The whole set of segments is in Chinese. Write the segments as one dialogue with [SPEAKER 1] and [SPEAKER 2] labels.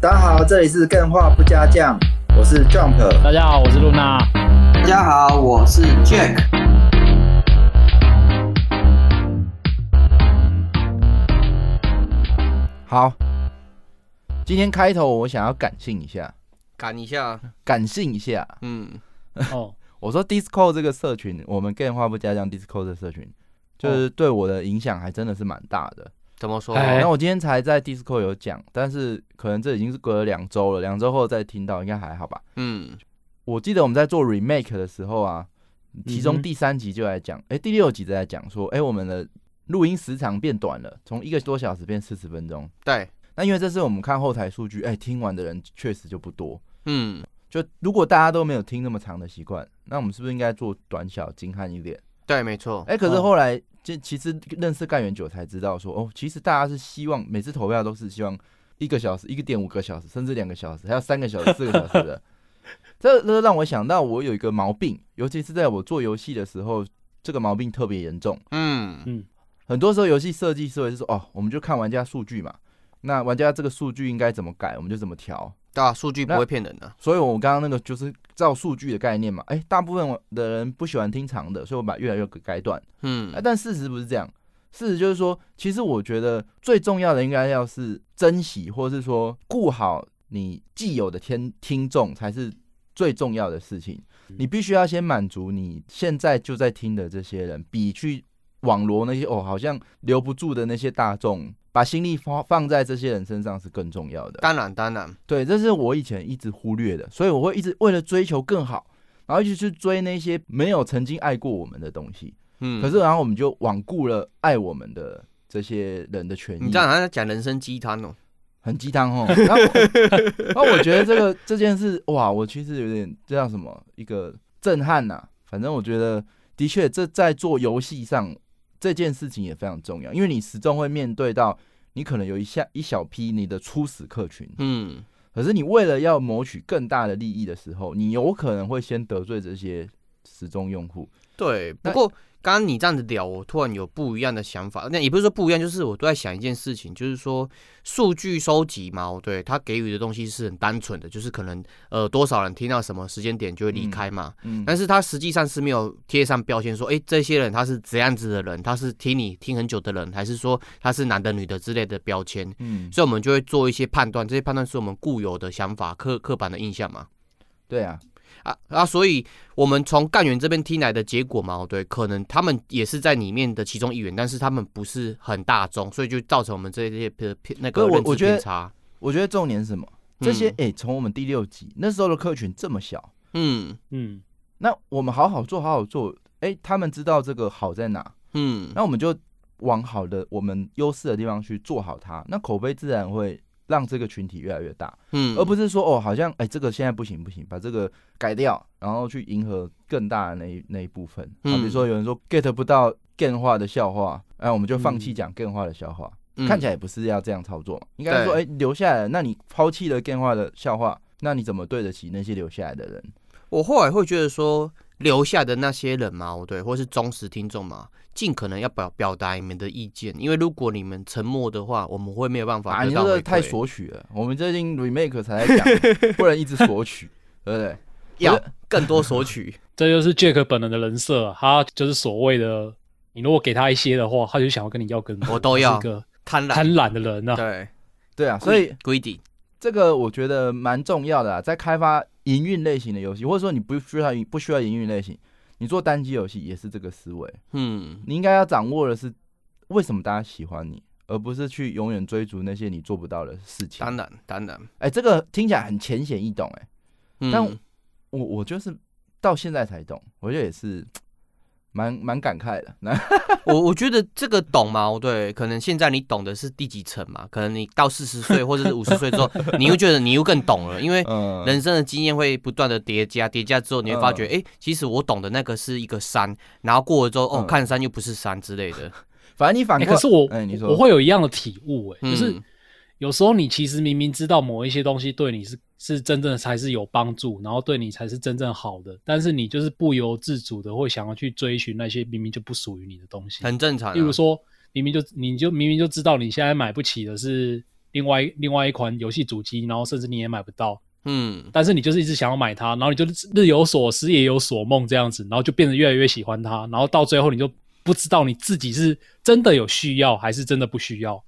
[SPEAKER 1] 大家好，这里是更画不加酱，我是 Jump。
[SPEAKER 2] 大家好，我是露 娜。
[SPEAKER 3] 大家好，我是 Jack。
[SPEAKER 4] 好，今天开头我想要感性一下，
[SPEAKER 3] 赶一下，
[SPEAKER 4] 感性一下。
[SPEAKER 3] 嗯，
[SPEAKER 2] 哦，
[SPEAKER 4] 我说 Discord 这个社群，我们 Game 话不加酱 Discord 这社群，就是对我的影响还真的是蛮大的。
[SPEAKER 3] 怎么说？
[SPEAKER 2] 哎
[SPEAKER 4] 那我今天才在 Discord 有讲，但是可能这已经是隔了两周了，两周后再听到应该还好吧。
[SPEAKER 3] 嗯，
[SPEAKER 4] 我记得我们在做 remake 的时候啊，其
[SPEAKER 2] 嗯
[SPEAKER 4] 中
[SPEAKER 2] 哼
[SPEAKER 4] 第三集就来讲，哎、第六集就在讲说，哎、我们的录音时长变短了，从一个多小时变四十分钟。
[SPEAKER 3] 对，
[SPEAKER 4] 那因为这是我们看后台数据，哎、听完的人确实就不多。
[SPEAKER 3] 嗯，
[SPEAKER 4] 就如果大家都没有听那么长的习惯，那我们是不是应该做短小精悍一点？
[SPEAKER 3] 对，没错。
[SPEAKER 4] 哎、可是后来这其实认识干员久才知道说，哦，其实大家是希望每次投票都是希望一个小时、一个点五个小时，甚至两个小时，还有三个小时、四个小时的。这这让我想到我有一个毛病，尤其是在我做游戏的时候，这个毛病特别严重。
[SPEAKER 3] 嗯，
[SPEAKER 4] 很多时候游戏设计思维是说，哦，我们就看玩家数据嘛，那玩家这个数据应该怎么改，我们就怎么调。
[SPEAKER 3] 对啊，数据不会骗人的。
[SPEAKER 4] 所以我刚刚那个就是照数据的概念嘛，哎、大部分的人不喜欢听长的，所以我把越来越改短。
[SPEAKER 3] 嗯
[SPEAKER 4] 哎、，但事实不是这样，事实就是说，其实我觉得最重要的应该要是珍惜，或是说顾好你既有的听听众才是最重要的事情。你必须要先满足你现在就在听的这些人，比去网罗那些哦好像留不住的那些大众，把心力放放在这些人身上是更重要的。
[SPEAKER 3] 当然，当然，
[SPEAKER 4] 对，这是我以前一直忽略的，所以我会一直为了追求更好，然后一直去追那些没有曾经爱过我们的东西。
[SPEAKER 3] 嗯。
[SPEAKER 4] 可是，然后我们就罔顾了爱我们的这些人的权益。
[SPEAKER 3] 你这样好像在讲人生鸡汤哦。
[SPEAKER 4] 很鸡汤哦。然后我，然后我 觉得这个这件事，哇，我其实有点这叫什么一个震撼呐、反正我觉得，的确，这在做游戏上这件事情也非常重要，因为你始终会面对到你可能有一下一小批你的初始客群，
[SPEAKER 3] 嗯，
[SPEAKER 4] 可是你为了要谋取更大的利益的时候，你有可能会先得罪这些时钟用户。
[SPEAKER 3] 对。不
[SPEAKER 4] 那
[SPEAKER 3] 过刚刚你这样子聊，我突然有不一样的想法。那也不是说不一样，就是我都在想一件事情，就是说数据收集嘛，哦对它给予的东西是很单纯的，就是可能呃多少人听到什么时间点就会离
[SPEAKER 4] 嗯
[SPEAKER 3] 开嘛。
[SPEAKER 4] 嗯，
[SPEAKER 3] 但是他实际上是没有贴上标签说，哎、这些人他是怎样子的人，他是听你听很久的人，还是说他是男的女的之类的标签，
[SPEAKER 4] 嗯，
[SPEAKER 3] 所以我们就会做一些判断，这些判断是我们固有的想法、刻刻板的印象嘛。
[SPEAKER 4] 对啊，
[SPEAKER 3] 啊啊，所以我们从干员这边听来的结果嘛，哦对，可能他们也是在里面的其中一员，但是他们不是很大众，所以就造成我们这些偏偏那个
[SPEAKER 4] 不是我
[SPEAKER 3] 认知
[SPEAKER 4] 我觉得
[SPEAKER 3] 偏差。
[SPEAKER 4] 我觉得重点是什么？这些
[SPEAKER 3] 嗯
[SPEAKER 4] 哎，从、我们第六集那时候的客群这么小，
[SPEAKER 3] 嗯
[SPEAKER 2] 嗯，
[SPEAKER 4] 那我们好好做，好好做，哎、他们知道这个好在哪，
[SPEAKER 3] 嗯，
[SPEAKER 4] 那我们就往好的我们优势的地方去做好它，那口碑自然会让这个群体越来越大，
[SPEAKER 3] 嗯，
[SPEAKER 4] 而不是说哦，好像哎、这个现在不行不行，把这个改掉，然后去迎合更大的那一那一部分。啊，
[SPEAKER 3] 嗯
[SPEAKER 4] 比如说有人说 get 不到更化的笑话，哎、我们就放弃讲更化的笑话，
[SPEAKER 3] 嗯
[SPEAKER 4] 看起来也不是要这样操作嘛，应该说哎、
[SPEAKER 3] 对
[SPEAKER 4] 留下来了，那你抛弃了更化的笑话，那你怎么对得起那些留下来的人？
[SPEAKER 3] 我后来会觉得说，留下的那些人嘛，哦对，或是忠实听众嘛，尽可能要表表达你们的意见，因为如果你们沉默的话，我们会没有办法
[SPEAKER 4] 啊，
[SPEAKER 3] 得
[SPEAKER 4] 你
[SPEAKER 3] 到
[SPEAKER 4] 这
[SPEAKER 3] 回馈、
[SPEAKER 4] 个太索取了。我们最近 remake 才 在讲，不能一直索取，对不对？
[SPEAKER 3] 要
[SPEAKER 4] 我觉得
[SPEAKER 3] 更多索 取。
[SPEAKER 2] 这就是 Jack 本人的人设啊，他就是所谓的，你如果给他一些的话，他就想要跟你要更多。
[SPEAKER 3] 我都要
[SPEAKER 2] 他是一个
[SPEAKER 3] 贪婪，
[SPEAKER 2] 贪婪的人呐、啊。
[SPEAKER 3] 对，
[SPEAKER 4] 对啊，所以
[SPEAKER 3] greedy，
[SPEAKER 4] 这个我觉得蛮重要的啊，在开发营运类型的游戏，或者说你不需要不需要营运类型，你做单机游戏也是这个思维。
[SPEAKER 3] 嗯，
[SPEAKER 4] 你应该要掌握的是为什么大家喜欢你，而不是去永远追逐那些你做不到的事情。
[SPEAKER 3] 当然，当然，
[SPEAKER 4] 哎、这个听起来很浅显易懂、哎，
[SPEAKER 3] 嗯，
[SPEAKER 4] 但我我就是到现在才懂，我觉得也是蛮蛮感慨的。 那
[SPEAKER 3] 我我觉得这个懂吗？对，可能现在你懂的是第几层嘛？可能你到四十岁或者是五十岁之 后，你又觉得你又更懂了，因为
[SPEAKER 4] 嗯，
[SPEAKER 3] 人生的经验会不断的叠加，叠加之后你会发觉，哎、其实我懂的那个是一个山，然后过了之后，哦，
[SPEAKER 4] 嗯
[SPEAKER 3] 看山又不是山之 类的，
[SPEAKER 4] 反正你反
[SPEAKER 2] 哎、
[SPEAKER 4] 过
[SPEAKER 2] 可是我、
[SPEAKER 4] 哎你说
[SPEAKER 2] 我会有一样的体悟、哎，
[SPEAKER 3] 嗯
[SPEAKER 2] 就是有时候你其实明明知道某一些东西对你是是真正的才是有帮助，然后对你才是真正好的，但是你就是不由自主的会想要去追寻那些明明就不属于你的东西。
[SPEAKER 3] 很正常、啊。
[SPEAKER 2] 例如，说，明明就你就明明就知道你现在买不起的是另外另外一款游戏主机，然后甚至你也买不到，
[SPEAKER 3] 嗯，
[SPEAKER 2] 但是你就是一直想要买它，然后你就日有所思夜有所梦这样子，然后就变得越来越喜欢它，然后到最后你就不知道你自己是真的有需要还是真的不需要，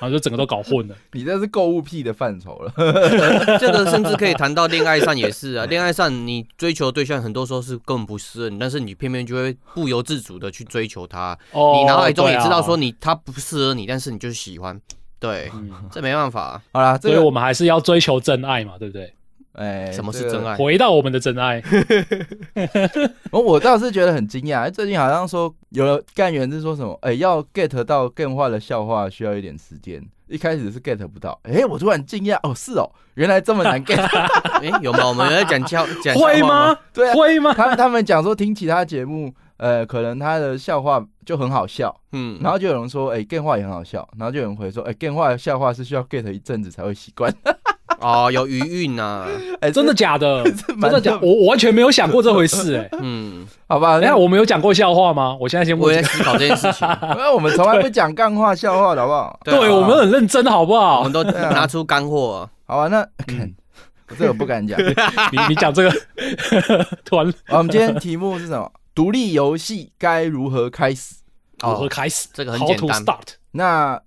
[SPEAKER 2] 然后就整个都搞混了。
[SPEAKER 4] 你这是购物癖的范畴了。
[SPEAKER 3] 这个甚至可以谈到恋爱上也是
[SPEAKER 4] 嗯
[SPEAKER 3] 啊，恋爱上你追求的对象很多时候是根本不适合你，但是你偏偏就会不由自主的去追求他，
[SPEAKER 2] 哦
[SPEAKER 3] 你脑海中也
[SPEAKER 2] 对啊
[SPEAKER 3] 知道说你他不适合你，但是你就是喜欢，对，
[SPEAKER 4] 嗯
[SPEAKER 3] 这没办法，
[SPEAKER 4] 好啦，这
[SPEAKER 2] 嗯所以
[SPEAKER 4] 个
[SPEAKER 2] 我们还是要追求真爱嘛，对不对？
[SPEAKER 4] 哎，
[SPEAKER 3] 什么
[SPEAKER 4] 这
[SPEAKER 3] 是
[SPEAKER 4] 个
[SPEAKER 3] 真爱？
[SPEAKER 2] 回到我们的真爱，
[SPEAKER 4] 我哦我倒是觉得很惊讶，哎最近好像说有了干员是说什么，哎、要 get 到更化的笑话需要一点时间，一开始是 get 不到，哎、我突然惊讶，哦，是哦，原来这么难 get。
[SPEAKER 3] 哎，有吗？我们有在讲笑讲笑话
[SPEAKER 2] 会吗？？
[SPEAKER 4] 对啊，
[SPEAKER 2] 会吗？
[SPEAKER 4] 他们他们讲说听其他节目，呃，可能他的笑话就很好笑，
[SPEAKER 3] 嗯，
[SPEAKER 4] 然后就有人说，哎、更化也很好笑，然后就有人回说，哎、更化的笑话是需要 get 一阵子才会习惯，
[SPEAKER 3] 哦，有余韵呐，
[SPEAKER 4] 哎、
[SPEAKER 2] 真的假的？ 真
[SPEAKER 4] 蛮
[SPEAKER 2] 的假？我我完全没有想过这回事哎、
[SPEAKER 3] 嗯，
[SPEAKER 4] 好吧？
[SPEAKER 2] 等一下我们有讲过笑话吗？我现在先
[SPEAKER 3] 我
[SPEAKER 2] 问
[SPEAKER 3] 也
[SPEAKER 2] 这个。
[SPEAKER 3] 在思考这件 事情，
[SPEAKER 4] 因为我们从来不讲干话笑话的好不好？
[SPEAKER 3] 啊
[SPEAKER 2] 对我们很认真，好不
[SPEAKER 3] 我
[SPEAKER 2] 好
[SPEAKER 3] 们？都
[SPEAKER 4] 啊
[SPEAKER 3] 拿出干货，
[SPEAKER 4] 好吧，那看、
[SPEAKER 2] 嗯
[SPEAKER 4] 我这个不敢讲。
[SPEAKER 2] 你你讲这个， 突然如
[SPEAKER 4] 好，我们今天题目是什么？独立游戏该如何开始？
[SPEAKER 2] 何开始？
[SPEAKER 3] 这个哦很
[SPEAKER 2] How
[SPEAKER 3] 简
[SPEAKER 2] to
[SPEAKER 3] 单
[SPEAKER 2] start。
[SPEAKER 4] 那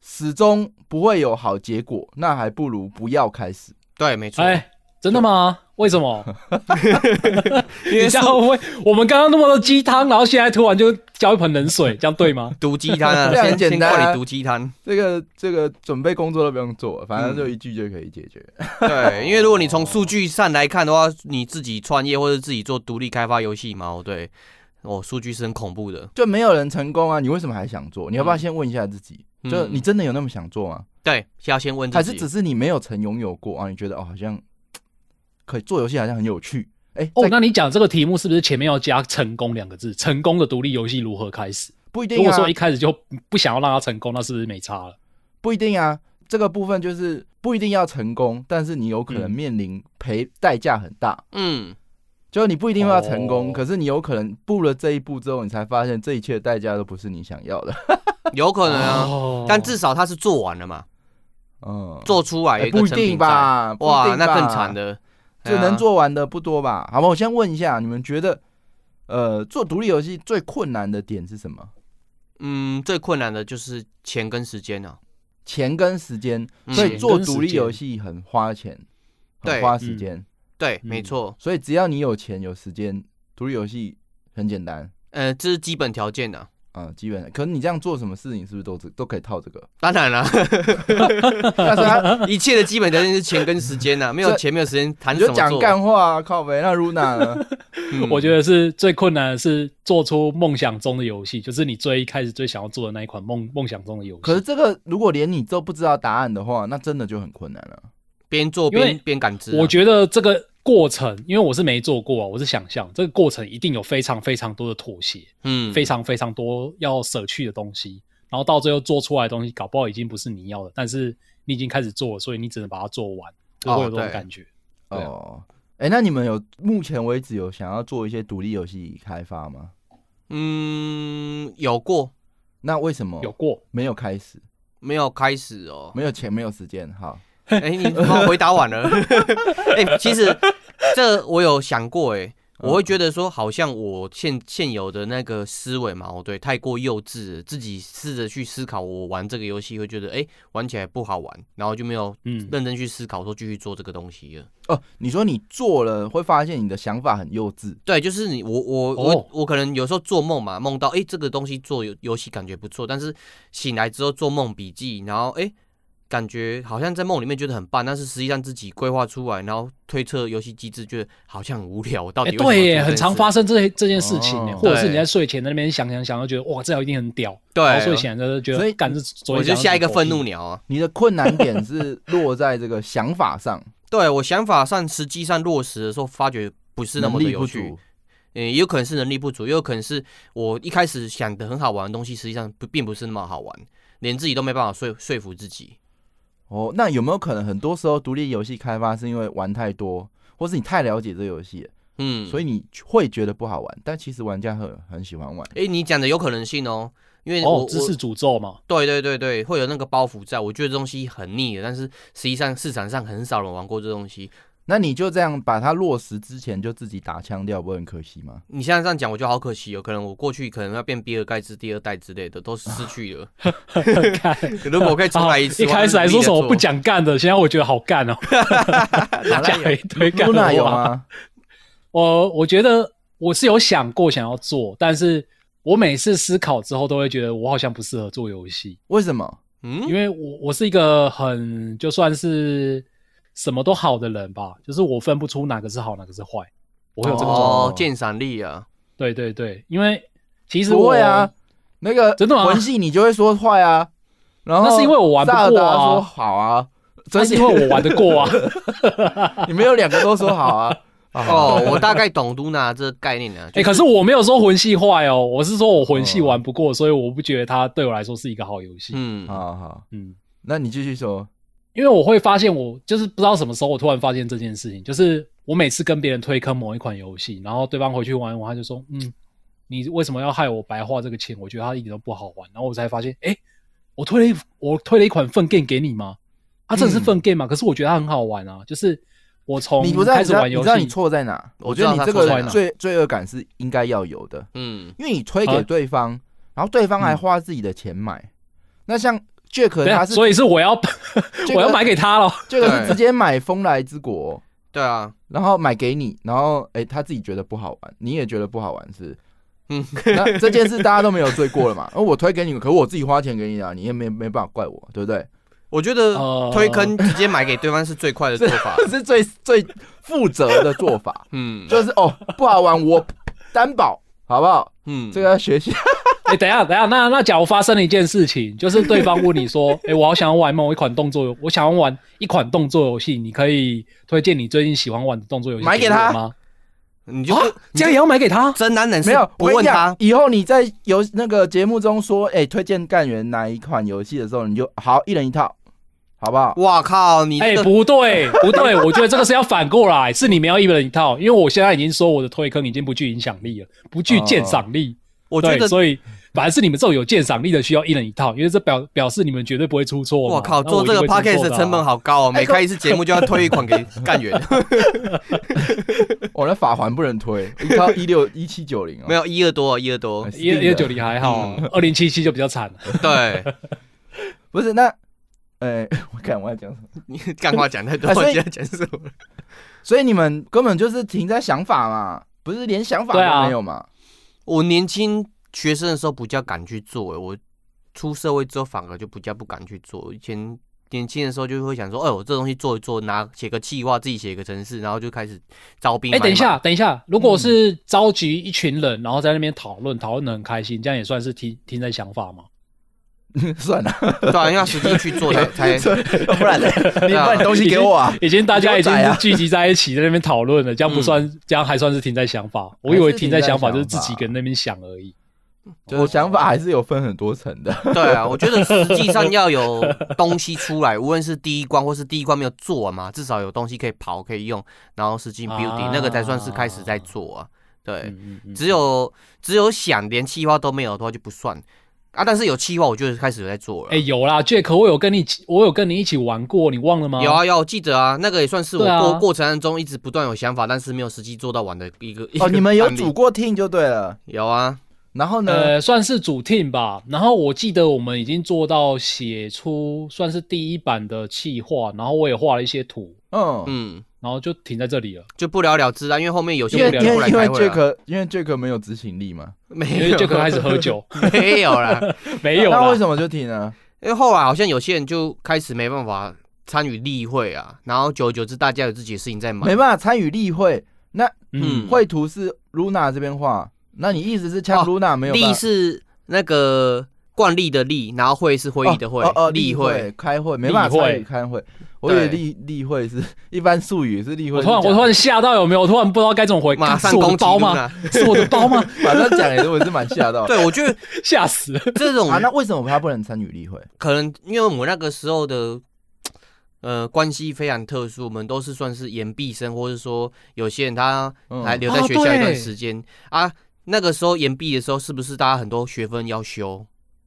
[SPEAKER 4] 始终不会有好结果，那还不如不要开始。
[SPEAKER 3] 对，没错，
[SPEAKER 2] 哎，真的吗？为什么？
[SPEAKER 3] 因为
[SPEAKER 2] 你这样会不会？我们刚刚那么多鸡汤，然后现在突然就浇一盆冷 水，这样对吗？
[SPEAKER 3] 毒鸡汤 啊，
[SPEAKER 4] 这很
[SPEAKER 3] 先
[SPEAKER 4] 简单啊
[SPEAKER 3] 先灌你毒鸡汤。
[SPEAKER 4] 这个这个准备工作都不用做，反正就一句就可以解决。
[SPEAKER 2] 嗯
[SPEAKER 3] 对，因为如果你从数据上来看的话，你自己创业或者自己做独立开发游戏嘛，哦对，哦，数据是很恐怖的。
[SPEAKER 4] 就没有人成功啊，你为什么还想做？你要不要
[SPEAKER 3] 嗯
[SPEAKER 4] 先问一下自己？
[SPEAKER 3] 嗯
[SPEAKER 4] 就你真的有那么想做吗？
[SPEAKER 3] 对，要先问
[SPEAKER 4] 还
[SPEAKER 3] 自
[SPEAKER 4] 是只
[SPEAKER 3] 己。
[SPEAKER 4] 是你没有曾拥有过啊？你觉得哦，好像嘖可以做游戏，好像很有趣。哎、
[SPEAKER 2] 哦，
[SPEAKER 4] 在
[SPEAKER 2] 那你讲这个题目是不是前面要加“成功”两个字？成功的独立游戏如何开始？
[SPEAKER 4] 不一定、啊。
[SPEAKER 2] 如果说一开始就不想要让它成功，那是不是没差了？
[SPEAKER 4] 不一定啊，这个部分就是不一定要成功，但是你有可能
[SPEAKER 2] 嗯
[SPEAKER 4] 面临赔代价很大，
[SPEAKER 3] 嗯，
[SPEAKER 4] 就是你不一定要成功，
[SPEAKER 2] 哦
[SPEAKER 4] 可是你有可能步了这一步之后，你才发现这一切的代价都不是你想要 的。
[SPEAKER 3] 有可能啊，
[SPEAKER 2] 哦
[SPEAKER 3] 但至少他是做完了嘛，
[SPEAKER 4] 嗯，
[SPEAKER 3] 做出来有
[SPEAKER 4] 哎
[SPEAKER 3] 一个
[SPEAKER 4] 不一
[SPEAKER 3] 成品
[SPEAKER 4] 定吧？
[SPEAKER 3] 在？哇，
[SPEAKER 4] 不一定
[SPEAKER 3] 那
[SPEAKER 4] 吧
[SPEAKER 3] 更惨，的，
[SPEAKER 4] 只
[SPEAKER 3] 哎呀
[SPEAKER 4] 能。做完的不多吧？好吧，我先问一下，你们觉得呃，做独立游戏最困难的点是什么？
[SPEAKER 3] 嗯，最困难的就是钱跟时间啊。
[SPEAKER 4] 钱跟时间，
[SPEAKER 3] 嗯
[SPEAKER 4] 所以做
[SPEAKER 2] 钱跟时
[SPEAKER 4] 独立
[SPEAKER 2] 间
[SPEAKER 4] 游戏很花钱，很
[SPEAKER 3] 对
[SPEAKER 4] 花时
[SPEAKER 2] 嗯
[SPEAKER 4] 间，
[SPEAKER 3] 对，
[SPEAKER 2] 嗯
[SPEAKER 3] 没错，
[SPEAKER 4] 所以只要你有钱有时间，独立游戏很简单。
[SPEAKER 3] 呃，这是基本条件啊。
[SPEAKER 4] 啊，基本的。可是你这样做什么事情，是不是都只都可以套这个？
[SPEAKER 3] 当 然了，
[SPEAKER 4] 但是他
[SPEAKER 3] 一切的基本条件是钱跟时间啊呐，没有
[SPEAKER 4] 这
[SPEAKER 3] 钱没有时间谈
[SPEAKER 4] 你
[SPEAKER 3] 什
[SPEAKER 4] 就
[SPEAKER 3] 么
[SPEAKER 4] 讲
[SPEAKER 3] 做。
[SPEAKER 4] 干话啊，靠呗。那 Runa 呢？
[SPEAKER 3] 嗯
[SPEAKER 2] 我觉得是最困难的是做出梦想中的游戏，就是你最一开始最想要做的那一款梦梦想中的游戏。
[SPEAKER 4] 可是这个如果连你都不知道答案的话，那真的就很困难了。
[SPEAKER 3] 边做
[SPEAKER 2] 因为
[SPEAKER 3] 边边感知啊。
[SPEAKER 2] 我觉得这个过程，因为我是没做过啊，我是想象这个过程一定有非常非常多的妥协，
[SPEAKER 3] 嗯
[SPEAKER 2] 非常非常多要舍去的东西，然后到最后做出来的东西，搞不好已经不是你要的，但是你已经开始做了，所以你只能把它做完，就会有这
[SPEAKER 3] 哦
[SPEAKER 2] 种
[SPEAKER 3] 对
[SPEAKER 2] 感觉。对啊
[SPEAKER 4] 哦，哎、那你们有目前为止有想要做一些独立游戏开发吗？
[SPEAKER 3] 嗯，有过
[SPEAKER 4] 那为什
[SPEAKER 3] 哦
[SPEAKER 4] 么
[SPEAKER 2] 有过，
[SPEAKER 4] 没有开始？
[SPEAKER 3] 没有开始哦？
[SPEAKER 4] 没有钱，没有时间。好，
[SPEAKER 3] 哎、你帮我回答完了。 哎、其实这我有想过、哎，我会觉得说，好像我现现有的那个思维嘛，哦，对，太过幼稚了，自己试着去思考，我玩这个游戏会觉得，哎、玩起来不好玩，然后就没有
[SPEAKER 2] 嗯
[SPEAKER 3] 认真去思考说继续做这个东西了。
[SPEAKER 4] 哦，你说你做了，会发现你的想法很幼稚。
[SPEAKER 3] 对，就是你我我我、
[SPEAKER 2] 哦
[SPEAKER 3] 我可能有时候做梦嘛，梦到诶这个东西做游游戏感觉不错，但是醒来之后做梦笔记，然后诶感觉好像在梦里面觉得很棒，但是实际上自己规划出来，然后推测游戏机制，觉得好像很无聊。我到
[SPEAKER 2] 哎、
[SPEAKER 3] 底为什么
[SPEAKER 2] 对
[SPEAKER 3] 要
[SPEAKER 2] 耶，
[SPEAKER 3] 做
[SPEAKER 2] 很
[SPEAKER 3] 这
[SPEAKER 2] 常
[SPEAKER 3] 件
[SPEAKER 2] 发
[SPEAKER 3] 事
[SPEAKER 2] 生这些这件事情耶，
[SPEAKER 4] 哦
[SPEAKER 2] 或者是
[SPEAKER 3] 对
[SPEAKER 2] 你在睡前在那边想想想，就觉得哇，这条一定很屌，然后睡
[SPEAKER 3] 对，
[SPEAKER 2] 醒来就觉
[SPEAKER 4] 所以
[SPEAKER 2] 得干是，
[SPEAKER 3] 我就下一个愤怒
[SPEAKER 2] 你。
[SPEAKER 3] 鸟啊！
[SPEAKER 4] 你的困难点是落在这个想法上，
[SPEAKER 3] 对我想法上实际上落实的时候，发觉不 是那
[SPEAKER 4] 能
[SPEAKER 3] 么的
[SPEAKER 4] 力
[SPEAKER 3] 有
[SPEAKER 4] 不
[SPEAKER 3] 趣
[SPEAKER 4] 足。。
[SPEAKER 3] 嗯，也有可能是能力不足，也有可能是我一开始想的很好玩的东西，实际上不并不是那么好玩，连自己都没办法说说服自己。
[SPEAKER 4] 哦，那有没有可能很多时候独立游戏开发是因为玩太多，或是你太了解这游戏了，
[SPEAKER 3] 嗯，
[SPEAKER 4] 所以你会觉得不好玩，但其实玩家很很喜欢玩。
[SPEAKER 3] 诶，你讲的有可能性哦，因为我
[SPEAKER 2] 哦，知识
[SPEAKER 3] 我
[SPEAKER 2] 诅咒嘛，
[SPEAKER 3] 对对对对，会有那个包袱在。我觉得这东西很腻的，但是实际上市场上很少人玩过这东西。
[SPEAKER 4] 那你就这样把它落实之前就自己打枪掉，不会很可惜 吗？
[SPEAKER 3] 你现在这样讲，我觉得好可惜哦。可能我过去可能要变比尔盖茨第二代之类的，都失去 了。如果我可以重来一次，
[SPEAKER 2] 哦一
[SPEAKER 3] 我还
[SPEAKER 2] 开
[SPEAKER 3] 是
[SPEAKER 2] 始还
[SPEAKER 3] 努
[SPEAKER 2] 说
[SPEAKER 3] 力地
[SPEAKER 2] 什么
[SPEAKER 3] 做
[SPEAKER 2] 不，讲干的，现在我觉得好干哦， 讲了一啊堆干
[SPEAKER 4] 露娜有
[SPEAKER 2] 话。
[SPEAKER 4] 吗？
[SPEAKER 2] 我我觉得我是有想过想要做，但是我每次思考之后都会觉得我好像不适合做游戏，
[SPEAKER 4] 为什么？
[SPEAKER 3] 嗯
[SPEAKER 2] 因，为我我是一个很就算是什么都好的人吧，就是我分不出哪个是好哪个是坏，我会有这个状况。
[SPEAKER 3] 哦
[SPEAKER 4] 况，
[SPEAKER 3] 鉴赏力啊，
[SPEAKER 2] 对对对，因为其实
[SPEAKER 4] 不
[SPEAKER 2] 我
[SPEAKER 4] 会啊，，那个
[SPEAKER 2] 真的吗
[SPEAKER 4] 魂系你就会说坏啊，然后
[SPEAKER 2] 那是因为我玩不过
[SPEAKER 4] 萨尔
[SPEAKER 2] 啊
[SPEAKER 4] 达说好啊，
[SPEAKER 2] 那是因为我玩得过啊。
[SPEAKER 4] 你们有两个都说好啊。
[SPEAKER 3] 哦，我大概懂露娜这个概念 了。
[SPEAKER 2] 哎、
[SPEAKER 3] 就
[SPEAKER 2] 可是我没有说魂系坏哦，我是说我魂系
[SPEAKER 4] 哦
[SPEAKER 2] 玩不过，所以我不觉得它对我来说是一个好游戏。
[SPEAKER 3] 嗯，
[SPEAKER 4] 好好，
[SPEAKER 2] 嗯，
[SPEAKER 4] 那你继续说。
[SPEAKER 2] 因为我会发现我，就是不知道什么时候，我突然发现这件事情，就是我每次跟别人推坑某一款游戏，然后对方回去玩一玩，他就说：“嗯，你为什么要害我白花这个钱？我觉得它一点都不好玩。”然后我才发现，哎、我推了一我推了一款粪 game 给你吗？它真的是粪 game 吗？可是我觉得它很好玩啊，就是我从
[SPEAKER 4] 嗯你不知道，
[SPEAKER 2] 开
[SPEAKER 4] 你
[SPEAKER 2] 始
[SPEAKER 4] 知道，
[SPEAKER 2] 玩
[SPEAKER 4] 你
[SPEAKER 2] 游
[SPEAKER 4] 知
[SPEAKER 2] 戏，
[SPEAKER 4] 道你错在哪？
[SPEAKER 3] 我
[SPEAKER 4] 我
[SPEAKER 3] 知
[SPEAKER 4] 觉
[SPEAKER 3] 道
[SPEAKER 4] 得你
[SPEAKER 3] 他
[SPEAKER 4] 这
[SPEAKER 3] 错在
[SPEAKER 4] 个
[SPEAKER 3] 哪
[SPEAKER 4] 罪罪恶感是应该要有的，
[SPEAKER 3] 嗯，
[SPEAKER 4] 因为你推给
[SPEAKER 2] 啊
[SPEAKER 4] 对方，然后对方还
[SPEAKER 2] 嗯
[SPEAKER 4] 花自己的钱买。那像 Jack
[SPEAKER 2] 对啊，
[SPEAKER 4] 他是
[SPEAKER 2] 所以是我要
[SPEAKER 4] 这个
[SPEAKER 2] 我要买给他了。
[SPEAKER 4] Jack
[SPEAKER 3] 对
[SPEAKER 4] 是直接买风来之国哦、
[SPEAKER 3] 对啊，
[SPEAKER 4] 然后买给你，然后哎、诶他自己觉得不好玩，你也觉得不好玩是，
[SPEAKER 3] 嗯
[SPEAKER 4] 嗯，那这件事大家都没有罪过了嘛？而 哦我推给你，可我自己花钱给你啊，你也没没办法怪我，对不 对？
[SPEAKER 3] 我觉得
[SPEAKER 2] 呃
[SPEAKER 3] 推坑直接买给对方是最快的做 法。
[SPEAKER 4] 这是最最负责的做法，
[SPEAKER 3] 嗯，
[SPEAKER 4] 就是哦不好玩我担保，好不好？
[SPEAKER 3] 嗯，
[SPEAKER 4] 这个要学习。
[SPEAKER 2] 哎、等一下，等一下，那那假如发生了一件事情，就是对方问你说，哎、我好想要玩某一款动作游，我想要玩一款动作游戏，你可以推荐你最近喜欢玩的动作游戏
[SPEAKER 4] 买给
[SPEAKER 2] 我
[SPEAKER 4] 他
[SPEAKER 2] 吗？
[SPEAKER 3] 你就
[SPEAKER 2] 啊
[SPEAKER 3] 不，
[SPEAKER 2] 这样也要买给他？
[SPEAKER 3] 真男人是
[SPEAKER 4] 没有，
[SPEAKER 3] 不
[SPEAKER 4] 我跟
[SPEAKER 3] 问
[SPEAKER 4] 你讲
[SPEAKER 3] 他，，
[SPEAKER 4] 以后你在游那个节目中说，哎、推荐干员哪一款游戏的时候，你就好一人一套，好不 好？
[SPEAKER 3] 哇靠，你
[SPEAKER 2] 哎、
[SPEAKER 3] 这个
[SPEAKER 2] 不对，不对，我觉得这个是要反过来，是你们要一人一套，因为我现在已经说我的推坑已经不具影响力了，不具鉴赏力，
[SPEAKER 3] 哦我觉
[SPEAKER 2] 对，
[SPEAKER 3] 得
[SPEAKER 2] 所以反而是你们这种有鉴赏力的需要一人一套，因为这表表示你们绝对不会出错嘛。
[SPEAKER 3] 我靠，
[SPEAKER 2] 那
[SPEAKER 3] 做
[SPEAKER 2] 一
[SPEAKER 3] 这个
[SPEAKER 2] 定会出
[SPEAKER 3] podcast
[SPEAKER 2] 错
[SPEAKER 3] 的
[SPEAKER 2] 的啊
[SPEAKER 3] 成本好高
[SPEAKER 4] 哎
[SPEAKER 3] 哦，每开一次节 目就要推一款给干员，
[SPEAKER 4] 我、哦那法环不能推，一套一六一七九零，啊
[SPEAKER 3] 没有一二多哦，一二多
[SPEAKER 4] 哎，
[SPEAKER 2] 一一九零还好
[SPEAKER 3] 嗯，
[SPEAKER 2] 二零七七就比较惨了。
[SPEAKER 3] 对，
[SPEAKER 4] 不是那，呃、 我看我要讲什么？
[SPEAKER 3] 你干话讲太多，
[SPEAKER 4] 哎
[SPEAKER 3] 我
[SPEAKER 4] 所以
[SPEAKER 3] 现在讲什么？
[SPEAKER 4] 所以你们根本就是停在想法嘛，不是连想法
[SPEAKER 2] 对啊
[SPEAKER 4] 都没有嘛？
[SPEAKER 3] 我年轻学生的时候比较敢去做，欸我出社会之后反而就比较不敢去做。以前年轻的时候就会想说，哎，我这东西做一做，拿写个计划，自己写个程式，然后就开始招兵。
[SPEAKER 2] 哎、等一下，，等一下，如果是召集一群人，然后在那边讨论，讨论的很开心，这样也算是听听在想法吗？
[SPEAKER 4] 算了，
[SPEAKER 3] 对啊，因为要实际去做 才才
[SPEAKER 4] 不然呢？你把你东西给我 啊！
[SPEAKER 2] 已经大家已经
[SPEAKER 4] 牛仔啊
[SPEAKER 2] 是聚集在一起，在那边讨论了，这样不算，这样还算是听在想法。我以为听在想法就是自己跟那边想而已。
[SPEAKER 4] 我想法还嗯是有分很多层的。
[SPEAKER 3] 对啊，我觉得实际上要有东西出来，无论是第一关或是第一关没有做完嘛，至少有东西可以跑可以用，然后实际 building、
[SPEAKER 2] 啊
[SPEAKER 3] 那个才算是开始在做啊。对，
[SPEAKER 2] 嗯嗯嗯
[SPEAKER 3] 只有只有想连企划都没有的话就不算啊，但是有企划我就开始有在做了。
[SPEAKER 2] 哎、有啦，Jack，我有跟你一起，我有跟你一起玩过，你忘了吗？
[SPEAKER 3] 有啊有啊，我记得啊，那个也算是我
[SPEAKER 2] 对啊
[SPEAKER 3] 过、过程当中一直不断有想法，但是没有实际做到完的一个。 一个
[SPEAKER 4] 哦，你们有
[SPEAKER 3] 案例
[SPEAKER 4] 组过 team 就对了。
[SPEAKER 3] 有啊，
[SPEAKER 4] 然后呢？
[SPEAKER 2] 呃，算是主 team 吧。然后我记得我们已经做到写出算是第一版的企划，然后我也画了一些图，
[SPEAKER 4] 嗯，
[SPEAKER 3] 嗯，
[SPEAKER 2] 然后就停在这里了。
[SPEAKER 3] 就不了了之啊，因为后面有
[SPEAKER 4] 因
[SPEAKER 3] 些
[SPEAKER 4] 为
[SPEAKER 3] 人
[SPEAKER 4] 因
[SPEAKER 3] 就过来
[SPEAKER 4] 为因为
[SPEAKER 3] 开会啊了、
[SPEAKER 4] Jack 因为 Jack 没有执行力嘛，
[SPEAKER 2] 因
[SPEAKER 3] 没
[SPEAKER 2] 为
[SPEAKER 3] 有
[SPEAKER 2] Jack 开始喝酒，
[SPEAKER 3] 没有啦，
[SPEAKER 2] 没有啦。
[SPEAKER 4] 那为什么就停呢？
[SPEAKER 3] 因为后来好像有些人就开始没办法参与例会啊，然后久而久之大家有自己的事情在忙
[SPEAKER 4] 没。办法参与例会，
[SPEAKER 2] 嗯
[SPEAKER 3] 嗯，
[SPEAKER 4] 绘图是 Luna 这边画。那你意思是
[SPEAKER 3] 哦
[SPEAKER 4] 呛 Luna 没有办法？
[SPEAKER 3] 例是那个惯例的例，然后会是会议的会
[SPEAKER 4] 哦，哦，
[SPEAKER 3] 例
[SPEAKER 4] 例
[SPEAKER 3] 会。
[SPEAKER 4] 开会没
[SPEAKER 2] 例
[SPEAKER 4] 办法参
[SPEAKER 2] 会
[SPEAKER 4] 与开会，我以为
[SPEAKER 3] 对
[SPEAKER 4] 例例会是 一般术语是例会
[SPEAKER 2] 我
[SPEAKER 4] 是
[SPEAKER 2] 突
[SPEAKER 4] 讲。
[SPEAKER 2] 然我突然吓到有没有？我突然不知道该怎么回，
[SPEAKER 3] 马
[SPEAKER 2] 干
[SPEAKER 3] 上
[SPEAKER 2] 是我
[SPEAKER 3] 攻
[SPEAKER 2] 的
[SPEAKER 3] 击
[SPEAKER 2] 包
[SPEAKER 3] 露
[SPEAKER 2] 吗？
[SPEAKER 3] 娜
[SPEAKER 2] 是我的包吗？
[SPEAKER 4] 马上讲也是我是蛮吓 到的。
[SPEAKER 3] 对，我觉得
[SPEAKER 2] 吓死了！
[SPEAKER 3] 这种
[SPEAKER 4] 啊，那为什么他不能参与例会？
[SPEAKER 3] 可能因为我们那个时候的呃关系非常特殊，我们都是算是研毕生，或者说有些人他
[SPEAKER 4] 嗯
[SPEAKER 3] 还留在学校
[SPEAKER 2] 哦
[SPEAKER 3] 一段
[SPEAKER 2] 对
[SPEAKER 3] 时间、啊。那个时候研毕的时候，是不是大家很多学分要修？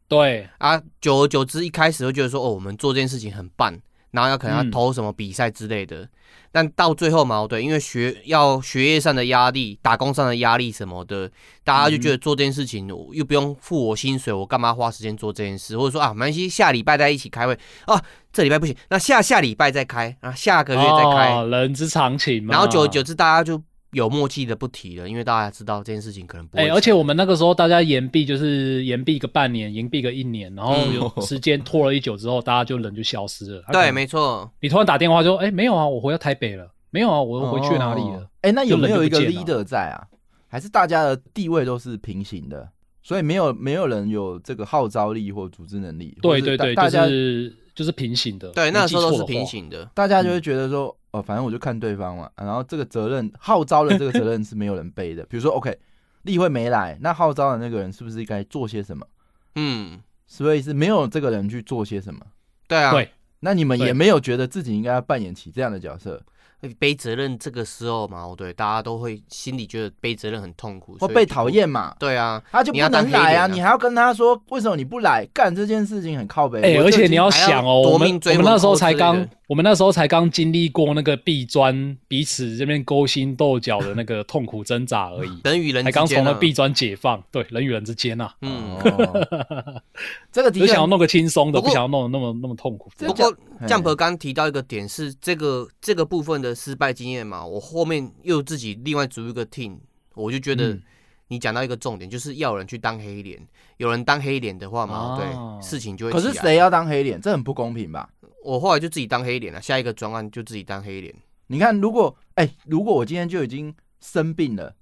[SPEAKER 2] 对，
[SPEAKER 3] 啊，久而久之，一开始会觉得说，哦，我们做这件事情很棒，然后要可能要
[SPEAKER 2] 嗯
[SPEAKER 3] 投什么比赛之类的，但到最后嘛，哦对，因为学要学业上的压力、打工上的压力什么的，大家就觉
[SPEAKER 2] 嗯
[SPEAKER 3] 得做这件事情、我又不用付我薪水，我干嘛花时间做这件事？或者说啊，没关系，下礼拜再一起开会啊，这礼拜不行，那下下礼拜再开啊，下个月再开，
[SPEAKER 2] 哦，人之常情嘛。
[SPEAKER 3] 然后久而久之，大家就有默契的不提了，因为大家知道这件事情可能不会
[SPEAKER 2] 哎、
[SPEAKER 3] 成。
[SPEAKER 2] 而且我们那个时候大家延毕，就是延毕个半年，延毕个一年，然后有时间拖了一久之后，大家就人就消失了。他可
[SPEAKER 3] 对，
[SPEAKER 2] 能
[SPEAKER 3] 没错，
[SPEAKER 2] 你突然打电话就，哎、没有啊，我回到台北了，没有啊，我回去哪里了？
[SPEAKER 4] 哦？哎、那有没有一个
[SPEAKER 2] 就人就不见
[SPEAKER 4] leader 在啊？还是大家的地位都是平行的，所以没有没有人有这个号召力或组织能力。或
[SPEAKER 2] 对
[SPEAKER 4] 是
[SPEAKER 2] 对
[SPEAKER 4] 大
[SPEAKER 2] 对，
[SPEAKER 4] 大
[SPEAKER 2] 就
[SPEAKER 4] 家、
[SPEAKER 2] 是就是平行的。
[SPEAKER 3] 对，
[SPEAKER 2] 没
[SPEAKER 3] 那个
[SPEAKER 2] 记
[SPEAKER 3] 时候都
[SPEAKER 2] 错
[SPEAKER 3] 是
[SPEAKER 2] 的
[SPEAKER 3] 平
[SPEAKER 2] 话。
[SPEAKER 3] 行的。
[SPEAKER 4] 大家就会觉得说，哦，反正我就看对方嘛，啊然后这个责任号召的这个责任是没有人背的。比 如说，OK，例会没来，那号召的那个人是不是该做些什么？
[SPEAKER 3] 嗯，
[SPEAKER 4] 所以是没有这个人去做些什么。
[SPEAKER 3] 对啊，
[SPEAKER 2] 对
[SPEAKER 4] 那你们
[SPEAKER 2] 对
[SPEAKER 4] 也没有觉得自己应该要扮演起这样的角色，
[SPEAKER 3] 背责任这个时候嘛，哦对，大家都会心里觉得背责任很痛苦，
[SPEAKER 4] 或
[SPEAKER 3] 所以
[SPEAKER 4] 被
[SPEAKER 3] 就
[SPEAKER 4] 讨。厌嘛？
[SPEAKER 3] 对啊，
[SPEAKER 4] 他就
[SPEAKER 3] 你
[SPEAKER 4] 不
[SPEAKER 3] 要当
[SPEAKER 4] 能来啊！
[SPEAKER 3] 黑脸啊
[SPEAKER 4] 你还要跟他说为什么你不来？干这件事情很靠背。
[SPEAKER 2] 哎、
[SPEAKER 4] 我
[SPEAKER 2] 而
[SPEAKER 4] 就
[SPEAKER 2] 且
[SPEAKER 4] 已
[SPEAKER 2] 你
[SPEAKER 4] 经
[SPEAKER 2] 要
[SPEAKER 3] 还要
[SPEAKER 2] 想哦，我
[SPEAKER 3] 夺
[SPEAKER 2] 们
[SPEAKER 3] 命追
[SPEAKER 2] 我们
[SPEAKER 3] 魂
[SPEAKER 2] 那时候
[SPEAKER 3] 扣之
[SPEAKER 2] 才
[SPEAKER 3] 类
[SPEAKER 2] 刚
[SPEAKER 3] 的，
[SPEAKER 2] 我们那时候才刚经历过那个壁砖彼此这边勾心斗角的那个痛苦挣扎而已，
[SPEAKER 3] 人与 人
[SPEAKER 2] 才
[SPEAKER 3] 之
[SPEAKER 2] 刚从
[SPEAKER 3] 间
[SPEAKER 2] 那
[SPEAKER 3] 啊，
[SPEAKER 2] 壁砖解放，对，人与人之间啊，
[SPEAKER 3] 嗯，
[SPEAKER 4] 哦， 这个的
[SPEAKER 2] 只
[SPEAKER 4] 确
[SPEAKER 2] 想要 弄个轻松的，不
[SPEAKER 3] 不过
[SPEAKER 2] 想要弄得那么那么痛苦。
[SPEAKER 4] 这
[SPEAKER 3] 不
[SPEAKER 4] 讲
[SPEAKER 3] 过
[SPEAKER 4] 嘿
[SPEAKER 3] Jump 刚刚提到一个点是这个这个部分的失败经验嘛，我后面又自己另外组一个 team，我就觉得
[SPEAKER 2] 嗯
[SPEAKER 3] 你讲到一个重点，就是要有人去当黑脸，有人当黑脸的话嘛，
[SPEAKER 2] 哦
[SPEAKER 3] 对，事情就会。啊
[SPEAKER 4] 可是谁？啊要当黑脸？这很不公平吧？
[SPEAKER 3] 我后来就自己当黑脸了，下一个专案就自己当黑脸。
[SPEAKER 4] 你看，如果哎、如果我今天就已经生病了，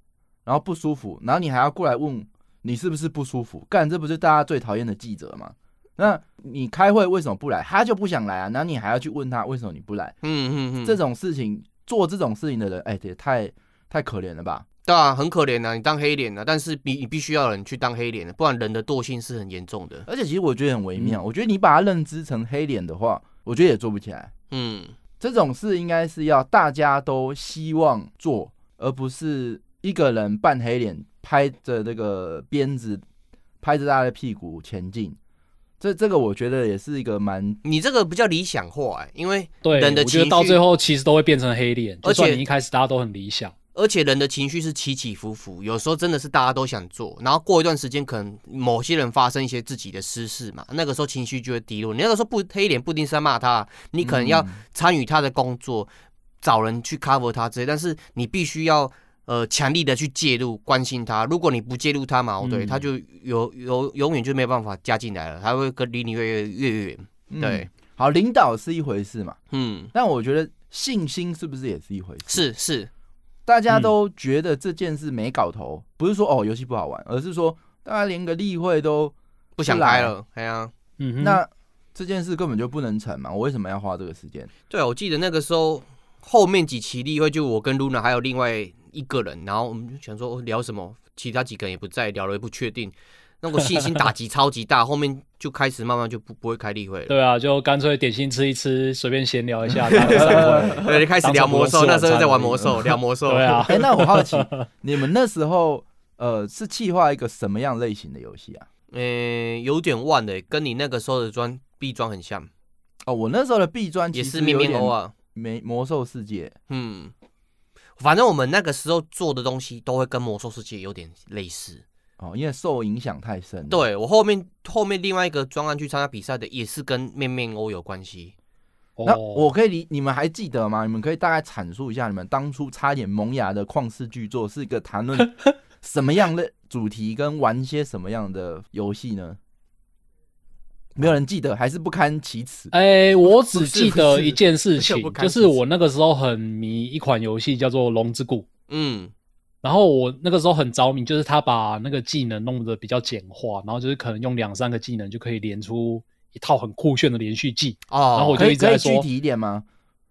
[SPEAKER 4] 然后不舒服，然后你还要过来问你是不是不舒服，干这不是大家最讨厌的记者吗？那你开会为什么不来？他就不想来啊，然后你还要去问他为什么你不来？
[SPEAKER 3] 嗯嗯嗯，
[SPEAKER 4] 这种事情做这种事情的人，哎、也太太可怜了吧？
[SPEAKER 3] 对啊，很可怜啊，你当黑脸啊，但是你你必须要有人去当黑脸的，啊不然人的惰性是很严重的。
[SPEAKER 4] 而且其实我觉得很微
[SPEAKER 3] 嗯
[SPEAKER 4] 妙，我觉得你把他认知成黑脸的话，我觉得也做不起来。
[SPEAKER 3] 嗯，
[SPEAKER 4] 这种事应该是要大家都希望做，而不是一个人扮黑脸，拍着这个鞭子，拍着大家的屁股前进。这这个我觉得也是一个蛮
[SPEAKER 3] 你这个比较理想化、欸，因为
[SPEAKER 2] 对，
[SPEAKER 3] 人的
[SPEAKER 2] 我觉得
[SPEAKER 3] 情
[SPEAKER 2] 到
[SPEAKER 3] 绪
[SPEAKER 2] 最后其实都会变成黑脸，
[SPEAKER 3] 而
[SPEAKER 2] 就算
[SPEAKER 3] 且
[SPEAKER 2] 你一开始大家都很理想，
[SPEAKER 3] 而且人的情绪是起起伏伏，有时候真的是大家都想做，然后过一段时间，可能某些人发生一些自己的私事嘛，那个时候情绪就会低落。你那个时候不黑脸，不一定是在骂他，啊你可能要
[SPEAKER 4] 嗯
[SPEAKER 3] 参与他的工作，找人去 cover 他之类，但是你必须要呃强力的去介入关心他。如果你不介入他嘛，哦对，
[SPEAKER 2] 嗯
[SPEAKER 3] 他就有有永远就没有办法加进来了，他会跟离你越越越远。
[SPEAKER 4] 嗯
[SPEAKER 3] 对
[SPEAKER 4] 好，领导是一回事嘛，
[SPEAKER 3] 嗯，
[SPEAKER 4] 但我觉得信心是不是也是一回事？
[SPEAKER 3] 是嗯是，
[SPEAKER 4] 大家都觉得这件事没搞头，不是说哦游戏不好玩，而是说大家连个例会都，
[SPEAKER 3] 不想
[SPEAKER 4] 不来
[SPEAKER 3] 开了，哎呀、
[SPEAKER 2] 嗯哼，
[SPEAKER 4] 那这件事根本就不能成嘛，我为什么要花这个时间？
[SPEAKER 3] 对啊，我记得那个时候后面几期例会，就我跟 Luna 还有另外一个人，然后我们就想说哦聊什么，其他几个人也不在，聊了也不确定，那个信心打击超级大，后 面就开始慢慢就不不会开例会了。
[SPEAKER 2] 对啊，就干脆点心吃一吃，随便闲聊一 下，大家散 会。
[SPEAKER 3] 对，开始聊魔兽，那时候在玩魔兽，聊魔 兽。
[SPEAKER 2] 对，啊，
[SPEAKER 4] 哎、那我好 奇，你们那时候呃是计划一个什么样类型的游戏啊？
[SPEAKER 3] 嗯，有点忘了，跟你那个时候的装币装很像，
[SPEAKER 4] 哦，我那时候的 B 专
[SPEAKER 3] 也
[SPEAKER 4] 其
[SPEAKER 3] 是
[SPEAKER 4] 实
[SPEAKER 3] 面
[SPEAKER 4] 有
[SPEAKER 3] 面
[SPEAKER 4] 点
[SPEAKER 3] 欧啊。
[SPEAKER 4] 没魔兽世界，
[SPEAKER 3] 嗯，反正我们那个时候做的东西都会跟魔兽世界有点类似。
[SPEAKER 4] 哦，因为受影响太深。，
[SPEAKER 3] 对我后面后面另外一个专案去参加比赛的，也是跟面面欧有关系。
[SPEAKER 4] 那
[SPEAKER 2] 哦，
[SPEAKER 4] 我可以理你们还记得吗？你们可以大概阐述一下你们当初差点萌芽的旷世巨作是一个 谈论什么样的主题跟玩些什么样的游戏呢？没有人记得，还是不堪其耻。
[SPEAKER 2] 哎，我只
[SPEAKER 3] 不是
[SPEAKER 2] 记
[SPEAKER 3] 不
[SPEAKER 2] 得
[SPEAKER 3] 是
[SPEAKER 2] 一件事
[SPEAKER 3] 不是不
[SPEAKER 2] 情，
[SPEAKER 3] 堪
[SPEAKER 2] 就
[SPEAKER 3] 其
[SPEAKER 2] 是
[SPEAKER 3] 实
[SPEAKER 2] 我那个时候很迷一款游戏叫做《龙之谷》，
[SPEAKER 3] 嗯，
[SPEAKER 2] 然后我那个时候很着迷，就是他把那个技能弄得比较简化，然后就是可能用两三个技能就可以连出一套很酷炫的连续技。
[SPEAKER 3] 哦，
[SPEAKER 2] 然后我就
[SPEAKER 4] 可
[SPEAKER 2] 一
[SPEAKER 4] 以
[SPEAKER 2] 直
[SPEAKER 4] 可
[SPEAKER 2] 在
[SPEAKER 4] 以具
[SPEAKER 2] 说
[SPEAKER 4] 体一点吗？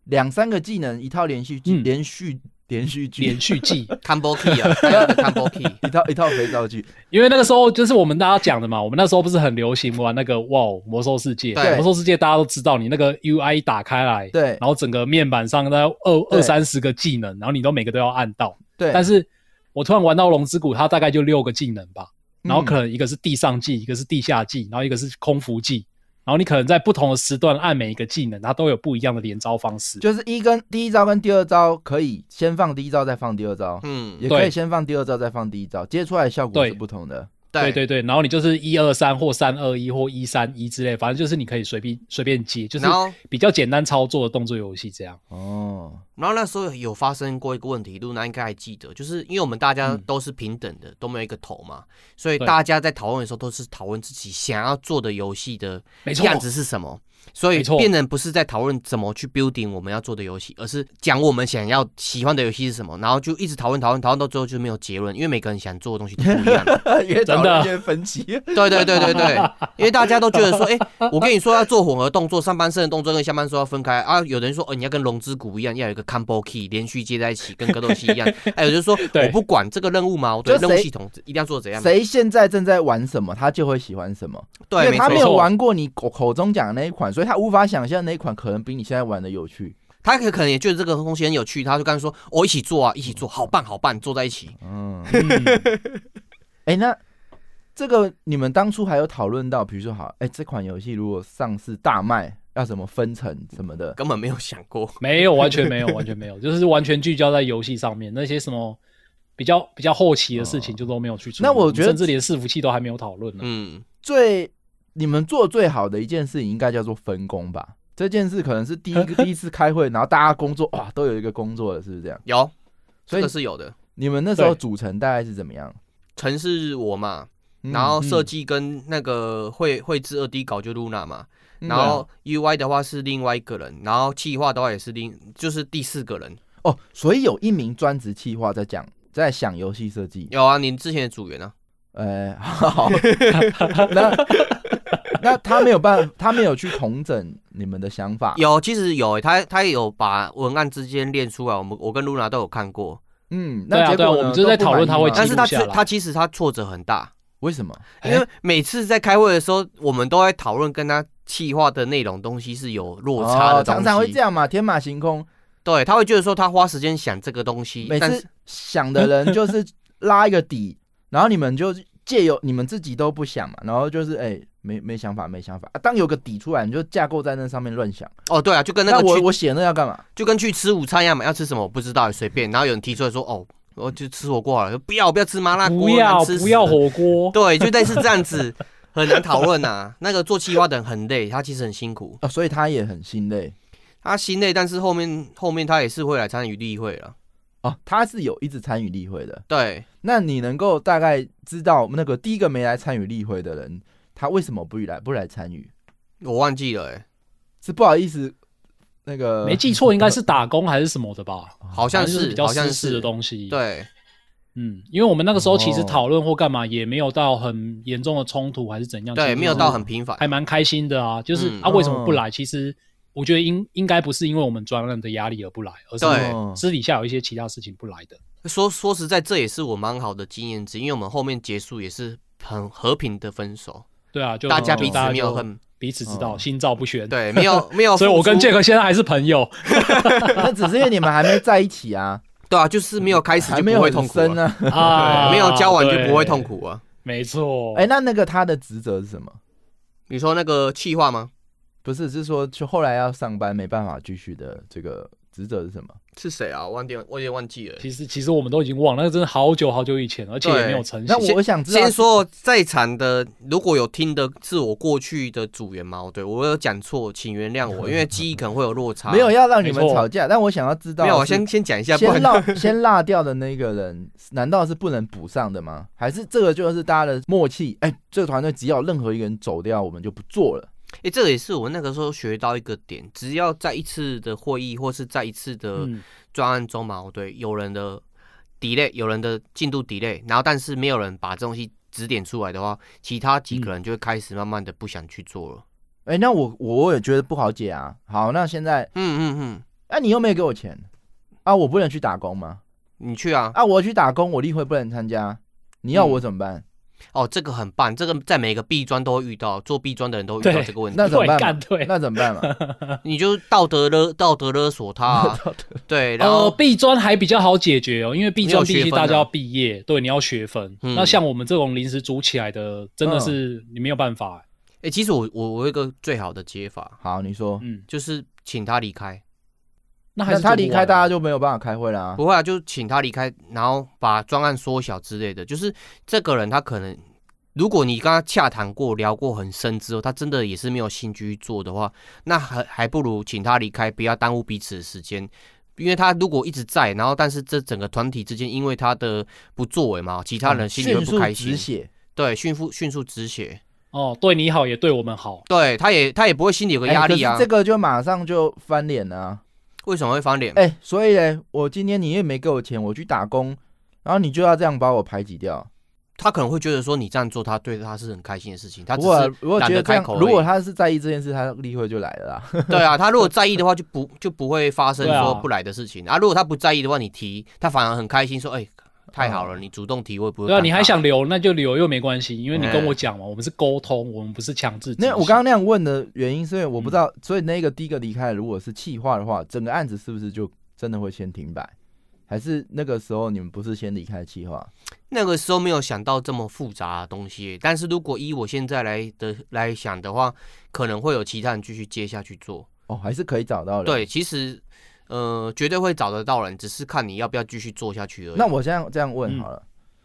[SPEAKER 4] 两三个技能，一套连续剧，
[SPEAKER 2] 嗯
[SPEAKER 4] 连续连续剧，
[SPEAKER 2] 连续技，
[SPEAKER 3] combo key 啊，还有 combo key，
[SPEAKER 4] 一套一套肥皂 剧，
[SPEAKER 2] 因为那个时候就是我们大家讲的嘛，我们那时候不是很流行玩那个哇哦魔兽世界，
[SPEAKER 3] 对
[SPEAKER 2] 魔兽世界大家都知道，你那个 UI 一打开来，
[SPEAKER 4] 对
[SPEAKER 2] 然后整个面板上那二
[SPEAKER 4] 对
[SPEAKER 2] 二三十个技能，然后你都每个都要按到。
[SPEAKER 4] 对，
[SPEAKER 2] 但是我突然玩到龙之谷，它大概就六个技能吧，然后可能一个是地上技，一个是地下技，然后一个是空服技，然后你可能在不同的时段按每一个技能，它都有不一样的连招方式。
[SPEAKER 4] 就是一跟第一招跟第二招可以先放第一招再放第二招，
[SPEAKER 3] 嗯，
[SPEAKER 4] 也可以
[SPEAKER 2] 对
[SPEAKER 4] 先放第二招再放第一招，接出来的效果
[SPEAKER 2] 对
[SPEAKER 4] 是不同的。
[SPEAKER 2] 对对对，然后你就是一二三或三二一或一三一之类，反正就是你可以随便随便接，就是
[SPEAKER 3] 然后
[SPEAKER 2] 比较简单操作的动作游戏这样。
[SPEAKER 4] 哦，
[SPEAKER 3] 然后那时候有发生过一个问题，露娜应该还记得，就是因为我们大家
[SPEAKER 2] 嗯
[SPEAKER 3] 都是平等的，都没有一个头嘛，所以
[SPEAKER 2] 对
[SPEAKER 3] 大家在讨论的时候都是讨论自己想要做的游戏的
[SPEAKER 2] 没错，
[SPEAKER 3] 样子是什么。所以
[SPEAKER 2] 没错
[SPEAKER 3] 变成不是在讨论怎么去 building 我们要做的游戏，而是讲我们想要喜欢的游戏是什么，然后就一直讨论讨论讨论到最后就没有结论，因为每个人想做的东西都不一 样。
[SPEAKER 4] 越
[SPEAKER 2] 真的
[SPEAKER 4] 讨论越分 歧。
[SPEAKER 3] 对对对 对对，因为大家都觉得说，哎、我跟你说要做混合动作，上半身的动作跟下半身要分开啊。有的人说，哦，你要跟龙之谷一样，要有一个 combo key 连续接在一起，跟格斗系一 样。还有就是说，
[SPEAKER 2] 对
[SPEAKER 3] 我不管这个任务嘛，我对
[SPEAKER 4] 就谁
[SPEAKER 3] 任务系统一定要做怎样。
[SPEAKER 4] 谁现在正在玩什么，他就会喜欢什么，因
[SPEAKER 3] 对，
[SPEAKER 4] 为
[SPEAKER 3] 没
[SPEAKER 4] 他没
[SPEAKER 3] 错，
[SPEAKER 4] 有玩过你口口中讲的那一款，所以他无法想象那一款可能比你现在玩的有趣。
[SPEAKER 3] 他可可能也觉得这个东西很有趣，他就刚才说，哦，一起做啊，一起做，好棒好棒，坐在一起。
[SPEAKER 4] 嗯，
[SPEAKER 2] 嗯
[SPEAKER 4] 哎、那这个你们当初还有讨论到，比如说好，哎、这款游戏如果上市大卖，要怎么分成什么的？
[SPEAKER 3] 根本没有想过，
[SPEAKER 2] 没有，完全没有，完全没有，就是完全聚焦在游戏上面。那些什么比较比较后期的事情就都没有去处理。
[SPEAKER 4] 那我
[SPEAKER 2] 们
[SPEAKER 4] 觉得
[SPEAKER 2] 甚至连伺服器都还没有讨论呢。
[SPEAKER 3] 嗯，
[SPEAKER 4] 最你们做最好的一件事情，应该叫做分工吧？这件事可能是第一个第一次开会，然后大家工作哇，都有一个工作了，是不是这样？
[SPEAKER 3] 有，
[SPEAKER 4] 所
[SPEAKER 3] 这
[SPEAKER 4] 以
[SPEAKER 3] 个是有的。
[SPEAKER 4] 你们那时候
[SPEAKER 2] 对
[SPEAKER 4] 组成大概是怎么样？
[SPEAKER 3] 城市我嘛，
[SPEAKER 4] 嗯
[SPEAKER 3] 然后设
[SPEAKER 4] 嗯
[SPEAKER 3] 计跟那个绘绘制二 D 稿就 Luna 嘛，
[SPEAKER 4] 嗯
[SPEAKER 3] 然后 UI 的话是另外一个人，然后企划的话也是另就是第四个人。
[SPEAKER 4] 哦，所以有一名专职企划在讲，在想游戏设计。
[SPEAKER 3] 有啊，你之前的组员啊，
[SPEAKER 4] 呃， 好，那那他没有办，他没有去统整你们的想法。，
[SPEAKER 3] 有其实有欸、他他也有把文案之间练出来，我们我跟 Luna 都有看过，
[SPEAKER 4] 嗯，
[SPEAKER 2] 对
[SPEAKER 4] 那
[SPEAKER 2] 啊
[SPEAKER 4] 结
[SPEAKER 2] 对啊
[SPEAKER 4] 果
[SPEAKER 2] 我们
[SPEAKER 4] 呢
[SPEAKER 2] 就在
[SPEAKER 4] 都不
[SPEAKER 2] 讨
[SPEAKER 4] 满
[SPEAKER 2] 论他
[SPEAKER 4] 意
[SPEAKER 2] 会
[SPEAKER 4] 吗
[SPEAKER 2] 记
[SPEAKER 3] 但
[SPEAKER 2] 录
[SPEAKER 3] 是他
[SPEAKER 2] 下来
[SPEAKER 3] 他其实他挫折很大，
[SPEAKER 4] 为什么？
[SPEAKER 2] 哎
[SPEAKER 3] 因为每次在开会的时候，我们都在讨论跟他企划的内容东西是有落差的
[SPEAKER 4] 哦
[SPEAKER 3] 东西，
[SPEAKER 4] 常常会这样嘛，天马行空，
[SPEAKER 3] 对，他会觉得说他花时间想这个东西，
[SPEAKER 4] 每
[SPEAKER 3] 嗯但是
[SPEAKER 4] 次想的人就是拉一个底， 然后你们就借由你们自己都不想嘛，然后就是哎、没没想法，没想法、啊。当有个底出来，你就架构在那上面乱想。
[SPEAKER 3] 哦对啊，就跟那
[SPEAKER 4] 那
[SPEAKER 3] 个去
[SPEAKER 4] 我我写那要干嘛？
[SPEAKER 3] 就跟去吃午餐一样嘛，要吃什么我不知道，随便。然后有人提出来说，哦，我就吃火锅好了，说不要不要吃麻辣锅，
[SPEAKER 2] 不要
[SPEAKER 3] 难吃死
[SPEAKER 2] 不要
[SPEAKER 3] 了，
[SPEAKER 2] 火锅，
[SPEAKER 3] 对，就类似这样子，很难讨论呐。 那个做企划的人很累，他其实很辛苦，
[SPEAKER 4] 哦，所以他也很心累
[SPEAKER 3] 他心累，但是后面后面他也是会来参与例会了。
[SPEAKER 4] 哦，他是有一直参与例会的。
[SPEAKER 3] 对，
[SPEAKER 4] 那你能够大概知道那个第一个没来参与例会的人，他为什么不来不来参与？
[SPEAKER 3] 我忘记了、欸，
[SPEAKER 4] 是不好意思，那个
[SPEAKER 2] 没记错应该是打工还是什么的吧？
[SPEAKER 3] 好
[SPEAKER 2] 反
[SPEAKER 3] 像
[SPEAKER 2] 正就是比较
[SPEAKER 3] 好像
[SPEAKER 2] 私事的
[SPEAKER 3] 是，
[SPEAKER 2] 东西。，
[SPEAKER 3] 对，
[SPEAKER 2] 嗯，因为我们那个时候其实
[SPEAKER 4] 哦
[SPEAKER 2] 讨论或干嘛也没有到很严重的冲突还是怎样，其
[SPEAKER 3] 对，
[SPEAKER 2] 实
[SPEAKER 3] 没有
[SPEAKER 2] 就是
[SPEAKER 3] 到很频繁，
[SPEAKER 2] 还蛮开心的啊。就是
[SPEAKER 3] 嗯
[SPEAKER 2] 啊，为什么不来？其实我觉得应应该不是因为我们专任的压力而不来，而
[SPEAKER 3] 对
[SPEAKER 2] 是私底下有一些其他事情不来的。
[SPEAKER 3] 说说实在，这也是我蛮好的经验之一，因为我们后面结束也是很和平的分手，
[SPEAKER 2] 对啊，就
[SPEAKER 3] 大家
[SPEAKER 2] 大
[SPEAKER 3] 彼此
[SPEAKER 2] 家
[SPEAKER 3] 没有
[SPEAKER 2] 就
[SPEAKER 3] 恨，
[SPEAKER 2] 彼此知道，
[SPEAKER 4] 嗯
[SPEAKER 2] 心照不宣。，
[SPEAKER 3] 对，没有没有付出，
[SPEAKER 2] 所以我跟杰克现在还是朋友。
[SPEAKER 4] 那只是因为你们还没在一起啊，
[SPEAKER 3] 对啊，就是没有开始
[SPEAKER 4] 还
[SPEAKER 3] 就
[SPEAKER 4] 没
[SPEAKER 3] 不
[SPEAKER 4] 有
[SPEAKER 3] 会
[SPEAKER 4] 很
[SPEAKER 3] 痛苦
[SPEAKER 4] 深
[SPEAKER 3] 啊，
[SPEAKER 4] 啊。
[SPEAKER 2] 啊，
[SPEAKER 3] 对，没有交往就不
[SPEAKER 2] 对
[SPEAKER 3] 会痛。苦啊。
[SPEAKER 2] 没错，
[SPEAKER 4] 哎、那那个他的职责是什么？
[SPEAKER 3] 你说那个气话吗？
[SPEAKER 4] 不是，是说就后来要上班没办法继续的这个职责是什么？
[SPEAKER 3] 是谁啊？我有点我有点忘记了。
[SPEAKER 2] 其实其实我们都已经忘了，那个真的好久好久以前，而且也没有成型
[SPEAKER 4] 那。我我想知道
[SPEAKER 3] 先说在场的，如果有听的是我过去的组员嘛，对我有讲错，请原谅我，因为记忆可能会有落差。
[SPEAKER 4] 没有要让你
[SPEAKER 2] 没
[SPEAKER 4] 们
[SPEAKER 2] 错
[SPEAKER 4] 吵架，但我想要知道
[SPEAKER 3] 没有，我
[SPEAKER 4] 是
[SPEAKER 3] 先先讲一下，不
[SPEAKER 4] 先
[SPEAKER 3] 然
[SPEAKER 4] 落先落掉的那个人，难道是不能补上的吗？还是这个就是大家的默契？哎、这个团队只要有任何一个人走掉，我们就不做了。
[SPEAKER 3] 诶，这个也是我那个时候学到一个点，只要在一次的会议或是在一次的
[SPEAKER 2] 嗯，
[SPEAKER 3] 专案中嘛，对，有人的 delay，有人的进度 delay，然后但是没有人把这东西指点出来的话，其他几个人就会开始慢慢的不想去做了。
[SPEAKER 4] 哎、那我我我也觉得不好解啊。好，那现在，
[SPEAKER 3] 嗯嗯嗯，
[SPEAKER 4] 那、你又没给我钱啊，我不能去打工吗？
[SPEAKER 3] 你去啊，嗯
[SPEAKER 4] 啊，我去打工，我例会不能参加，你要我怎么办？
[SPEAKER 3] 哦，这个很棒，这个在每个 B 专都会遇到，做 B 专的人都会遇到
[SPEAKER 2] 对
[SPEAKER 3] 这个问题。
[SPEAKER 4] 那怎么
[SPEAKER 2] 对干
[SPEAKER 4] 办嘛
[SPEAKER 2] 对？
[SPEAKER 4] 那怎么 办嘛？
[SPEAKER 3] 你就道德勒 道德勒索他啊、对，然
[SPEAKER 2] 呃
[SPEAKER 3] 后、
[SPEAKER 2] ，B 专还比较好解决哦，因为 B 专
[SPEAKER 3] 你有
[SPEAKER 2] 必
[SPEAKER 3] 学
[SPEAKER 2] 须
[SPEAKER 3] 分啊
[SPEAKER 2] 大家要毕业，对，你要学分。
[SPEAKER 3] 嗯
[SPEAKER 2] 那像我们这种临时组起来的，真
[SPEAKER 4] 嗯
[SPEAKER 2] 的是你没有办法。
[SPEAKER 3] 诶，其实我我我有一个最好的解法，
[SPEAKER 4] 好，你说，
[SPEAKER 2] 嗯，
[SPEAKER 3] 就是请他离开，
[SPEAKER 2] 那还
[SPEAKER 4] 哦那
[SPEAKER 2] 是
[SPEAKER 4] 他离开，大家
[SPEAKER 2] 家
[SPEAKER 4] 就没有办法开会啦。
[SPEAKER 3] 啊不会啊，就请他离开，然后把专案缩小之类的。就是这个人他可能，如果你跟他洽谈过、聊过很深之后，他真的也是没有兴趣去做的话，那还还不如请他离开，不要耽误彼此的时间。因为他如果一直在，然后但是这整个团体之间因为他的不作为嘛，其他人心里
[SPEAKER 4] 嗯
[SPEAKER 3] 会
[SPEAKER 4] 迅
[SPEAKER 3] 不
[SPEAKER 4] 速
[SPEAKER 3] 开
[SPEAKER 4] 止
[SPEAKER 3] 心。
[SPEAKER 4] 血，
[SPEAKER 3] 对，迅速迅速止血，
[SPEAKER 2] 哦，对你好也对我们好，
[SPEAKER 3] 对，他也他也不会心里有个
[SPEAKER 4] 哎
[SPEAKER 3] 压
[SPEAKER 4] 可
[SPEAKER 3] 力
[SPEAKER 4] 是
[SPEAKER 3] 啊。
[SPEAKER 4] 这个就马上就翻脸了啊。
[SPEAKER 3] 为什么会翻脸？
[SPEAKER 4] 哎，所以嘞，我今天你也没给我钱，我去打工，然后你就要这样把我排挤掉。
[SPEAKER 3] 他可能会觉得说你这样做，他对他是很开心的事情，他
[SPEAKER 4] 不
[SPEAKER 3] 只
[SPEAKER 4] 过啊
[SPEAKER 3] 是
[SPEAKER 4] 如果
[SPEAKER 3] 懒
[SPEAKER 4] 觉
[SPEAKER 3] 得
[SPEAKER 4] 得这
[SPEAKER 3] 开
[SPEAKER 4] 样
[SPEAKER 3] 口而已。，
[SPEAKER 4] 如果他是在意这件事，他例会就来了啦。
[SPEAKER 3] 对啊，他如果在意的话，就不就不会发生
[SPEAKER 2] 对啊
[SPEAKER 3] 说不来的事情啊如果他不在意的话，你提他反而很开心，说哎、太好
[SPEAKER 4] 嗯
[SPEAKER 3] 了，你主动提我也不会尴尬。
[SPEAKER 2] 对啊，你还想留那就留，又没关系，因为你
[SPEAKER 3] 嗯
[SPEAKER 2] 跟我讲嘛，我们是沟通，我们不是强制执行。
[SPEAKER 4] 哎那我刚刚那样问的原因，是因为我不知
[SPEAKER 3] 嗯
[SPEAKER 4] 道，所以那个第一个离开，如果是气化的话，整个案子是不是就真的会先停摆？还是那个时候你们不是先离开气化？
[SPEAKER 3] 那个时候没有想到这么复杂的东西，但是如果依我现在来的来想的话，可能会有其他人继续接下去做。
[SPEAKER 4] 哦，还是可以找到的。，
[SPEAKER 3] 对，其实呃绝对会找得到人，只是看你要不要继续做下去而已。
[SPEAKER 4] 那我现在这样问好了，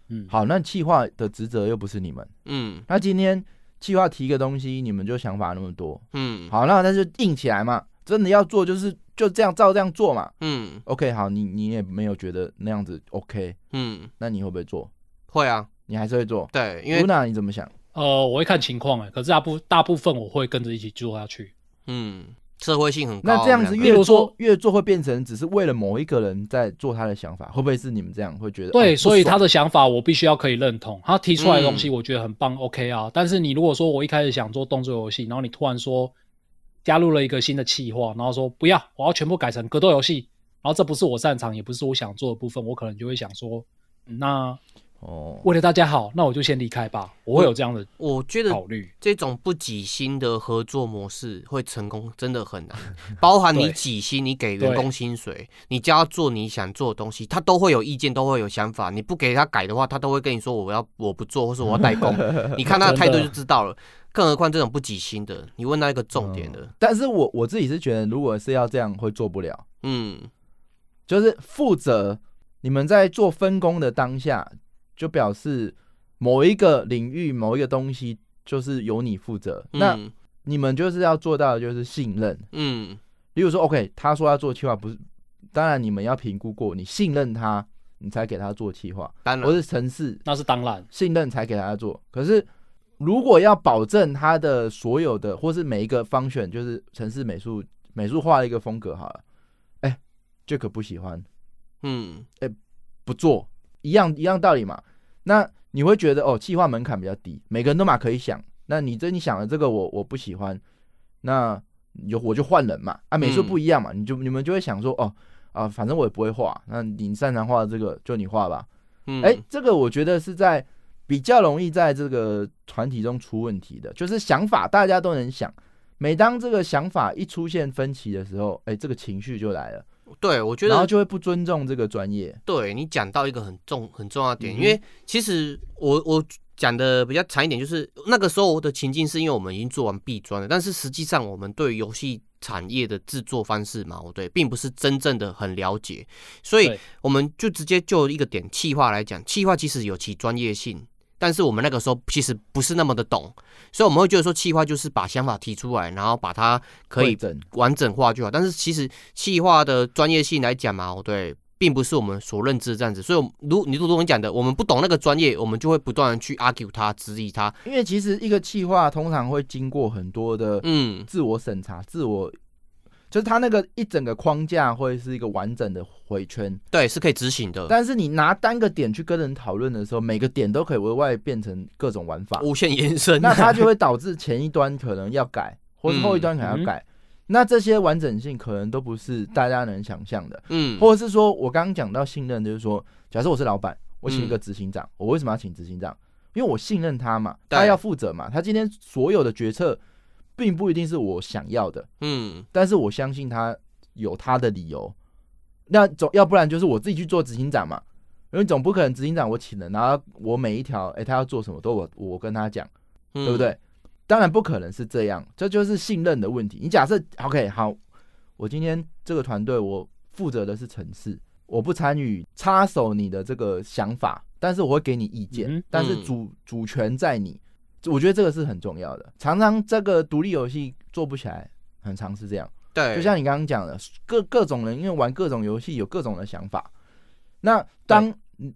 [SPEAKER 2] 嗯，
[SPEAKER 4] 好，那气化的职责又不是你们，
[SPEAKER 3] 嗯
[SPEAKER 4] 那今天气化提一个东西，你们就想法那么多，
[SPEAKER 3] 嗯
[SPEAKER 4] 好，那那就硬起来嘛，真的要做就是就这样照这样做嘛。
[SPEAKER 3] 嗯
[SPEAKER 4] OK，好，你你也没有觉得那样子 OK，
[SPEAKER 3] 嗯，
[SPEAKER 4] 那你会不会做？
[SPEAKER 3] 会啊，
[SPEAKER 4] 你还是会做。
[SPEAKER 3] 对，因为
[SPEAKER 4] Luna 你怎么想？
[SPEAKER 2] 呃，我会看情况哎，可是大部大部分我会跟着一起做下去。
[SPEAKER 3] 嗯社会性很高啊。
[SPEAKER 4] 那这样子
[SPEAKER 3] 我们
[SPEAKER 2] 比
[SPEAKER 4] 越
[SPEAKER 2] 如
[SPEAKER 4] 做
[SPEAKER 2] 说
[SPEAKER 4] 越做会变成只是为了某一个人在做他的想法，会不会是你们这样会觉得？哦
[SPEAKER 2] 对，
[SPEAKER 4] 不
[SPEAKER 2] 所以
[SPEAKER 4] 爽
[SPEAKER 2] 他的想法我必须要可以认同，他提出来的东西
[SPEAKER 3] 嗯
[SPEAKER 2] 我觉得很棒、o k 啊。但是你如果说我一开始想做动作游戏，然后你突然说加入了一个新的企划，然后说不要，我要全部改成格斗游戏，然后这不是我擅长，也不是我想做的部分，我可能就会想说，嗯那
[SPEAKER 4] 哦，
[SPEAKER 2] 为了大家好，那我就先离开吧。我会有这样的
[SPEAKER 3] 我觉得
[SPEAKER 2] 考虑。
[SPEAKER 3] 这种不几薪的合作模式会成功真的很难，包含你
[SPEAKER 2] 对
[SPEAKER 3] 几薪，你给员工薪水，你叫他做你想做的东西，他都会有意见，都会有想法。你不给他改的话，他都会跟你说我要我不做，或是我要代 工。你看他的态度就知道了。更何况这种不几薪的，你问到一个重点的，
[SPEAKER 4] 嗯但是我我自己是觉得，如果是要这样会做不了，
[SPEAKER 3] 嗯
[SPEAKER 4] 就是负责你们在做分工的当下，就表示某一个领域某一个东西就是由你负责，那
[SPEAKER 3] 嗯
[SPEAKER 4] 你们就是要做到的就是信任。
[SPEAKER 3] 嗯
[SPEAKER 4] 例如说，OK，他说要做企划，不是，当然你们要评估过，你信任他，你才给他做企划，
[SPEAKER 3] 当
[SPEAKER 4] 或
[SPEAKER 3] 然
[SPEAKER 4] 是城市
[SPEAKER 2] 那是当然，
[SPEAKER 4] 信任才给他做。可是如果要保证他的所有的，或是每一个方选，就是城市美术美术画的一个风格好了，哎、这个不喜欢，
[SPEAKER 3] 嗯
[SPEAKER 4] 不做，一样一样道理嘛。那你会觉得哦，企划门槛比较低，每个人都嘛可以想。那你这你想的这个我我不喜欢，那你就我就换人嘛。啊，美术
[SPEAKER 3] 嗯
[SPEAKER 4] 不一样嘛，你就你们就会想说哦啊，反正我也不会画，那你擅长画的这个就你画吧。
[SPEAKER 3] 嗯，
[SPEAKER 4] 哎、这个我觉得是在比较容易在这个团体中出问题的，就是想法大家都能想。每当这个想法一出现分歧的时候，哎、这个情绪就来了，
[SPEAKER 3] 对我觉
[SPEAKER 4] 然后
[SPEAKER 3] 得
[SPEAKER 4] 就会不尊重这个专业。
[SPEAKER 3] 对你讲到一个很重很重要的点，
[SPEAKER 2] 嗯
[SPEAKER 3] 因为其实我我讲的比较长一点，就是那个时候的情境是因为我们已经做完 B 专了，但是实际上我们对游戏产业的制作方式嘛，我哦对并不是真正的很了解，所以
[SPEAKER 2] 对
[SPEAKER 3] 我们就直接就一个点企划来讲，企划其实有其专业性。但是我们那个时候其实不是那么的懂，所以我们会觉得说，企划就是把想法提出来，然后把它可以
[SPEAKER 4] 会诊
[SPEAKER 3] 完整化就好。但是其实气化的专业性来讲嘛，哦对，并不是我们所认知的这样子。所以我们，如你如同你讲的，我们不懂那个专业，我们就会不断的去 argue 它、质疑它。
[SPEAKER 4] 因为其实一个企划通常会经过很多的
[SPEAKER 3] 嗯
[SPEAKER 4] 自我审查、自我，就是它那个一整个框架会是一个完整的回圈。
[SPEAKER 3] 对，是可以执行的，
[SPEAKER 4] 但是你拿单个点去跟人讨论的时候，每个点都可以额外变成各种玩法，
[SPEAKER 3] 无限延伸。
[SPEAKER 4] 那它就会导致前一端可能要改，或是后一端可
[SPEAKER 3] 嗯
[SPEAKER 4] 能要改。那这些完整性可能都不是大家能想象的，
[SPEAKER 3] 嗯，
[SPEAKER 4] 或者是
[SPEAKER 3] 嗯
[SPEAKER 4] 说我刚刚讲到信任，就是说，假设我是老板，我请一个执行长，我为什么要请执行长？因为我信任他嘛，
[SPEAKER 3] 对
[SPEAKER 4] 他要负责嘛，他今天所有的决策，并不一定是我想要的，
[SPEAKER 3] 嗯，
[SPEAKER 4] 但是我相信他有他的理由。那总要不然就是我自己去做执行长嘛，因为总不可能执行长我请了，然后我每一条，哎、他要做什么都我我跟他讲，
[SPEAKER 3] 对
[SPEAKER 2] 嗯
[SPEAKER 4] 对不？对？当然不可能是这样，这就是信任的问题。你假设 OK 好，我今天这个团队我负责的是城市，我不参与插手你的这个想法，但是我会给你意见，
[SPEAKER 2] 嗯哼
[SPEAKER 4] 但是主主权在你，我觉得这个是很重要的。常常这个独立游戏做不起来，很常是这样。
[SPEAKER 3] 对，
[SPEAKER 4] 就像你刚刚讲的，各各种人因为玩各种游戏有各种的想法，那当你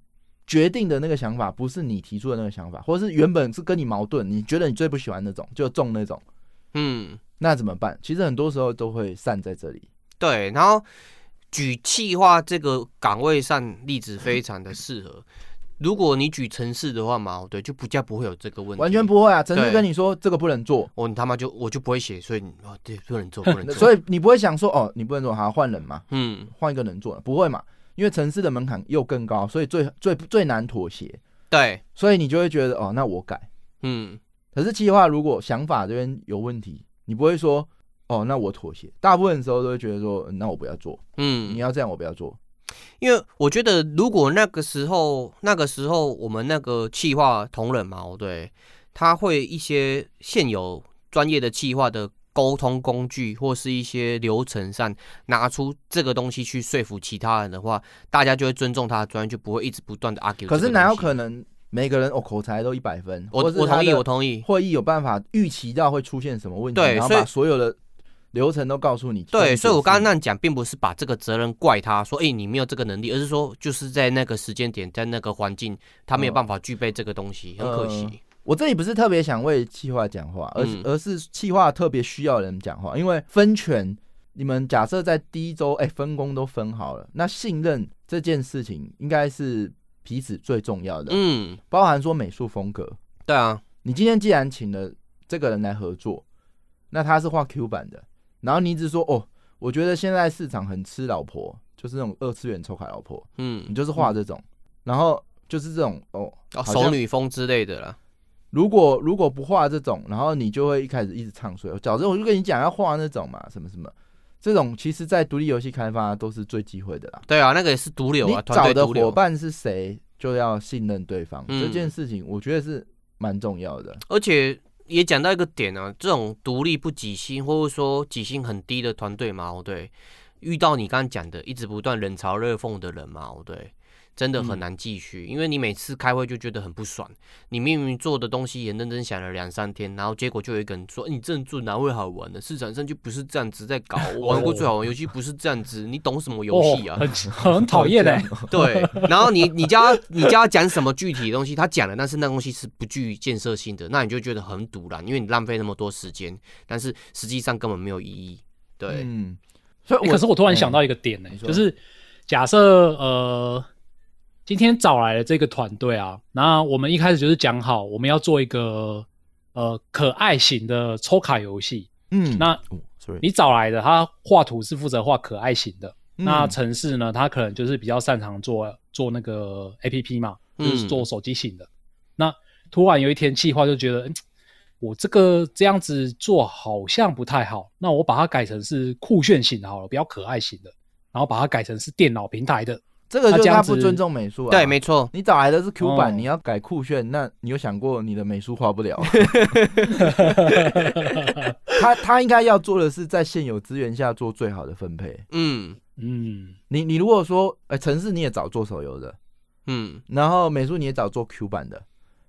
[SPEAKER 4] 决定的那个想法不是你提出的那个想法，或者是原本是跟你矛盾，你觉得你最不喜欢那种就中那种，
[SPEAKER 3] 嗯，
[SPEAKER 4] 那怎么办？其实很多时候都会散在这里。
[SPEAKER 3] 对，然后举气化这个岗位上例子非常的适合。如果你举城市的话嘛，哦对，就不叫不会有这个问题，
[SPEAKER 4] 完全。不会啊，陈志
[SPEAKER 3] 对
[SPEAKER 4] 跟你说这个不能做，
[SPEAKER 3] 哦，你他妈就我就不会写，所以你哦，对，不能做，不能
[SPEAKER 4] 那
[SPEAKER 3] 做。
[SPEAKER 4] 所
[SPEAKER 3] 以，
[SPEAKER 4] 以你不会想说哦，你不能做，好换人嘛，
[SPEAKER 3] 嗯，
[SPEAKER 4] 换一个人做，不会嘛？因为城市的门槛又更高，所以最最最难妥协，
[SPEAKER 3] 对，
[SPEAKER 4] 所以你就会觉得哦，那我改。
[SPEAKER 3] 嗯，
[SPEAKER 4] 可是企划如果想法这边有问题，你不会说哦，那我妥协。大部分时候都会觉得说，嗯那我不要做，
[SPEAKER 3] 嗯
[SPEAKER 4] 你，要这样我不要做。
[SPEAKER 3] 因为我觉得，如果那个时候，那个时候我们那个企划同仁嘛，哦对，他会一些现有专业的企划的沟通工具，或是一些流程上拿出这个东西去说服其他人的话，大家就会尊重他的专业，就不会一直不断的 argue 这个东西。
[SPEAKER 4] 可是哪有可能每个人哦口才都一百分？
[SPEAKER 3] 我
[SPEAKER 4] 或是
[SPEAKER 3] 我
[SPEAKER 4] 他
[SPEAKER 3] 同意，
[SPEAKER 4] 的
[SPEAKER 3] 我同意。
[SPEAKER 4] 会议有办法预期到会出现什么问题，
[SPEAKER 3] 对
[SPEAKER 4] 然后
[SPEAKER 3] 所以
[SPEAKER 4] 把所有的流程都告诉你。跟你
[SPEAKER 3] 对，所以我
[SPEAKER 4] 解释
[SPEAKER 3] 刚刚那样讲，并不是把这个责任怪他，说，哎、你没有这个能力，而是说，就是在那个时间点，在那个环境，他没有
[SPEAKER 4] 嗯
[SPEAKER 3] 办法具备这个东西，很可惜。
[SPEAKER 4] 我这里不是特别想为企划讲话，而、
[SPEAKER 3] 嗯
[SPEAKER 4] 而是企划特别需要人讲话，因为分权，你们假设在第一周，哎、分工都分好了，那信任这件事情应该是彼此最重要的，
[SPEAKER 3] 嗯，
[SPEAKER 4] 包含说美术风格。
[SPEAKER 3] 对啊，
[SPEAKER 4] 你今天既然请了这个人来合作，那他是画 Q 版的，然后你一直说哦，我觉得现在市场很吃老婆，就是那种二次元抽卡老婆，你
[SPEAKER 3] 嗯，
[SPEAKER 4] 就是画这种，然后就是这种哦，
[SPEAKER 3] 哦，
[SPEAKER 4] 好
[SPEAKER 3] 熟
[SPEAKER 4] 像
[SPEAKER 3] 女风之类的啦。
[SPEAKER 4] 如果如果不画这种，然后你就会一开始一直唱衰。我早知道我就跟你讲要画那种嘛，什么什么，这种其实在独立游戏开发都是最忌讳的啦。
[SPEAKER 3] 对啊，那个也是毒瘤
[SPEAKER 4] 你
[SPEAKER 3] 啊，团
[SPEAKER 4] 找
[SPEAKER 3] 队
[SPEAKER 4] 的
[SPEAKER 3] 毒
[SPEAKER 4] 伙
[SPEAKER 3] 瘤。
[SPEAKER 4] 伴是谁，就要信任对方。
[SPEAKER 3] 嗯
[SPEAKER 4] 这件事情我觉得是蛮重要的。
[SPEAKER 3] 而且也讲到一个点啊，这种独立不几星，或者说几星很低的团队嘛，哦对，遇到你刚刚讲的一直不断冷嘲热讽的人嘛，哦对，真的很
[SPEAKER 2] 嗯
[SPEAKER 3] 难继续，因为你每次开会就觉得很不爽，你明明做的东西也认真想了两三天，然后结果就有一个人说，欸你这样做哪会好玩呢？市场上就不是这样子在 搞，我
[SPEAKER 4] 哦
[SPEAKER 3] 玩过最好玩的游戏不是这样子，你懂什么游戏啊？
[SPEAKER 2] 哦、很很讨厌欸嘞，
[SPEAKER 3] 对，然后你你叫他你叫他讲什么具体的东西，他讲了，但是那东西是不具建设性的，那你就觉得很堵然，因为你浪费那么多时间，但是实际上根本没有意义。对，
[SPEAKER 4] 嗯，所以
[SPEAKER 2] 欸
[SPEAKER 4] 我、
[SPEAKER 2] 可是我突然想到一个点呢、
[SPEAKER 4] 嗯你说
[SPEAKER 2] 就是假设呃，今天找来的这个团队啊，那我们一开始就是讲好，我们要做一个呃可爱型的抽卡游戏。
[SPEAKER 4] 嗯，
[SPEAKER 2] 那
[SPEAKER 4] 哦，sorry，
[SPEAKER 2] 你找来的他画图是负责画可爱型的，
[SPEAKER 4] 嗯
[SPEAKER 2] 那城市呢，他可能就是比较擅长做做那个 A P P 嘛，就是
[SPEAKER 3] 嗯
[SPEAKER 2] 做手机型的。那突然有一天，企划就觉得，嗯，我这个这样子做好像不太好，那我把它改成是酷炫型的好了，比较可爱型的，然后把它改成是电脑平台的。
[SPEAKER 4] 这个就
[SPEAKER 2] 那
[SPEAKER 4] 是
[SPEAKER 2] 这
[SPEAKER 4] 他
[SPEAKER 2] 样子
[SPEAKER 4] 不尊重美术啊。
[SPEAKER 3] 对，没错，
[SPEAKER 4] 你找来的是 Q 版，
[SPEAKER 2] 哦
[SPEAKER 4] 你要改酷炫，那你有想过你的美术画不 了？他他应该要做的是在现有资源下做最好的分配。
[SPEAKER 3] 嗯
[SPEAKER 2] 嗯，
[SPEAKER 4] 你你如果说，哎、城市你也找做手游的，
[SPEAKER 3] 嗯，
[SPEAKER 4] 然后美术你也找做 Q 版的，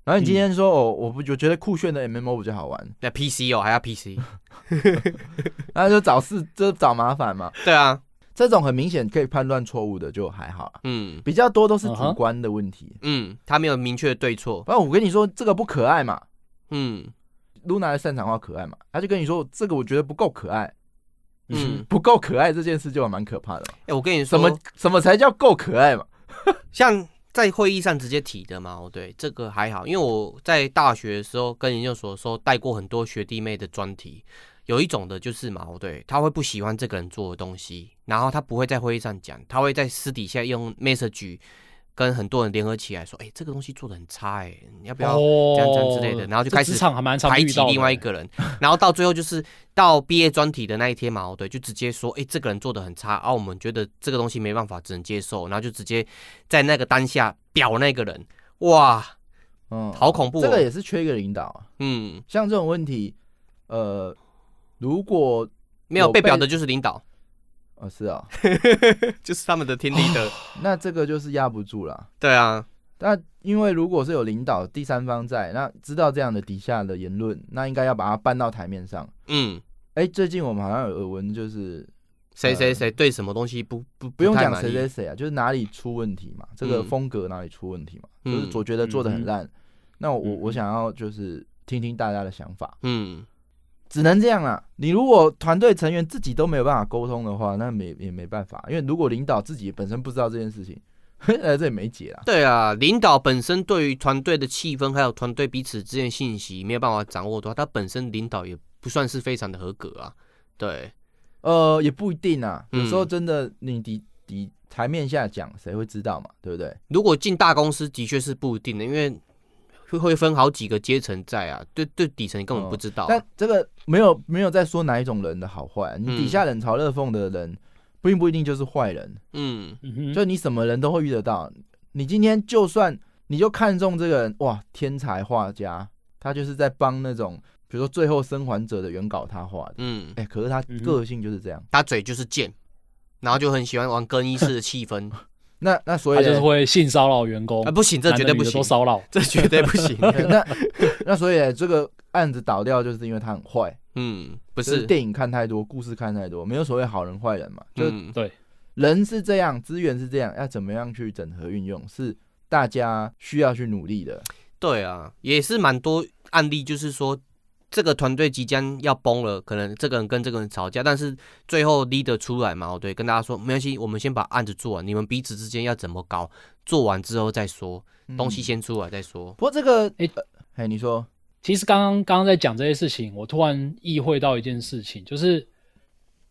[SPEAKER 4] 然后你今天
[SPEAKER 2] 嗯
[SPEAKER 4] 说、哦，我不我觉得酷炫的 MMO 比较好玩，
[SPEAKER 3] 那 PC 哦，还要 PC，
[SPEAKER 4] 那就找事就找麻烦嘛。
[SPEAKER 3] 对啊，
[SPEAKER 4] 这种很明显可以判断错误的就还好啊，
[SPEAKER 3] 嗯
[SPEAKER 4] 比较多都是
[SPEAKER 2] 嗯
[SPEAKER 4] 主
[SPEAKER 2] 哼
[SPEAKER 4] 观的问题。
[SPEAKER 3] 嗯，他没有明确的对错，
[SPEAKER 4] 不然我跟你说，这个不可爱嘛
[SPEAKER 3] 嗯
[SPEAKER 4] ，Luna 的擅长画可爱嘛，他就跟你说这个我觉得不够可爱，
[SPEAKER 3] 嗯，
[SPEAKER 4] 不够可爱这件事就蛮可怕的嘛。
[SPEAKER 3] 哎、我跟你
[SPEAKER 4] 什
[SPEAKER 3] 说，
[SPEAKER 4] 么什么才叫够可爱嘛？
[SPEAKER 3] 像在会议上直接提的嘛，哦，对，这个还好，因为我在大学的时候跟研究所的时候带过很多学弟妹的专题，有一种的就是嘛，哦，对，他会不喜欢这个人做的东西，然后他不会在会议上讲，他会在私底下用 message 跟很多人联合起来说，哎、这个东西做的很差、哎，你要不要
[SPEAKER 2] 哦，
[SPEAKER 3] 这样这样之类的然后就
[SPEAKER 2] 这
[SPEAKER 3] 开始
[SPEAKER 2] 职场还蛮常
[SPEAKER 3] 排
[SPEAKER 2] 遇
[SPEAKER 3] 挤
[SPEAKER 2] 到的
[SPEAKER 3] 另外一个人，然后到最后就是到毕业专题的那一天嘛，对，就直接说，哎、这个人做的很差，啊，我们觉得这个东西没办法，只能接受，然后就直接在那个当下表那个人，哇，
[SPEAKER 4] 嗯，
[SPEAKER 3] 好恐怖、哦，
[SPEAKER 4] 这个也是缺一个领导啊。
[SPEAKER 3] 嗯，
[SPEAKER 4] 像这种问题，呃，如果
[SPEAKER 3] 没有
[SPEAKER 4] 有
[SPEAKER 3] 被
[SPEAKER 4] 被
[SPEAKER 3] 表的就是领导，
[SPEAKER 4] 呃是 啊，
[SPEAKER 3] 就是他们的天地的，
[SPEAKER 4] 那这个就是压不住啦。
[SPEAKER 3] 哦对啊，
[SPEAKER 4] 那因为如果是有领导第三方在，那知道这样的底下的言论，那应该要把它搬到台面上。
[SPEAKER 3] 嗯，
[SPEAKER 4] 哎、最近我们好像有耳闻，就是
[SPEAKER 3] 谁谁谁对什么东西不呃不
[SPEAKER 4] 不用
[SPEAKER 3] 太
[SPEAKER 4] 讲
[SPEAKER 3] 满
[SPEAKER 4] 谁
[SPEAKER 3] 意
[SPEAKER 4] 谁谁啊，就是哪里出问题嘛，这个
[SPEAKER 3] 嗯
[SPEAKER 4] 风格哪里出问题嘛，就是
[SPEAKER 3] 嗯
[SPEAKER 4] 我觉得做的很烂。那我
[SPEAKER 2] 嗯
[SPEAKER 4] 我想要就是听听大家的想法，
[SPEAKER 3] 嗯，
[SPEAKER 4] 只能这样啦。你如果团队成员自己都没有办法沟通的话，那没也没办法，因为如果领导自己本身不知道这件事情， 呃，这也没解啦。
[SPEAKER 3] 对啊，领导本身对于团队的气氛，还有团队彼此之间的信息没有办法掌握的话，他本身领导也不算是非常的合格啊。对，
[SPEAKER 4] 呃，也不一定啊，有时候
[SPEAKER 3] 嗯
[SPEAKER 4] 真的你底底台面下讲，谁会知道嘛？对不对？
[SPEAKER 3] 如果进大公司的确是不一定的，因为会会分好几个阶层在啊，对对，底层根本不知道啊、
[SPEAKER 4] 但这个没有没有在说哪一种人的好坏啊，你
[SPEAKER 3] 嗯
[SPEAKER 4] 底下冷嘲热讽的人，并不一定就是坏人，
[SPEAKER 3] 嗯
[SPEAKER 2] 嗯哼
[SPEAKER 4] 就你什么人都会遇得到。你今天就算你就看中这个人，哇，天才画家，他就是在帮那种比如说最后生还者的原稿他画的，
[SPEAKER 3] 嗯，
[SPEAKER 4] 哎、可是他
[SPEAKER 2] 嗯哼
[SPEAKER 4] 个性就是这样，
[SPEAKER 3] 他嘴就是贱，然后就很喜欢玩更衣室的气氛
[SPEAKER 4] 那那所
[SPEAKER 2] 他
[SPEAKER 4] 以
[SPEAKER 2] 就是
[SPEAKER 4] 嘞。
[SPEAKER 2] 会性骚扰员工
[SPEAKER 3] 啊，，不行，这
[SPEAKER 2] 男
[SPEAKER 3] 绝
[SPEAKER 2] 的
[SPEAKER 3] 对
[SPEAKER 2] 女
[SPEAKER 3] 不
[SPEAKER 2] 的
[SPEAKER 3] 行
[SPEAKER 2] 都，骚扰。
[SPEAKER 3] 这绝对不行。
[SPEAKER 4] 对 那那所以嘞这个案子倒掉，就是因为他很坏，
[SPEAKER 3] 嗯，不
[SPEAKER 4] 就是
[SPEAKER 3] 是，
[SPEAKER 4] 电影看太多，故事看太多，没有所谓好人坏人嘛，就是
[SPEAKER 3] 嗯
[SPEAKER 4] 人是这样，资源是这样，要怎么样去整合运用，是大家需要去努力的。
[SPEAKER 3] 对啊，也是蛮多案例，就是说这个团队即将要崩了，可能这个人跟这个人吵架，但是最后 leader 出来嘛，哦对，跟大家说没关系，我们先把案子做完，你们彼此之间要怎么搞，做完之后再说，东西
[SPEAKER 4] 嗯。
[SPEAKER 3] 先出来再说。
[SPEAKER 4] 不过这个，哎、
[SPEAKER 2] 诶
[SPEAKER 4] 嘿，你说，
[SPEAKER 2] 其实刚刚刚刚在讲这些事情，我突然意会到一件事情，就是